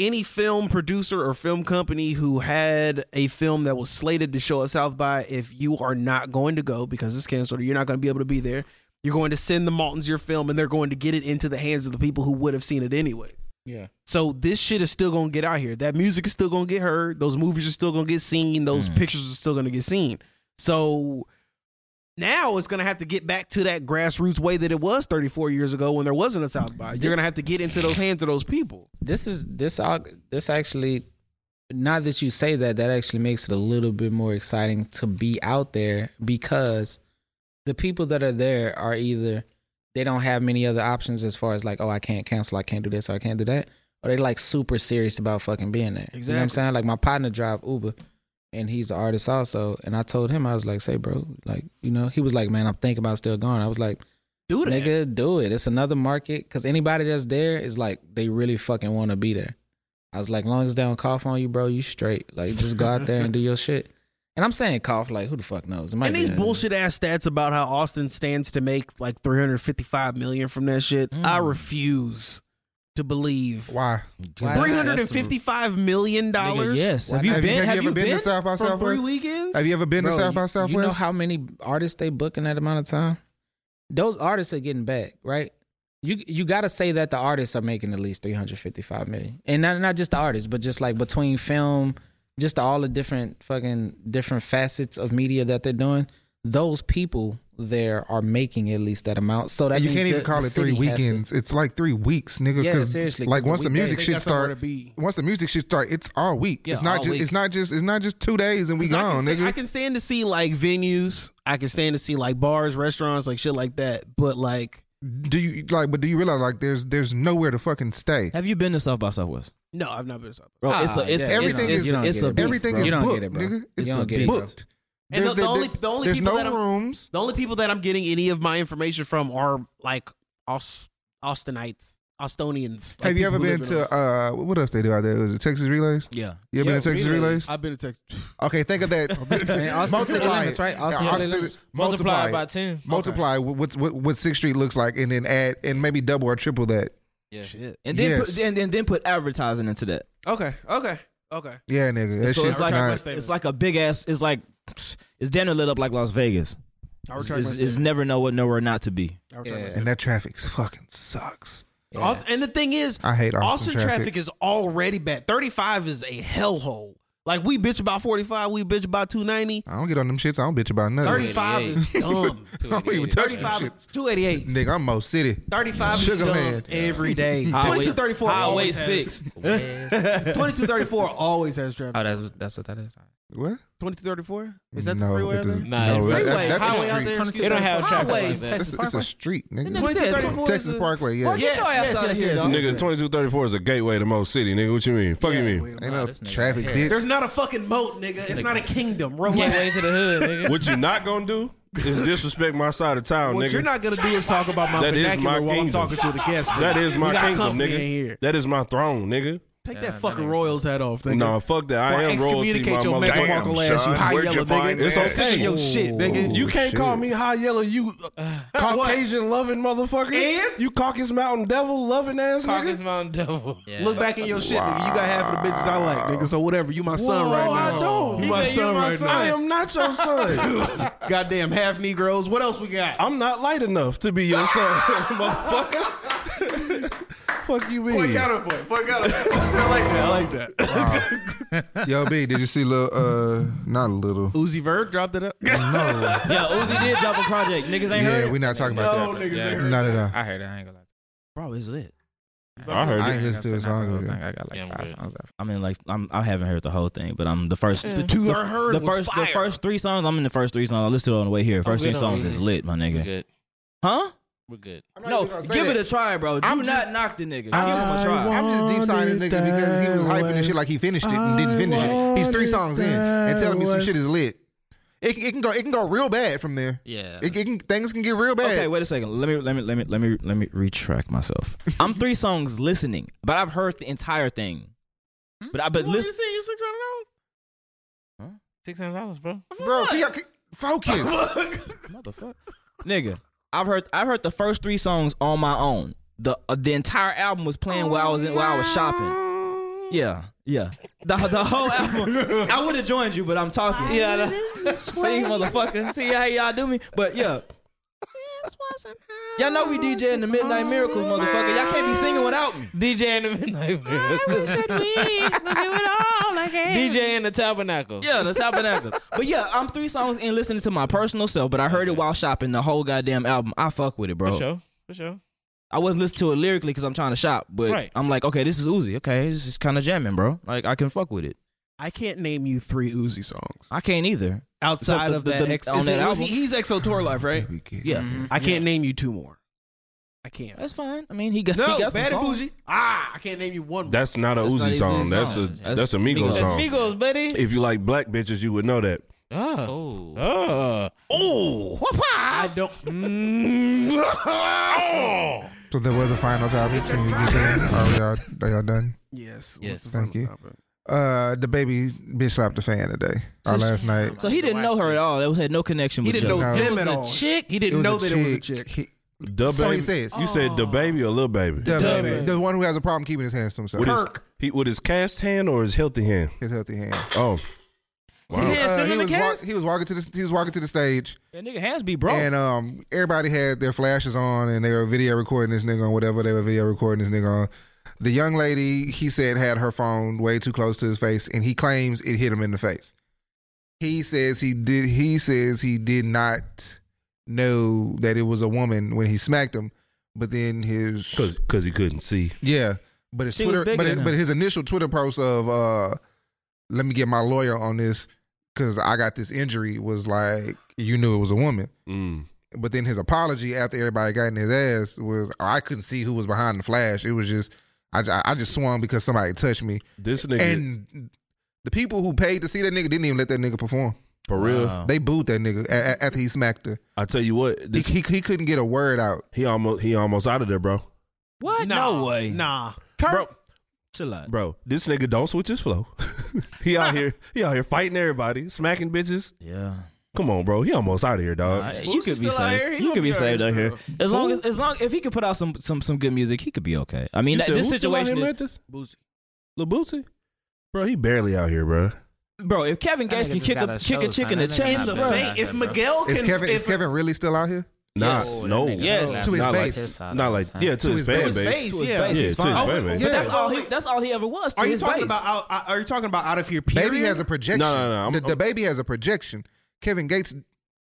A: any film producer or film company who had a film that was slated to show at South by, if you are not going to go because it's canceled or you're not going to be able to be there, you're going to send the Maltons your film and they're going to get it into the hands of the people who would have seen it anyway.
F: Yeah.
A: So this shit is still gonna get out here. That music is still gonna get heard. Those movies are still gonna get seen. Those
F: Hmm.
A: pictures are still gonna get seen. So now it's gonna have to get back to that grassroots way that it was 34 years ago when there wasn't a South by. You're gonna have to get into those hands of those people.
F: This is this. all- This actually. Now that you say that, that actually makes it a little bit more exciting to be out there because the people that are there are either they don't have many other options as far as like, oh, I can't cancel, I can't do this, or I can't do that, or they like super serious about fucking being there. You know what I'm
A: Exactly.
F: saying? Like my partner drive Uber, and he's an artist also, and I told him I was like, say, bro, like you know, he was like, man, I'm thinking about still going. I was like,
A: Do that.
F: Nigga, do it. It's another market because anybody that's there is like they really fucking want to be there. I was like, long as they don't cough on you, bro, you straight. Like, just go out there and do your shit. And I'm saying cough, like who the fuck knows? It might
A: And
F: be
A: these
F: that.
A: bullshit ass stats about how Austin stands to make like 355 million from that shit. I
F: Hmm.
A: refuse to believe.
C: Why?
F: Why not?
A: 355 million dollars
E: yes. Have
F: Why
E: you
F: not?
E: been? Have, you
C: ever
E: been?
C: been, to South by
A: from three
C: Southwest?
A: weekends?
C: Have you ever been
F: Bro,
C: to South by
F: you,
C: Southwest?
F: you know how many artists they book in that amount of time? Those artists are getting back, right? You you gotta say that the artists are making at least 355 million. And not not just the artists, but just like between film, just all the different fucking different facets of media that they're doing, those people there are making at least that amount. So that
C: and you
F: means
C: can't even
F: the-
C: call
F: the
C: it three
F: city has to-
C: weekends. It's like three weeks, nigga.
F: Yeah,
C: 'cause,
F: seriously, 'cause
C: Like
F: the
C: once the,
F: weekdays,
C: music
F: they
C: shit
A: got somewhere
C: start,
A: to be.
C: once the music shit start, it's all week.
E: Yeah,
C: it's not
E: all
C: just.
E: week.
C: It's not just. It's not just two days and we
A: 'Cause I,
C: gone,
A: can sta- I
C: nigga.
A: can stand to see like venues. I can stand to see like bars, restaurants, like shit like that. But like,
C: Do you like? But do you realize like there's there's nowhere to fucking stay.
E: Have you been to South by Southwest,
A: no, I've not been to South.
E: bro? it's a,
F: Ah,
E: it's,
F: yeah,
E: it's,
C: Everything
E: it's,
C: is-
E: it's, a
F: you don't get it,
E: beast,
C: Everything
E: bro.
C: is
F: You don't
C: booked,
F: get it, bro.
C: nigga. It's
F: don't get it, bro.
C: booked.
A: And
C: There-
A: the, the
C: there-
A: only the only
C: there's
A: people
C: no
A: that I'm
C: rooms.
A: the only people that I'm getting any of my information from are like Aus- Austinites, Austonians. like
C: Have you
A: people
C: ever
A: who live
C: been
A: in
C: to
A: Aust-
C: uh what else they do out there? Was it Texas Relays?
E: Yeah.
C: You ever been to Texas Relays?
A: I've been to Texas.
C: Okay, think of
F: Oh,
C: that.
F: Austin city
C: multiply
F: limits,
C: it.
F: right?
C: Yeah,
F: Austin
C: Austin
F: city limits.
C: city- multiply it.
K: by ten.
C: Multiply what what what Sixth Street looks like, and then add and maybe double or triple that.
E: *sighs*
A: Shit.
E: And then
C: Yes.
E: put, and, and then put advertising into that.
A: Okay. Okay. Okay.
C: Yeah, nigga, that
E: So
C: shit's
E: it's like
C: not.
E: it's like a big ass. It's like it's damn near lit up like Las Vegas.
A: I
E: It's,
A: retract my
E: it's, it's
A: statement.
E: never know what nowhere not to be.
A: I retract my
K: Yeah.
C: and that traffic fucking sucks.
A: Aust- And the thing is,
C: I hate
A: Austin
C: Austin,
A: traffic. is already bad. 35 is a hellhole. Like we bitch about 45, we bitch about 290.
C: I don't get on them shits. I don't bitch about nothing.
A: 35 is dumb.
C: I *laughs* don't even touch that
A: 35
C: shit.
A: is 288.
C: Nigga, I'm Mo City.
A: 35 is
C: Sugar
A: dumb
C: man.
A: every day.
E: Highway-
A: 2234
E: Highway
A: always has-
E: six.
A: 2234 always has traffic.
K: Oh, that's what- that's what that is.
C: What?
A: 2234? Is that the
C: No,
A: freeway
C: it
A: out
C: doesn't.
A: there?
K: Nah,
C: No,
K: it's
C: that-
A: Freeway,
C: that- that's a
A: highway out
C: street.
A: there.
K: It don't have traffic like
F: Highways,
K: that.
F: Texas
C: It's a
F: Parkway.
C: street, nigga.
F: nigga said
A: 2234
C: Texas
A: is a-
C: Parkway, yeah.
F: Boy, get
A: Yes,
F: your ass
A: yes,
F: out
A: yes,
F: here,
A: yes.
F: dog.
G: Nigga, 2234 is a gateway to Mo City, nigga. What you mean? Fuck you mean?
C: Ain't no
F: This nigga's
C: traffic,
F: right
C: bitch.
A: There's not a fucking moat, nigga. It's not a kingdom. Relax.
K: Gateway to the hood, nigga.
G: What you not gonna do is disrespect my side of town,
A: What
G: Oh, nigga.
A: you're not gonna do is talk about my
G: That is
A: vernacular
G: my
A: while I'm
G: kingdom.
A: talking to the guests. bro.
G: that is
A: We
G: my
A: got
G: kingdom,
A: company
G: nigga.
A: in here.
G: That is my throne, nigga.
A: Take that fucking Royals hat off, nigga.
G: No, fuck that. I
A: Or
G: am royalty, my
A: excommunicate your
G: motherfucker.
A: Meghan Markle ass, you
I: son.
A: high
I: Where'd you
A: yellow
I: find
A: nigga.
G: It's
I: that?
A: Say
G: okay.
A: your shit, nigga.
G: You can't
C: shit.
G: call me high
A: *laughs*
G: yellow, you uh, Caucasian loving motherfucker.
A: And?
G: You Caucus Mountain Devil loving ass
K: Caucus
G: nigga.
K: Mountain Devil.
A: Look back in your shit, nigga. You got half of the bitches I like, nigga. So whatever. You my son
G: Whoa,
A: right
G: Oh, I
A: now.
G: don't.
A: You
G: He
A: my
G: said
A: son right
G: I
A: now.
G: am not your son.
A: Goddamn half Negroes. What else we got?
G: *laughs* I'm not light enough to be your son, *laughs* motherfucker. *laughs* Fuck you, mean?
A: a point. Boy, got a point. I like that. I like that.
C: Yo, B, did you see little? Uh, not little.
A: Uzi Vert dropped it up.
E: *laughs* Yeah, Uzi did drop a project. Niggas ain't
C: Yeah,
E: heard.
C: we're not talking about that. Not at all.
K: I heard it. I ain't gonna lie.
E: Bro, it's lit.
G: I heard
C: I
G: it.
C: ain't listened to the song. yet.
K: I got like five songs after.
E: I mean, like I'm, I haven't heard the whole thing, but I'm the first the two
A: I heard
E: the
A: was
E: first
A: fire.
E: the first three songs. I'm in the first three songs. I listed on the way here. First
K: good
E: three
K: on
E: songs
K: Uzi.
E: is lit, my
K: We're
E: nigga.
K: good.
E: Huh?
K: We're good.
E: No, give it a try, bro. Do not knock the nigga. give him a try.
C: I'm just deep signing niggas because he was hyping this shit like he finished it and didn't finish it. He's three songs in and telling me some shit is lit. It, it can go it can go real bad from there.
K: Yeah.
C: It, it can things can get real bad.
E: Okay, wait a second. Let me let me let me let me let me retract myself. I'm three songs listening, but I've heard the entire thing. But I but listen,
K: said you six hundred dollars. Six hundred dollars, bro.
C: Bro, can y'all- can-
E: *laughs*
C: focus.
E: nigga, I've heard I've heard the first three songs on my own. The uh, the entire album was playing while I was in, while I was shopping. Yeah, yeah. The the whole album. I would have joined you, but I'm talking. Yeah, the, *laughs* see, motherfucker. See how y'all do me, but yeah. Y'all know we DJ in the Midnight Miracles, motherfucker. Y'all can't be singing without me.
K: DJ in the Midnight Miracle. DJ in the Tabernacle.
E: Yeah, the tabernacle. *laughs* but yeah, I'm three songs in listening to my personal self, but I heard it while shopping the whole goddamn album. I fuck with it, bro.
K: For sure. For sure.
E: I wasn't listening to it lyrically because I'm trying to shop, but
K: Right.
E: I'm like, okay, this is Uzi. Okay, this is kind of jamming, bro. Like I can fuck with it.
A: I can't name you three Uzi songs
E: I can't either.
A: outside
E: Except
A: of
E: the-
A: that.
E: the-
A: Ex-
E: on
A: is
E: that
A: it- was
E: album. Mm-hmm.
A: he- He's EXO tour life, right?
E: Yeah,
A: I can't name you two more. I can't.
E: that's fine. I mean, he got he
A: No,
E: got some
A: Bad and
E: songs.
A: Bougie. Ah, I can't name you one.
G: That's not a
E: That's not
G: Uzi
E: Uzi's
G: song.
E: song.
G: That's a
E: That's
G: that's a Migos
E: Migos.
G: song.
K: Migos, buddy.
G: If you like black bitches, you would know that.
K: Oh. Oh.
E: ah.
A: I don't. *laughs* Oh.
C: so there was a final topic. Can we get there? Are y'all are y'all done?
A: Yes.
K: Yes.
A: what's the
C: Thank
A: final
C: you.
A: topic?
C: Uh, the baby bitch slapped the fan today. Or last night.
E: So he didn't know her at all. That was had no connection.
A: He
E: with
A: didn't know
E: Joe.
C: No.
A: them
C: It
A: at all.
K: Chick.
A: He
C: It
A: didn't
C: was
A: know that it was a chick.
C: He,
G: The
C: So he
G: baby-
C: says.
G: You said the baby or little baby?
C: the,
A: Duh,
C: baby,
A: man.
C: the one who has a problem keeping his hands to himself.
G: With his, he with his cast hand or his healthy hand?
C: his healthy hand.
G: Oh,
K: Yeah,
C: Uh,
K: sit
C: he
K: in the
C: was
K: cast.
C: walk, he was walking to the he was walking to the stage,
E: That nigga hands be broke.
C: and um, everybody had their flashes on, and they were video recording this nigga on whatever they were video recording this nigga on. The young lady, he said, had her phone way too close to his face, and he claims it hit him in the face. He says he did. He says he did not know that it was a woman when he smacked him, but then his
G: cause cause he couldn't see.
C: Yeah, but his
E: She was
C: Twitter,
E: bigger
C: but
E: than
C: it,
E: him.
C: but his initial Twitter post of uh, "Let me get my lawyer on this because I got this injury" was like you knew it was a woman.
G: Mm.
C: But then his apology after everybody got in his ass was oh, I couldn't see who was behind the flash. It was just I I- I just swung because somebody touched me,
G: This nigga
C: and the people who paid to see that nigga didn't even let that nigga perform.
G: for real.
E: Oh.
C: They booed that nigga a- a- after he smacked her.
G: I tell you what,
C: He,
G: this,
C: he he couldn't get a word out.
G: he almost he almost out of there, bro.
E: What?
A: Nah,
E: No way.
A: Nah.
G: bro.
E: Chill out.
G: Bro, this nigga don't switch his flow. *laughs* he out here, he out here fighting everybody, smacking bitches.
E: Yeah.
G: Come on, bro. He almost out of here, dog.
E: Nah, you
A: Boosie
E: could be
A: still out
E: saved.
A: here? He
E: You
A: gonna
E: could
A: be
E: be
A: all
E: saved
A: right,
E: out here.
A: bro.
E: As long as, as long if he could put out some some some good music, he could be okay. I mean,
G: You
E: that,
G: said
E: this
G: who's still out
E: situation
G: here,
E: is
G: man? This-
A: Boosie.
G: Lil Boosie? Bro, he barely out here, bro.
E: bro. If Kevin
F: That
E: Gates
F: nigga
E: can
F: just
E: kick
F: got
E: a
F: a
E: kick a
F: show,
E: chick
F: son.
E: in the
F: That nigga
A: In
E: chest,
A: the
F: not bad.
E: bro.
A: face, if Miguel can,
C: Is Kevin is
A: if,
C: Kevin really still out here?
G: Nah,
F: Oh, that
G: no.
F: nigga
E: Yes.
F: not
C: To his
G: not
C: face.
G: Like, not like, yeah, to, his,
A: to
G: fan
A: his
G: base.
A: face,
E: To his
A: yeah.
E: face,
G: Yeah,
E: it's
G: to his
E: fine. Oh,
G: fan base.
E: But that's
C: Yeah.
E: all he. That's all he ever was. To
A: are you
E: his
A: talking
E: base.
A: about out? Are you talking about out of here? Period.
C: Baby has a projection.
G: No, no, no, I'm-
C: the, the
G: I'm-
C: baby has a projection. Kevin Gates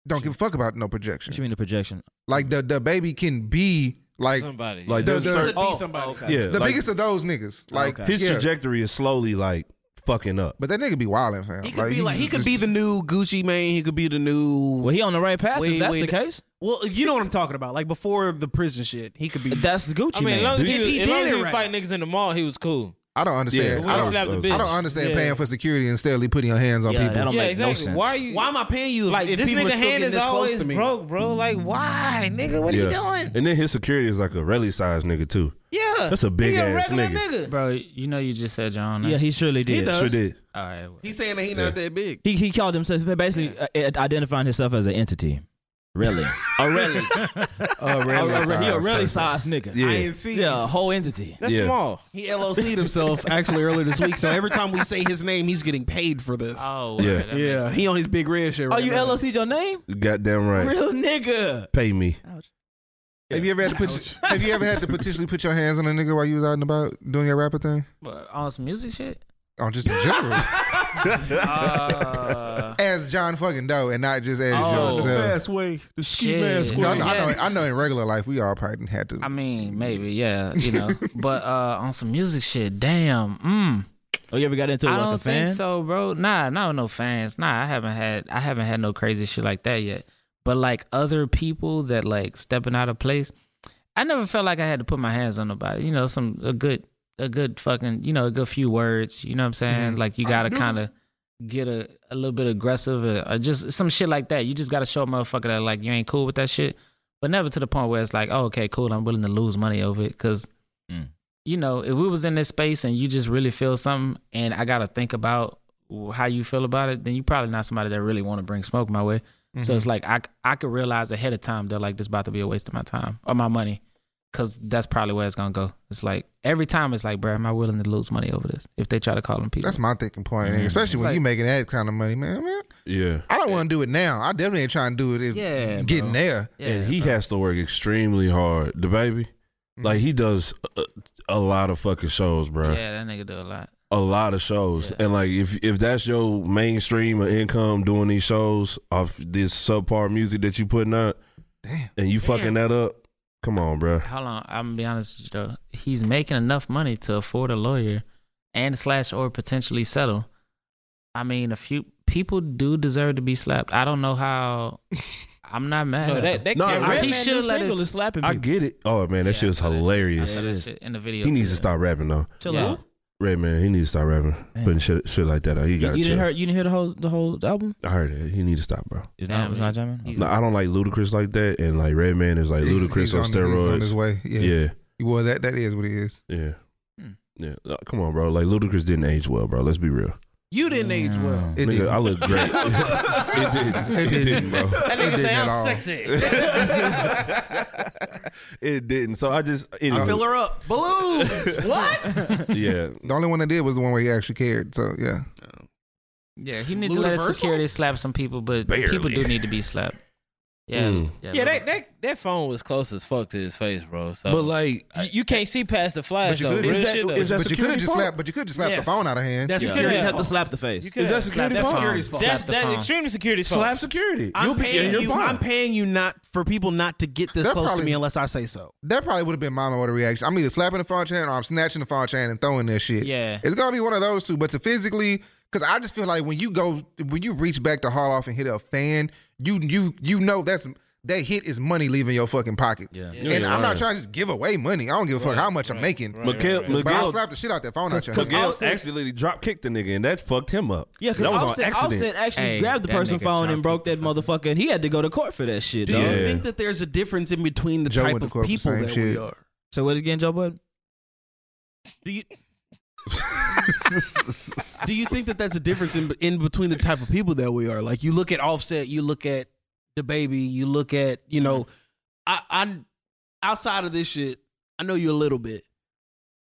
C: don't give a fuck about no projection.
E: What you mean the projection?
C: Like the the baby can be like
K: Somebody.
G: Like,
C: The-
G: there's
C: the-
G: certain,
A: Could be somebody.
G: yeah,
C: the
G: like,
C: biggest of those niggas. Like
G: his
C: yeah.
G: trajectory is slowly like fucking up.
C: But that nigga be wildin', fam.
A: He could be like he
C: just-
A: could be the new Gucci Mane. He could be the new.
E: Well, he on the right path.
A: Wait,
E: if that's
A: wait.
E: the case,
A: Well, you know what I'm talking about. Like before the prison shit, he could be.
E: that's
K: I
E: Gucci
K: mean, as
E: man.
K: long as he,
A: If
K: was,
A: he
K: as long
A: did
K: as
A: it
K: he was
A: right.
K: fighting niggas in the mall, he was cool.
C: I don't understand.
K: Yeah,
C: I
K: we
C: don't.
K: slapped the
C: I
K: bitch.
C: don't understand
K: Yeah.
C: paying for security and steadily putting your hands on
E: Yeah, that
C: people.
E: don't
K: yeah,
E: make
K: exactly.
E: no sense.
K: Why are you?
A: *laughs* Why am I paying you?
K: like
A: if
K: this
A: people
K: nigga
A: are still
K: hand
A: getting
K: is
A: this close
K: always
A: to me?
K: broke, bro. Like why, nigga? What
G: yeah.
K: are you doing?
G: And then his security is like a rally size nigga too.
K: Yeah,
G: That's a big
K: he a
G: ass
K: regular
G: nigga.
F: Bro, you know you just said your own name.
E: Yeah, he surely did.
A: He does.
G: Sure did.
F: All right. well,
A: He's saying that he not that *laughs* big.
E: He he called himself basically uh, identifying himself as an entity. Really, a really,
G: Oh,
C: Uh,
E: a,
C: really
E: a, he a
C: sized
E: Oh, really
C: person.
E: sized nigga.
G: Yeah.
A: I ain't see.
E: Yeah, a whole entity.
K: That's
G: Yeah.
K: small.
A: He LLC'd himself actually earlier this week. So every time we say his name, he's getting paid for this.
F: Oh,
G: Yeah.
F: word, that makes
A: yeah, he on his big red shit.
E: Oh,
A: Right
E: you
A: now.
E: LLC your name?
G: Goddamn right.
E: Real nigga.
G: Pay me.
C: Have you ever had to put? Have you ever had to potentially put your hands on a nigga while you was out and about doing your rapper thing?
F: But on some music shit?
C: Or just in general,
F: *laughs* Uh,
C: as John fucking Doe, and not just as
F: Oh.
C: yourself.
A: way, the
F: Shit.
C: No, I know, I know. I know. In regular life, we all probably done had to.
F: I mean, maybe, yeah, you
E: *laughs*
F: know. but uh, on some music shit, damn. Mm.
E: Oh, you ever got into it
F: I
E: like
F: don't
E: a fan?
F: think so, bro. Nah, not with no fans. Nah, I haven't had I haven't had no crazy shit like that yet. But like other people that like stepping out of place, I never felt like I had to put my hands on nobody. You know, some a good a good fucking you know a good few words. You know what I'm saying? Like you gotta kind of get a, a little bit aggressive or, or just some shit like that. You just gotta show a motherfucker that like you ain't cool with that shit. But never to the point where it's like, oh, okay, cool, I'm willing to lose money over it because you know, if we was in this space and you just really feel something and I got to think about w- how you feel about it, then you probably not somebody that really want to bring smoke my way.
C: mm-hmm.
F: So it's like I, c- I could realize ahead of time that like this about to be a waste of my time or my money because that's probably where it's going to go. It's like every time it's like, bro, am I willing to lose money over this if they try to call them people?
C: That's my thinking point, and especially when
F: like-
C: you making that kind of money, man. Man,
G: *laughs* Yeah.
C: I don't want to do it now. I definitely ain't trying to do it. If
F: Yeah,
C: getting
F: bro.
C: there.
F: yeah, uh.
G: and he
F: bro.
G: has to work extremely hard. The baby, like he does a, a lot of fucking shows, bro.
F: Yeah, that nigga do a lot.
G: A lot of shows, and like if if that's your mainstream of income doing these shows off this subpar music that you putting out,
C: Damn.
G: and you fucking that up, come on, bro.
F: Hold on, I'm gonna be honest with you though. He's making enough money to afford a lawyer and slash or potentially settle. I mean, a few people do deserve to be slapped. I don't know
G: *laughs*
F: how. I'm not mad.
E: Oh,
K: No,
F: at
K: that
F: him.
K: that
G: No,
K: can't
G: I-
K: rap.
F: he should let
E: Single is
F: us.
E: slapping
G: I
E: *laughs* people.
G: get it. Oh man, that
F: Yeah,
G: shit's
F: I saw that shit. I
G: hilarious.
F: saw that shit in the video.
G: He needs
F: too.
G: to stop rapping though.
E: Chill
F: Yeah.
E: out.
G: Red man, he needs to stop rapping,
E: Damn.
G: putting shit shit like that out. He
E: You,
G: got
E: you
G: to
E: didn't hear. You didn't hear the whole the whole album.
G: I heard it. He need to stop, bro.
E: It's
F: Damn,
E: not, it's
F: man.
E: not jamming.
F: He's-
G: No, I don't like ludicrous like that, and like Red man is like
C: He's-
G: ludicrous
C: he's
G: on
C: on the- he's on his
G: steroids.
C: way. Yeah.
G: Yeah.
C: Well, that that is what it is.
G: Yeah.
F: Hmm.
G: Yeah. Uh, Come on, bro. Like Ludacris didn't age well, bro. Let's be real.
A: You didn't age well.
C: It
G: Nigga,
C: didn't.
G: I
C: *laughs*
G: look great. it didn't. It, didn't, bro.
K: That nigga
C: It didn't
K: say
C: at
K: I'm
C: all.
K: sexy.
G: it didn't. So I just anyway,
A: I fill her up. *laughs* Balloons. what?
G: yeah.
C: The only one that did was the one where he actually cared. So yeah,
F: Yeah, he need to let
A: Ludiversal?
F: us security slap some people, but
G: Barely.
F: people do need to be slapped. Yeah,
G: Mm.
K: yeah, that, that that phone was close as fuck to his face, bro. So
G: But like
K: you, you can't see past the flash
C: you
K: though.
C: could-
K: Real
G: is that-
K: shit, though.
G: is that
C: but you could have
G: security
C: just
G: fault?
C: slapped. But you could just slap
A: Yes.
C: the phone out of hand.
A: That's
G: Yeah.
E: You
A: security.
E: didn't have to
A: fault.
E: slap the face.
K: You could-
G: is that security
F: That's
A: That's
G: fault?
A: security's fault.
K: that's
F: Slap the
K: that's
F: phone.
K: extremely security's fault.
G: Slap security.
A: I'm paying
G: you're
A: you.
G: fine.
A: I'm paying you not for people not to get this
C: They're
A: close to
C: probably-
A: me unless I say so.
C: That probably would have been my order reaction. I'm either slapping the phone chain or I'm snatching the phone chain and throwing that shit.
F: Yeah.
C: It's gonna be one of those two. But to physically, because I just feel like when you go, when you reach back to haul off and hit a fan, you you you know that's that hit is money leaving your fucking pockets. Yeah.
G: You ain't
C: And I'm not
G: lying.
C: trying to just give away money. I don't give a fuck how much I'm making.
G: Miguel,
C: But I
G: Miguel,
C: slapped the shit out that phone out your hand.
G: Miguel
E: Offset-
G: actually drop kicked the nigga, and that fucked him up.
E: Yeah, because
G: that was
E: Offset,
G: on accident.
E: Offset actually
F: Hey,
E: grabbed the
F: that
E: person's
F: nigga
E: phone and
F: chopped
E: broke that motherfucker, and he had to go to court for that shit.
A: Do
E: dog.
A: you
G: Yeah.
A: think that there's a difference in between the
C: Joe
A: type
C: went to
A: of
C: court for
A: people
C: same
A: that we
C: shit.
A: are?
E: So what again, Joe Bud?
A: Do you do you think that that's a difference in in between the type of people that we are? Like you look at Offset, you look at the baby, you look at you know, I I outside of this shit, I know you a little bit.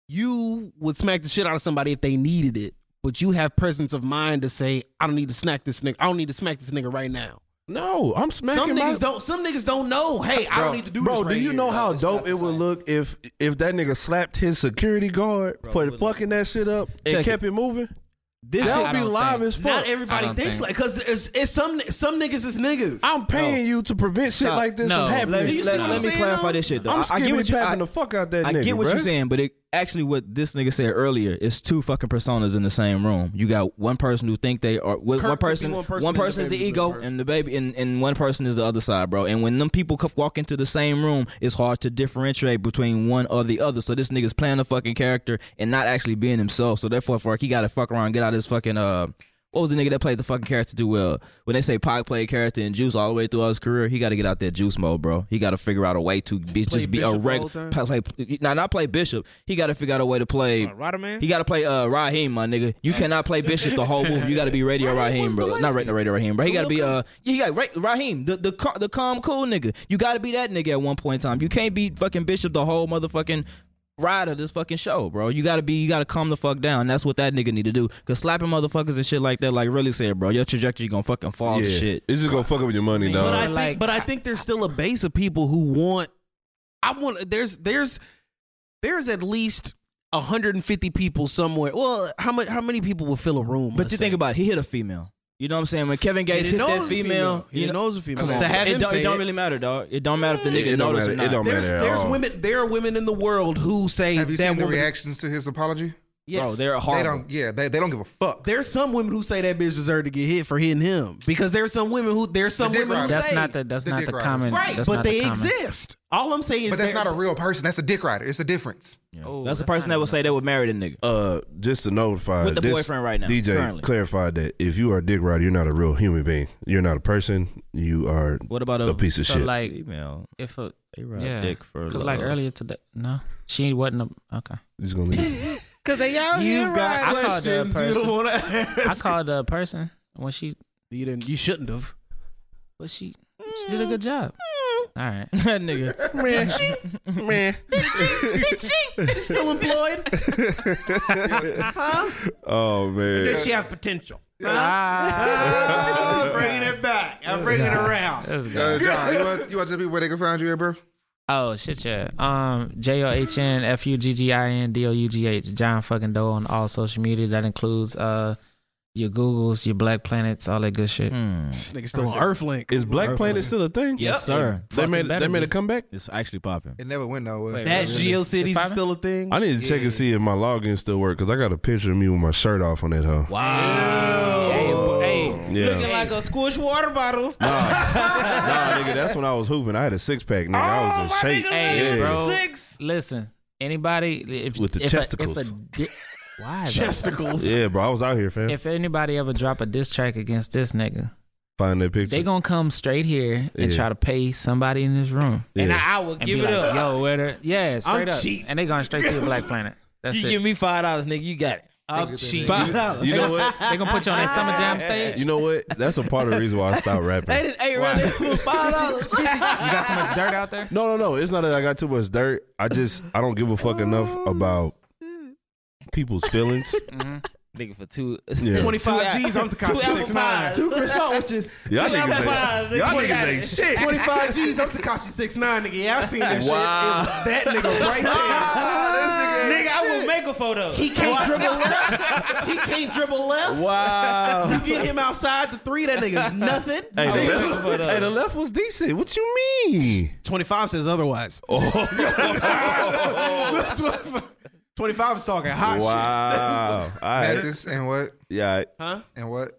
A: You would smack the shit out of somebody if they needed it, but you have presence of mind to say, I don't need to smack this nigga. I don't need to smack this nigga right now.
G: No, I'm smacking
A: some
G: my-
A: niggas don't. Some niggas don't know. Hey, I don't need to do
G: bro,
A: this. right
G: do you
A: here.
G: know how dope it would look if if that nigga slapped his security guard for fucking that shit up and
E: Check
G: kept it, moving?
E: This
G: that
F: I
G: would be
F: don't
G: live
F: think-
G: as fuck.
A: Not everybody
F: I don't
A: thinks
F: think-
A: like because it's, it's some some niggas is niggas.
G: I'm paying you to prevent shit
E: Stop.
G: like this
F: No.
G: from happening.
E: let,
A: Do you see
E: let-
A: what I'm
E: let me
A: saying,
E: clarify
A: though?
E: this shit though.
G: I'm
E: I, I get
G: skipping
E: what you I,
G: the fuck out that
E: I
G: nigga.
E: get what
G: bruh.
E: you're saying, but it actually what this nigga said earlier is two fucking personas in the same room. You got one person who think they are wh-
A: Kirk could
E: one
A: be
E: person,
A: one
E: one
A: person
E: person,
A: and the
E: is
A: baby's
E: the ego
A: another person.
E: and the baby, and, and one person is the other side, bro. And when them people c- walk into the same room, it's hard to differentiate between one or the other. So this nigga's playing a fucking character and not actually being himself. So therefore, fuck, he got to fuck around, and get out his fucking uh. What was the nigga that played the fucking character too well? When they say Pac played character and Juice all the way throughout his career, he got to get out that Juice mode, bro. He got to figure out a way to
A: Play
E: be, just be
A: Bishop
E: a
A: the
E: regular.
A: whole time?
E: Play, play, now not play Bishop. He got to figure out a way to play.
K: Rodderman?
E: He got to play uh Raheem, my nigga. You cannot play Bishop the whole movie. You got to be Radio Raheem, bro. Not Radio, Radio Raheem, bro. He got to be uh yeah, he got Ra- Raheem, the the ca- the calm cool nigga. You got to be that nigga at one point in time. You can't be fucking Bishop the whole motherfucking ride of this fucking show, bro. You gotta be, you gotta calm the fuck down. That's what that nigga need to do. Cause slapping motherfuckers and shit like that, like really said, bro, your trajectory gonna fucking fall
G: Yeah.
E: to shit.
G: It's just gonna fuck up with your money,
F: mean,
G: dog.
A: But I
F: Uh,
A: think,
F: like-
A: but I think there's still a base of people who want. I want. There's there's there's at least 150 people somewhere. Well, how much? How many people will fill a room?
E: But you think about, it, he hit a female. You know what I'm saying? When Kevin Gates hit that female,
A: He
E: you know,
A: knows a female.
E: come on,
A: To
E: bro.
A: have
E: it
A: him
E: don't,
A: say
E: it don't
A: it.
E: really matter, dog. It don't matter if the
G: It-
E: nigga
G: it don't
E: knows
G: matter.
E: or
G: It
E: not.
G: don't
A: There's
G: matter at
A: there's
G: all.
A: women. There are women in the world who say
C: Have you
A: that
C: seen the
A: woman.
C: reactions to his apology?
E: Bro, they're
C: They
E: horrible.
C: don't. Yeah, they, they don't give a fuck.
A: There's some women who say that bitch deserved to get hit for hitting him because there's some women who there's some
C: dick
A: women who
C: riders.
F: That's
A: say
F: not the that's
C: the
F: not
C: dick
F: the
C: rider.
F: common.
A: right,
F: that's
A: but
F: not
A: they
F: the common.
A: exist. All I'm saying is
C: But that's
A: there-
C: not a real person. That's a dick rider. It's a difference.
F: Oh,
E: That's the
F: that's
E: person
F: not
E: that would
F: even-
E: say they would marry the nigga.
G: uh, just to notify
E: With the
G: this
E: boyfriend right now,
G: DJ
E: currently.
G: clarified that if you are a dick rider, you're not a real human being. You're not a person. You are
E: What about a,
G: a piece of
F: So
G: shit.
F: like
E: female?
F: if a
E: They ride
F: Yeah.
E: dick for
F: because like
E: love.
F: earlier today, no, she wasn't. A, okay,
G: Just gonna leave.
E: *laughs*
K: Because they out here
A: You've got
F: I called her a
A: questions you don't
F: person.
A: want to ask.
F: I called a person when she,
A: You didn't. You shouldn't have.
F: but she she did a good job. All right,
E: nigga.
A: She's still employed.
C: *laughs*
G: Oh man,
A: she have potential?
F: Ah.
A: I'm *laughs* bringing it back. I'm bringing it around.
F: let's go.
C: Uh, John, *laughs* you want, you want to tell people where they can find you at, bro?
F: Oh shit, yeah. Um, J O H N F U G G I N D O U G H. John fucking Doe on all social media. That includes uh your Googles, your Black Planets, all that good shit.
K: Hmm.
A: This nigga still on Earthlink.
G: is Black Planet still a thing?
E: Yes, sir.
G: They made they
F: better
G: made
F: be.
G: a comeback.
E: It's actually popping.
C: It never went nowhere.
F: Wait,
A: That
F: really?
A: GeoCities is
F: It's
A: still a thing.
G: I need to check and see if my login still work because I got a picture of me with my shirt off on that hoe.
F: Hey,
G: Yeah,
K: like a squish water bottle.
G: *laughs* nah, nigga, that's when I was hooping. I had a six pack, nigga. I was in shape.
F: Hey,
G: yeah.
F: bro.
K: Six.
F: listen, anybody if
G: With the
F: if A,
G: chesticles.
F: if a di-
G: *laughs*
F: why? though?
A: Chesticles.
G: yeah, bro, I was out here, fam.
F: If anybody ever drop a diss track against this nigga,
G: Find that picture.
F: they gonna come straight here and
G: Yeah.
F: try to pay somebody in this room
G: yeah.
K: And I, I will
F: and
K: give
F: be
K: it
F: like,
K: up.
F: "Yo, where the yeah, straight up,"
A: cheap.
F: and they going straight to your Black
K: *laughs*
F: Planet. That's
K: you
F: it.
K: give me five dollars, nigga. You got it.
A: I'm cheap.
G: you know what?
F: They gonna put you on that summer *laughs* jam stage.
G: You know what? That's a part of the reason why I stopped rapping.
K: Hey, really? Five dollars.
F: You got too much dirt out there.
G: No, no, no. It's not that I got too much dirt. I just I don't give a fuck enough about people's feelings.
K: nigga for two.
G: Yeah.
K: Two
A: 25 G's. I'm
K: Two
A: Takashi
K: apple pies.
A: 69.
K: Two croissant wishes.
G: Y'all
K: Two apple
G: niggas
K: pies.
G: ain't, y'all
K: Twenty-
G: niggas ain't shit.
A: 25 G's. I'm Takashi 69, nigga. Yeah, I seen that shit. It was that nigga right there.
K: Nigga, I will make a photo.
A: *laughs* He can't dribble left. He can't dribble left.
G: Wow.
A: You get him outside the three, that nigga's nothing.
G: Hey, the left, hey, the left was decent. What you mean?
A: 25 says otherwise. *laughs* That's what- 25 is talking hot Ah, shit.
G: Wow. All right.
C: Mathis and what?
G: Yeah. I-
C: And what?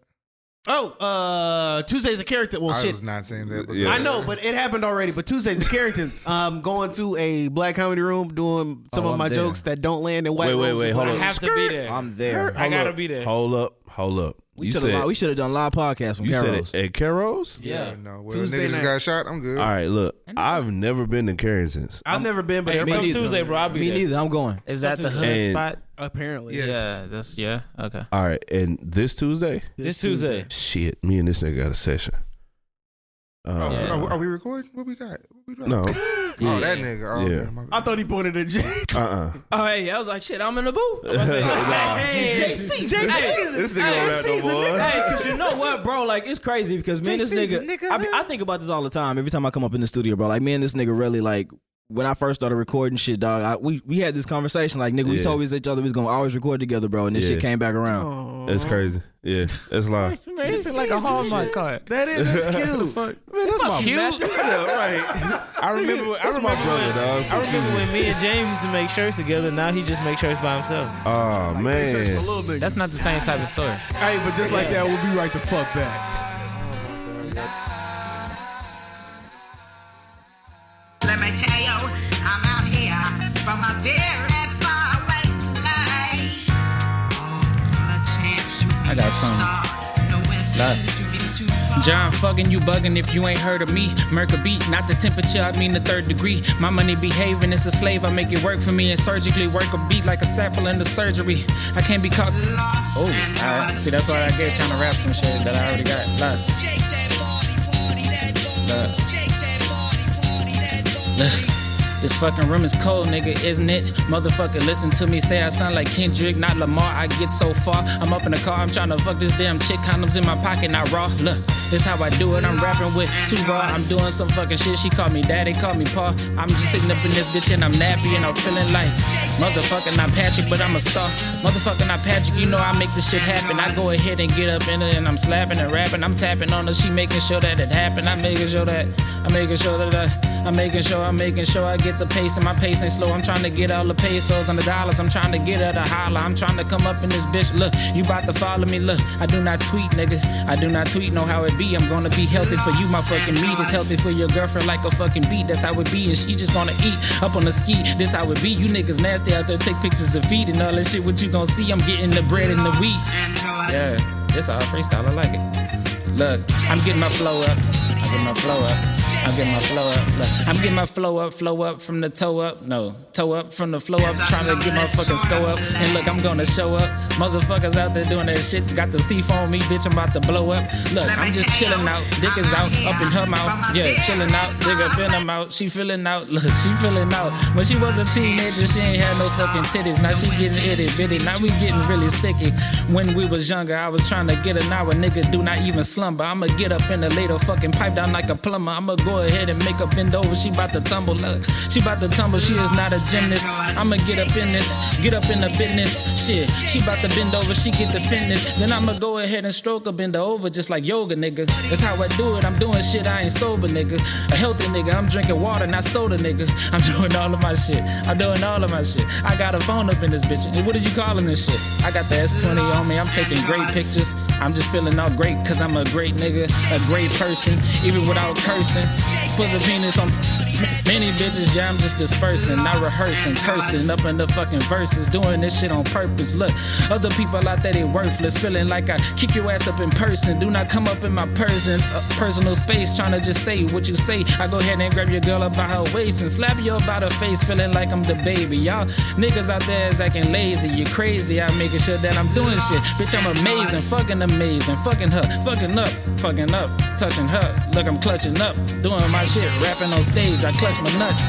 A: Oh, uh, Tuesday's a character. Well,
C: I
A: shit.
C: was not saying that. But
G: Yeah.
A: I know, but it happened already. But Tuesdays is
G: *laughs*
A: Carrington's. Um, going to a black comedy room, doing some of my jokes that don't land in white.
G: Oh, Wait, wait,
A: rooms.
G: wait. Hold
K: I
G: on.
K: have to be there.
E: I'm there.
K: I
G: Hold
K: gotta
G: up.
K: be there.
G: Hold up. Hold up. you
E: We should
G: said-
E: have we should have done live podcasts from
G: You said
E: Carol's.
G: it at Caro's?
C: Yeah, no. Well,
A: Tuesday
C: niggas
A: night.
C: got shot. I'm good.
G: All right, look, I've never been to Carrington's.
A: I've never been, but
K: Hey,
A: everybody
K: come Tuesday, bro. I'll be
E: Me
K: there.
E: neither. I'm going.
F: Is that the hood
G: And-
F: spot?
A: apparently.
C: Yes.
F: Yeah, that's yeah. Okay.
G: All right, and this Tuesday,
K: This Tuesday.
G: shit, me and this nigga got a session.
C: Oh,
G: Uh,
C: are, are we recording? What we got? What we doing?
G: No,
C: *laughs* Oh, that nigga. Oh,
G: Yeah.
C: damn, my
A: I
C: God.
A: thought he pointed at Jay.
G: uh, uh
E: *laughs*
G: *laughs*
E: Oh, hey, I was like, shit, I'm in the booth. I'm
G: Nah.
E: hey, JC, JC.
G: This nigga don't have no boy.
E: Hey, cause you know what, bro? Like, it's crazy because me and this
D: JC's a
E: nigga,
D: nigga,
E: I, be- I think about this all the time. Every time I come up in the studio, bro, like me and this nigga really like. When I first started recording shit, dog, I, we we had this conversation. Like, nigga, we
G: Yeah.
E: told each other we was gonna always record together, bro, and this
G: Yeah.
E: shit came back around.
G: That's crazy. Yeah, that's live.
F: This is like a Hallmark card.
A: That is that's
K: *laughs*
A: cute.
K: I remember. I remember when. I remember when me and James used to make shirts together. Now he just makes shirts by himself.
G: Oh
A: Search for
G: man,
A: little niggas.
F: That's not the same type of story.
A: hey, but just like that, we'll be right the fuck back.
L: Let me tell you, I'm out here from a very far away place. Oh, a chance to
F: I got some. Love. John fucking you bugging if you ain't heard of me. Merc a beat, not the temperature, I mean the third degree. My money behaving, it's a slave, I make it work for me and surgically work a beat like a sample in the surgery. I can't be caught. Oh, I, see, that's why I get trying to rap some shit that I already got. Look. Look. Look. This fucking room is cold, nigga, isn't it? Motherfucker, listen to me say I sound like Kendrick, not Lamar. I get so far. I'm up in the car, I'm tryna fuck this damn chick. Condoms in my pocket, not raw. Look, this how I do it. I'm rapping with two raw. I'm doing some fucking shit. She call me daddy, call me pa. I'm just sitting up in this bitch and I'm nappy and I'm feeling like motherfucker, not Patrick, but I'm a star. Motherfucker, not Patrick, you know I make this shit happen. I go ahead and get up in it and I'm slapping and rapping. I'm tapping on her, she making sure that it happen. I'm making sure that, I'm making sure that I. I'm making sure, I'm making sure I get the pace, and my pace ain't slow. I'm trying to get all the pesos and the dollars. I'm trying to get her to holler. I'm trying to come up in this bitch. Look, you about to follow me. Look, I do not tweet, nigga. I do not tweet. Know how it be. I'm gonna be healthy for you. My fucking meat is healthy for your girlfriend like a fucking beat. That's how it be. And she just gonna eat up on the ski. This how it be. You niggas nasty out there. Take pictures of feet and all that shit. What you gonna see? I'm getting the bread and the wheat. Yeah, that's how I freestyle. I like it. Look, I'm getting my flow up. I'm getting my flow up. I'm getting my flow up. Look, I'm getting my flow up, flow up from the toe up. No, toe up from the flow up. Trying to get my fucking score up. And look, I'm gonna show up. Motherfuckers out there doing that shit. Got the C phone me, bitch. I'm about to blow up. Look, I'm just chilling out. Dick is out, up in her mouth. Yeah, chilling out. Dick up in her mouth. She feeling out. Look, she feeling out. When she was a teenager, she ain't had no fucking titties. Now she getting itty bitty. Now we getting really sticky. When we was younger, I was trying to get an hour. Nigga, do not even slumber. I'ma get up in the later fucking pipe down like a plumber. I'ma go ahead and make her bend over. She about to tumble. Look, she about to tumble. She is not a gymnast. I'ma get up in this, get up in the business. Shit, she about to bend over. She get the fitness. Then I'ma go ahead and stroke her, bend her over just like yoga, nigga. That's how I do it. I'm doing shit. I ain't sober, nigga. A healthy nigga. I'm drinking water, not soda, nigga. I'm *laughs* doing all of my shit. I'm doing all of my shit. I got a phone up in this bitch. And What are you calling this shit? I got the S20 on me. I'm taking great pictures. I'm just feeling all great because I'm a great nigga, a great person, even without cursing. Put the penis on m- many bitches. Yeah, I'm just dispersing, not rehearsing, cursing up in the fucking verses. Doing this shit on purpose. Look, other people out there, they worthless. Feeling like I kick your ass up in person. Do not come up in my person, uh, personal space, trying to just say what you say. I go ahead and grab your girl up by her waist and slap you up by the face, feeling like I'm the baby. Y'all niggas out there is acting lazy. You crazy. I'm making sure that I'm doing shit. Bitch, I'm amazing. Fucking amazing. Fucking her. Fucking up. Fucking up. Touching her. Look, I'm clutching up. Doing my shit. Rapping on stage. I clutch my nuts.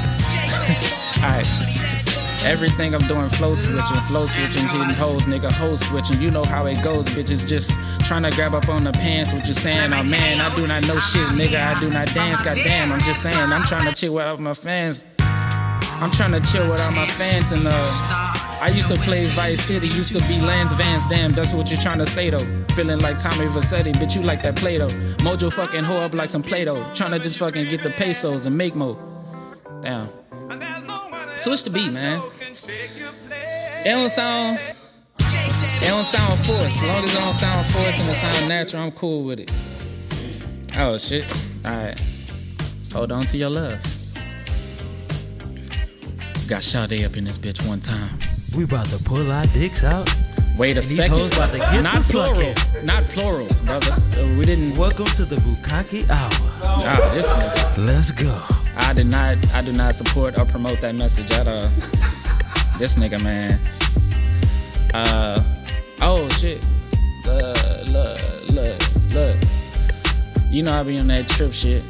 F: *laughs* Alright. Everything I'm doing, flow switching, flow switching, hitting hoes, nigga, hole switching. You know how it goes, bitches. Just trying to grab up on the pants, what you saying? Oh man, I do not know shit, nigga. I do not dance, goddamn. I'm just saying, I'm trying to chill out with my fans. I'm trying to chill with all my fans and uh. I used to play Vice City, used to be Lance Vance. Damn, that's what you're trying to say though. Feeling like Tommy Vassetti, bitch, you like that Play Doh. Mojo fucking hoe up like some Play Doh. Trying to just fucking get the pesos and make mo. Damn. Switch the beat, man. It don't sound. It don't sound forced. As long as it don't sound forced and it sound natural, I'm cool with it. Oh shit. Alright. Hold on to your love. Got Sade up in this bitch one time.
D: We about to pull our dicks out.
F: Wait a
D: these
F: second.
D: hoes about to get
F: not
D: to
F: plural.
D: sucking.
F: Not plural, brother. Uh, We didn't.
D: Welcome to the Bukaki Hour.
F: Ah, this nigga.
D: Let's go.
F: I did not. I do not support or promote that message at all. this nigga, man. Uh, oh shit. Look, look, look, look. You know I be on that trip shit.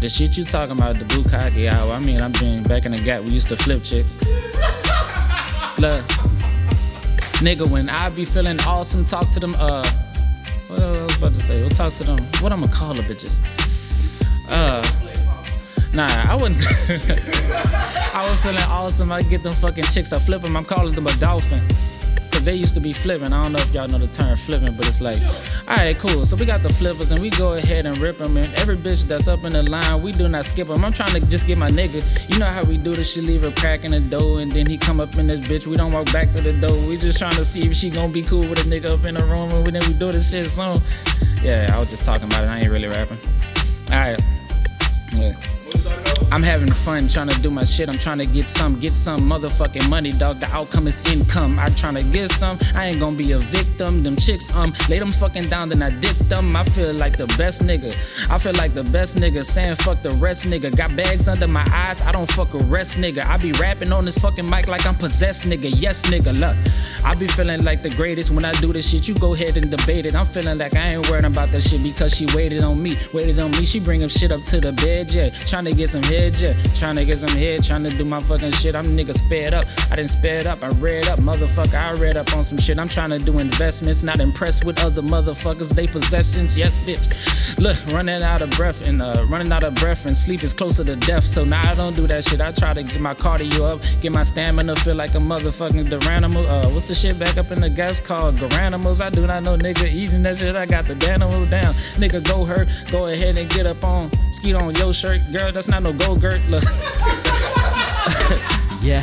F: The shit you talking about, the bukkake hour. I mean, I've been back in the gap. We used to flip chicks. look, nigga, when I be feeling awesome, talk to them. Uh, what I was about to say? We'll talk to them. What I'ma call the bitches? Uh. Nah, I wouldn't. *laughs* I was feeling awesome. I get them fucking chicks. I flip them. I'm calling them a dolphin. Cause they used to be flipping. I don't know if y'all know the term flipping, but it's like, all right, cool. So we got the flippers and we go ahead and rip them. And every bitch that's up in the line, we do not skip them. I'm trying to just get my nigga. You know how we do this. She leave her crack in the door and then he come up in this bitch. We don't walk back to the door. We just trying to see if she gonna be cool with a nigga up in the room. And then we do this shit soon. Yeah, I was just talking about it. I ain't really rapping. All right. Yeah. I'm having fun trying to do my shit. I'm trying to get some, get some motherfucking money, dog. The outcome is income. I trying to get some. I ain't gonna be a victim. Them chicks, um, lay them fucking down, then I dick them. I feel like the best nigga. I feel like the best nigga saying fuck the rest nigga. Got bags under my eyes. I don't fuck a rest nigga. I be rapping on this fucking mic like I'm possessed nigga. Yes nigga, look. I be feeling like the greatest when I do this shit. You go ahead and debate it. I'm feeling like I ain't worried about that shit because she waited on me. Waited on me. She bringing shit up to the bed, yeah. Trying to get some head, yeah. Trying to get some head. Trying to do my fucking shit. I'm nigga sped up. I didn't sped up. I read up, motherfucker. I read up on some shit. I'm trying to do investments. Not impressed with other motherfuckers. They possessions, yes, bitch. Look, running out of breath and uh, running out of breath and sleep is closer to death. So now I don't do that shit. I try to get my cardio up, get my stamina, feel like a motherfucking Duranimal. Uh, what's the shit back up in the gaps called Garanimals? I do not know nigga eating that shit. I got the Danimals down. Nigga, go hurt. Go ahead and get up on, skeet on your shirt. Girl, that's not no go girt. Look.
D: Yeah.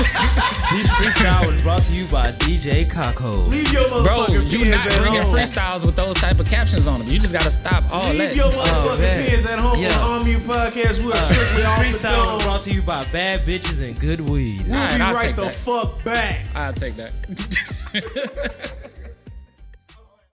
K: *laughs*
D: this freestyle was brought to you by DJ Kako.
A: Leave your
F: Bro,
A: motherfucking
F: you
A: pins
F: not
A: at
F: bringing
A: home.
F: freestyles with those type of captions on them. You just gotta stop all
A: Leave
F: that.
A: your motherfucking
D: Oh, man.
A: pins at home
D: Yeah.
A: on Armu Podcast. We're
D: This
A: strictly off the
D: freestyle was
A: dome.
D: brought to you by bad bitches and good weed.
A: We'll
F: Alright,
A: be
F: I'll
A: right
F: take
A: the
F: that.
A: fuck back.
F: I'll take that.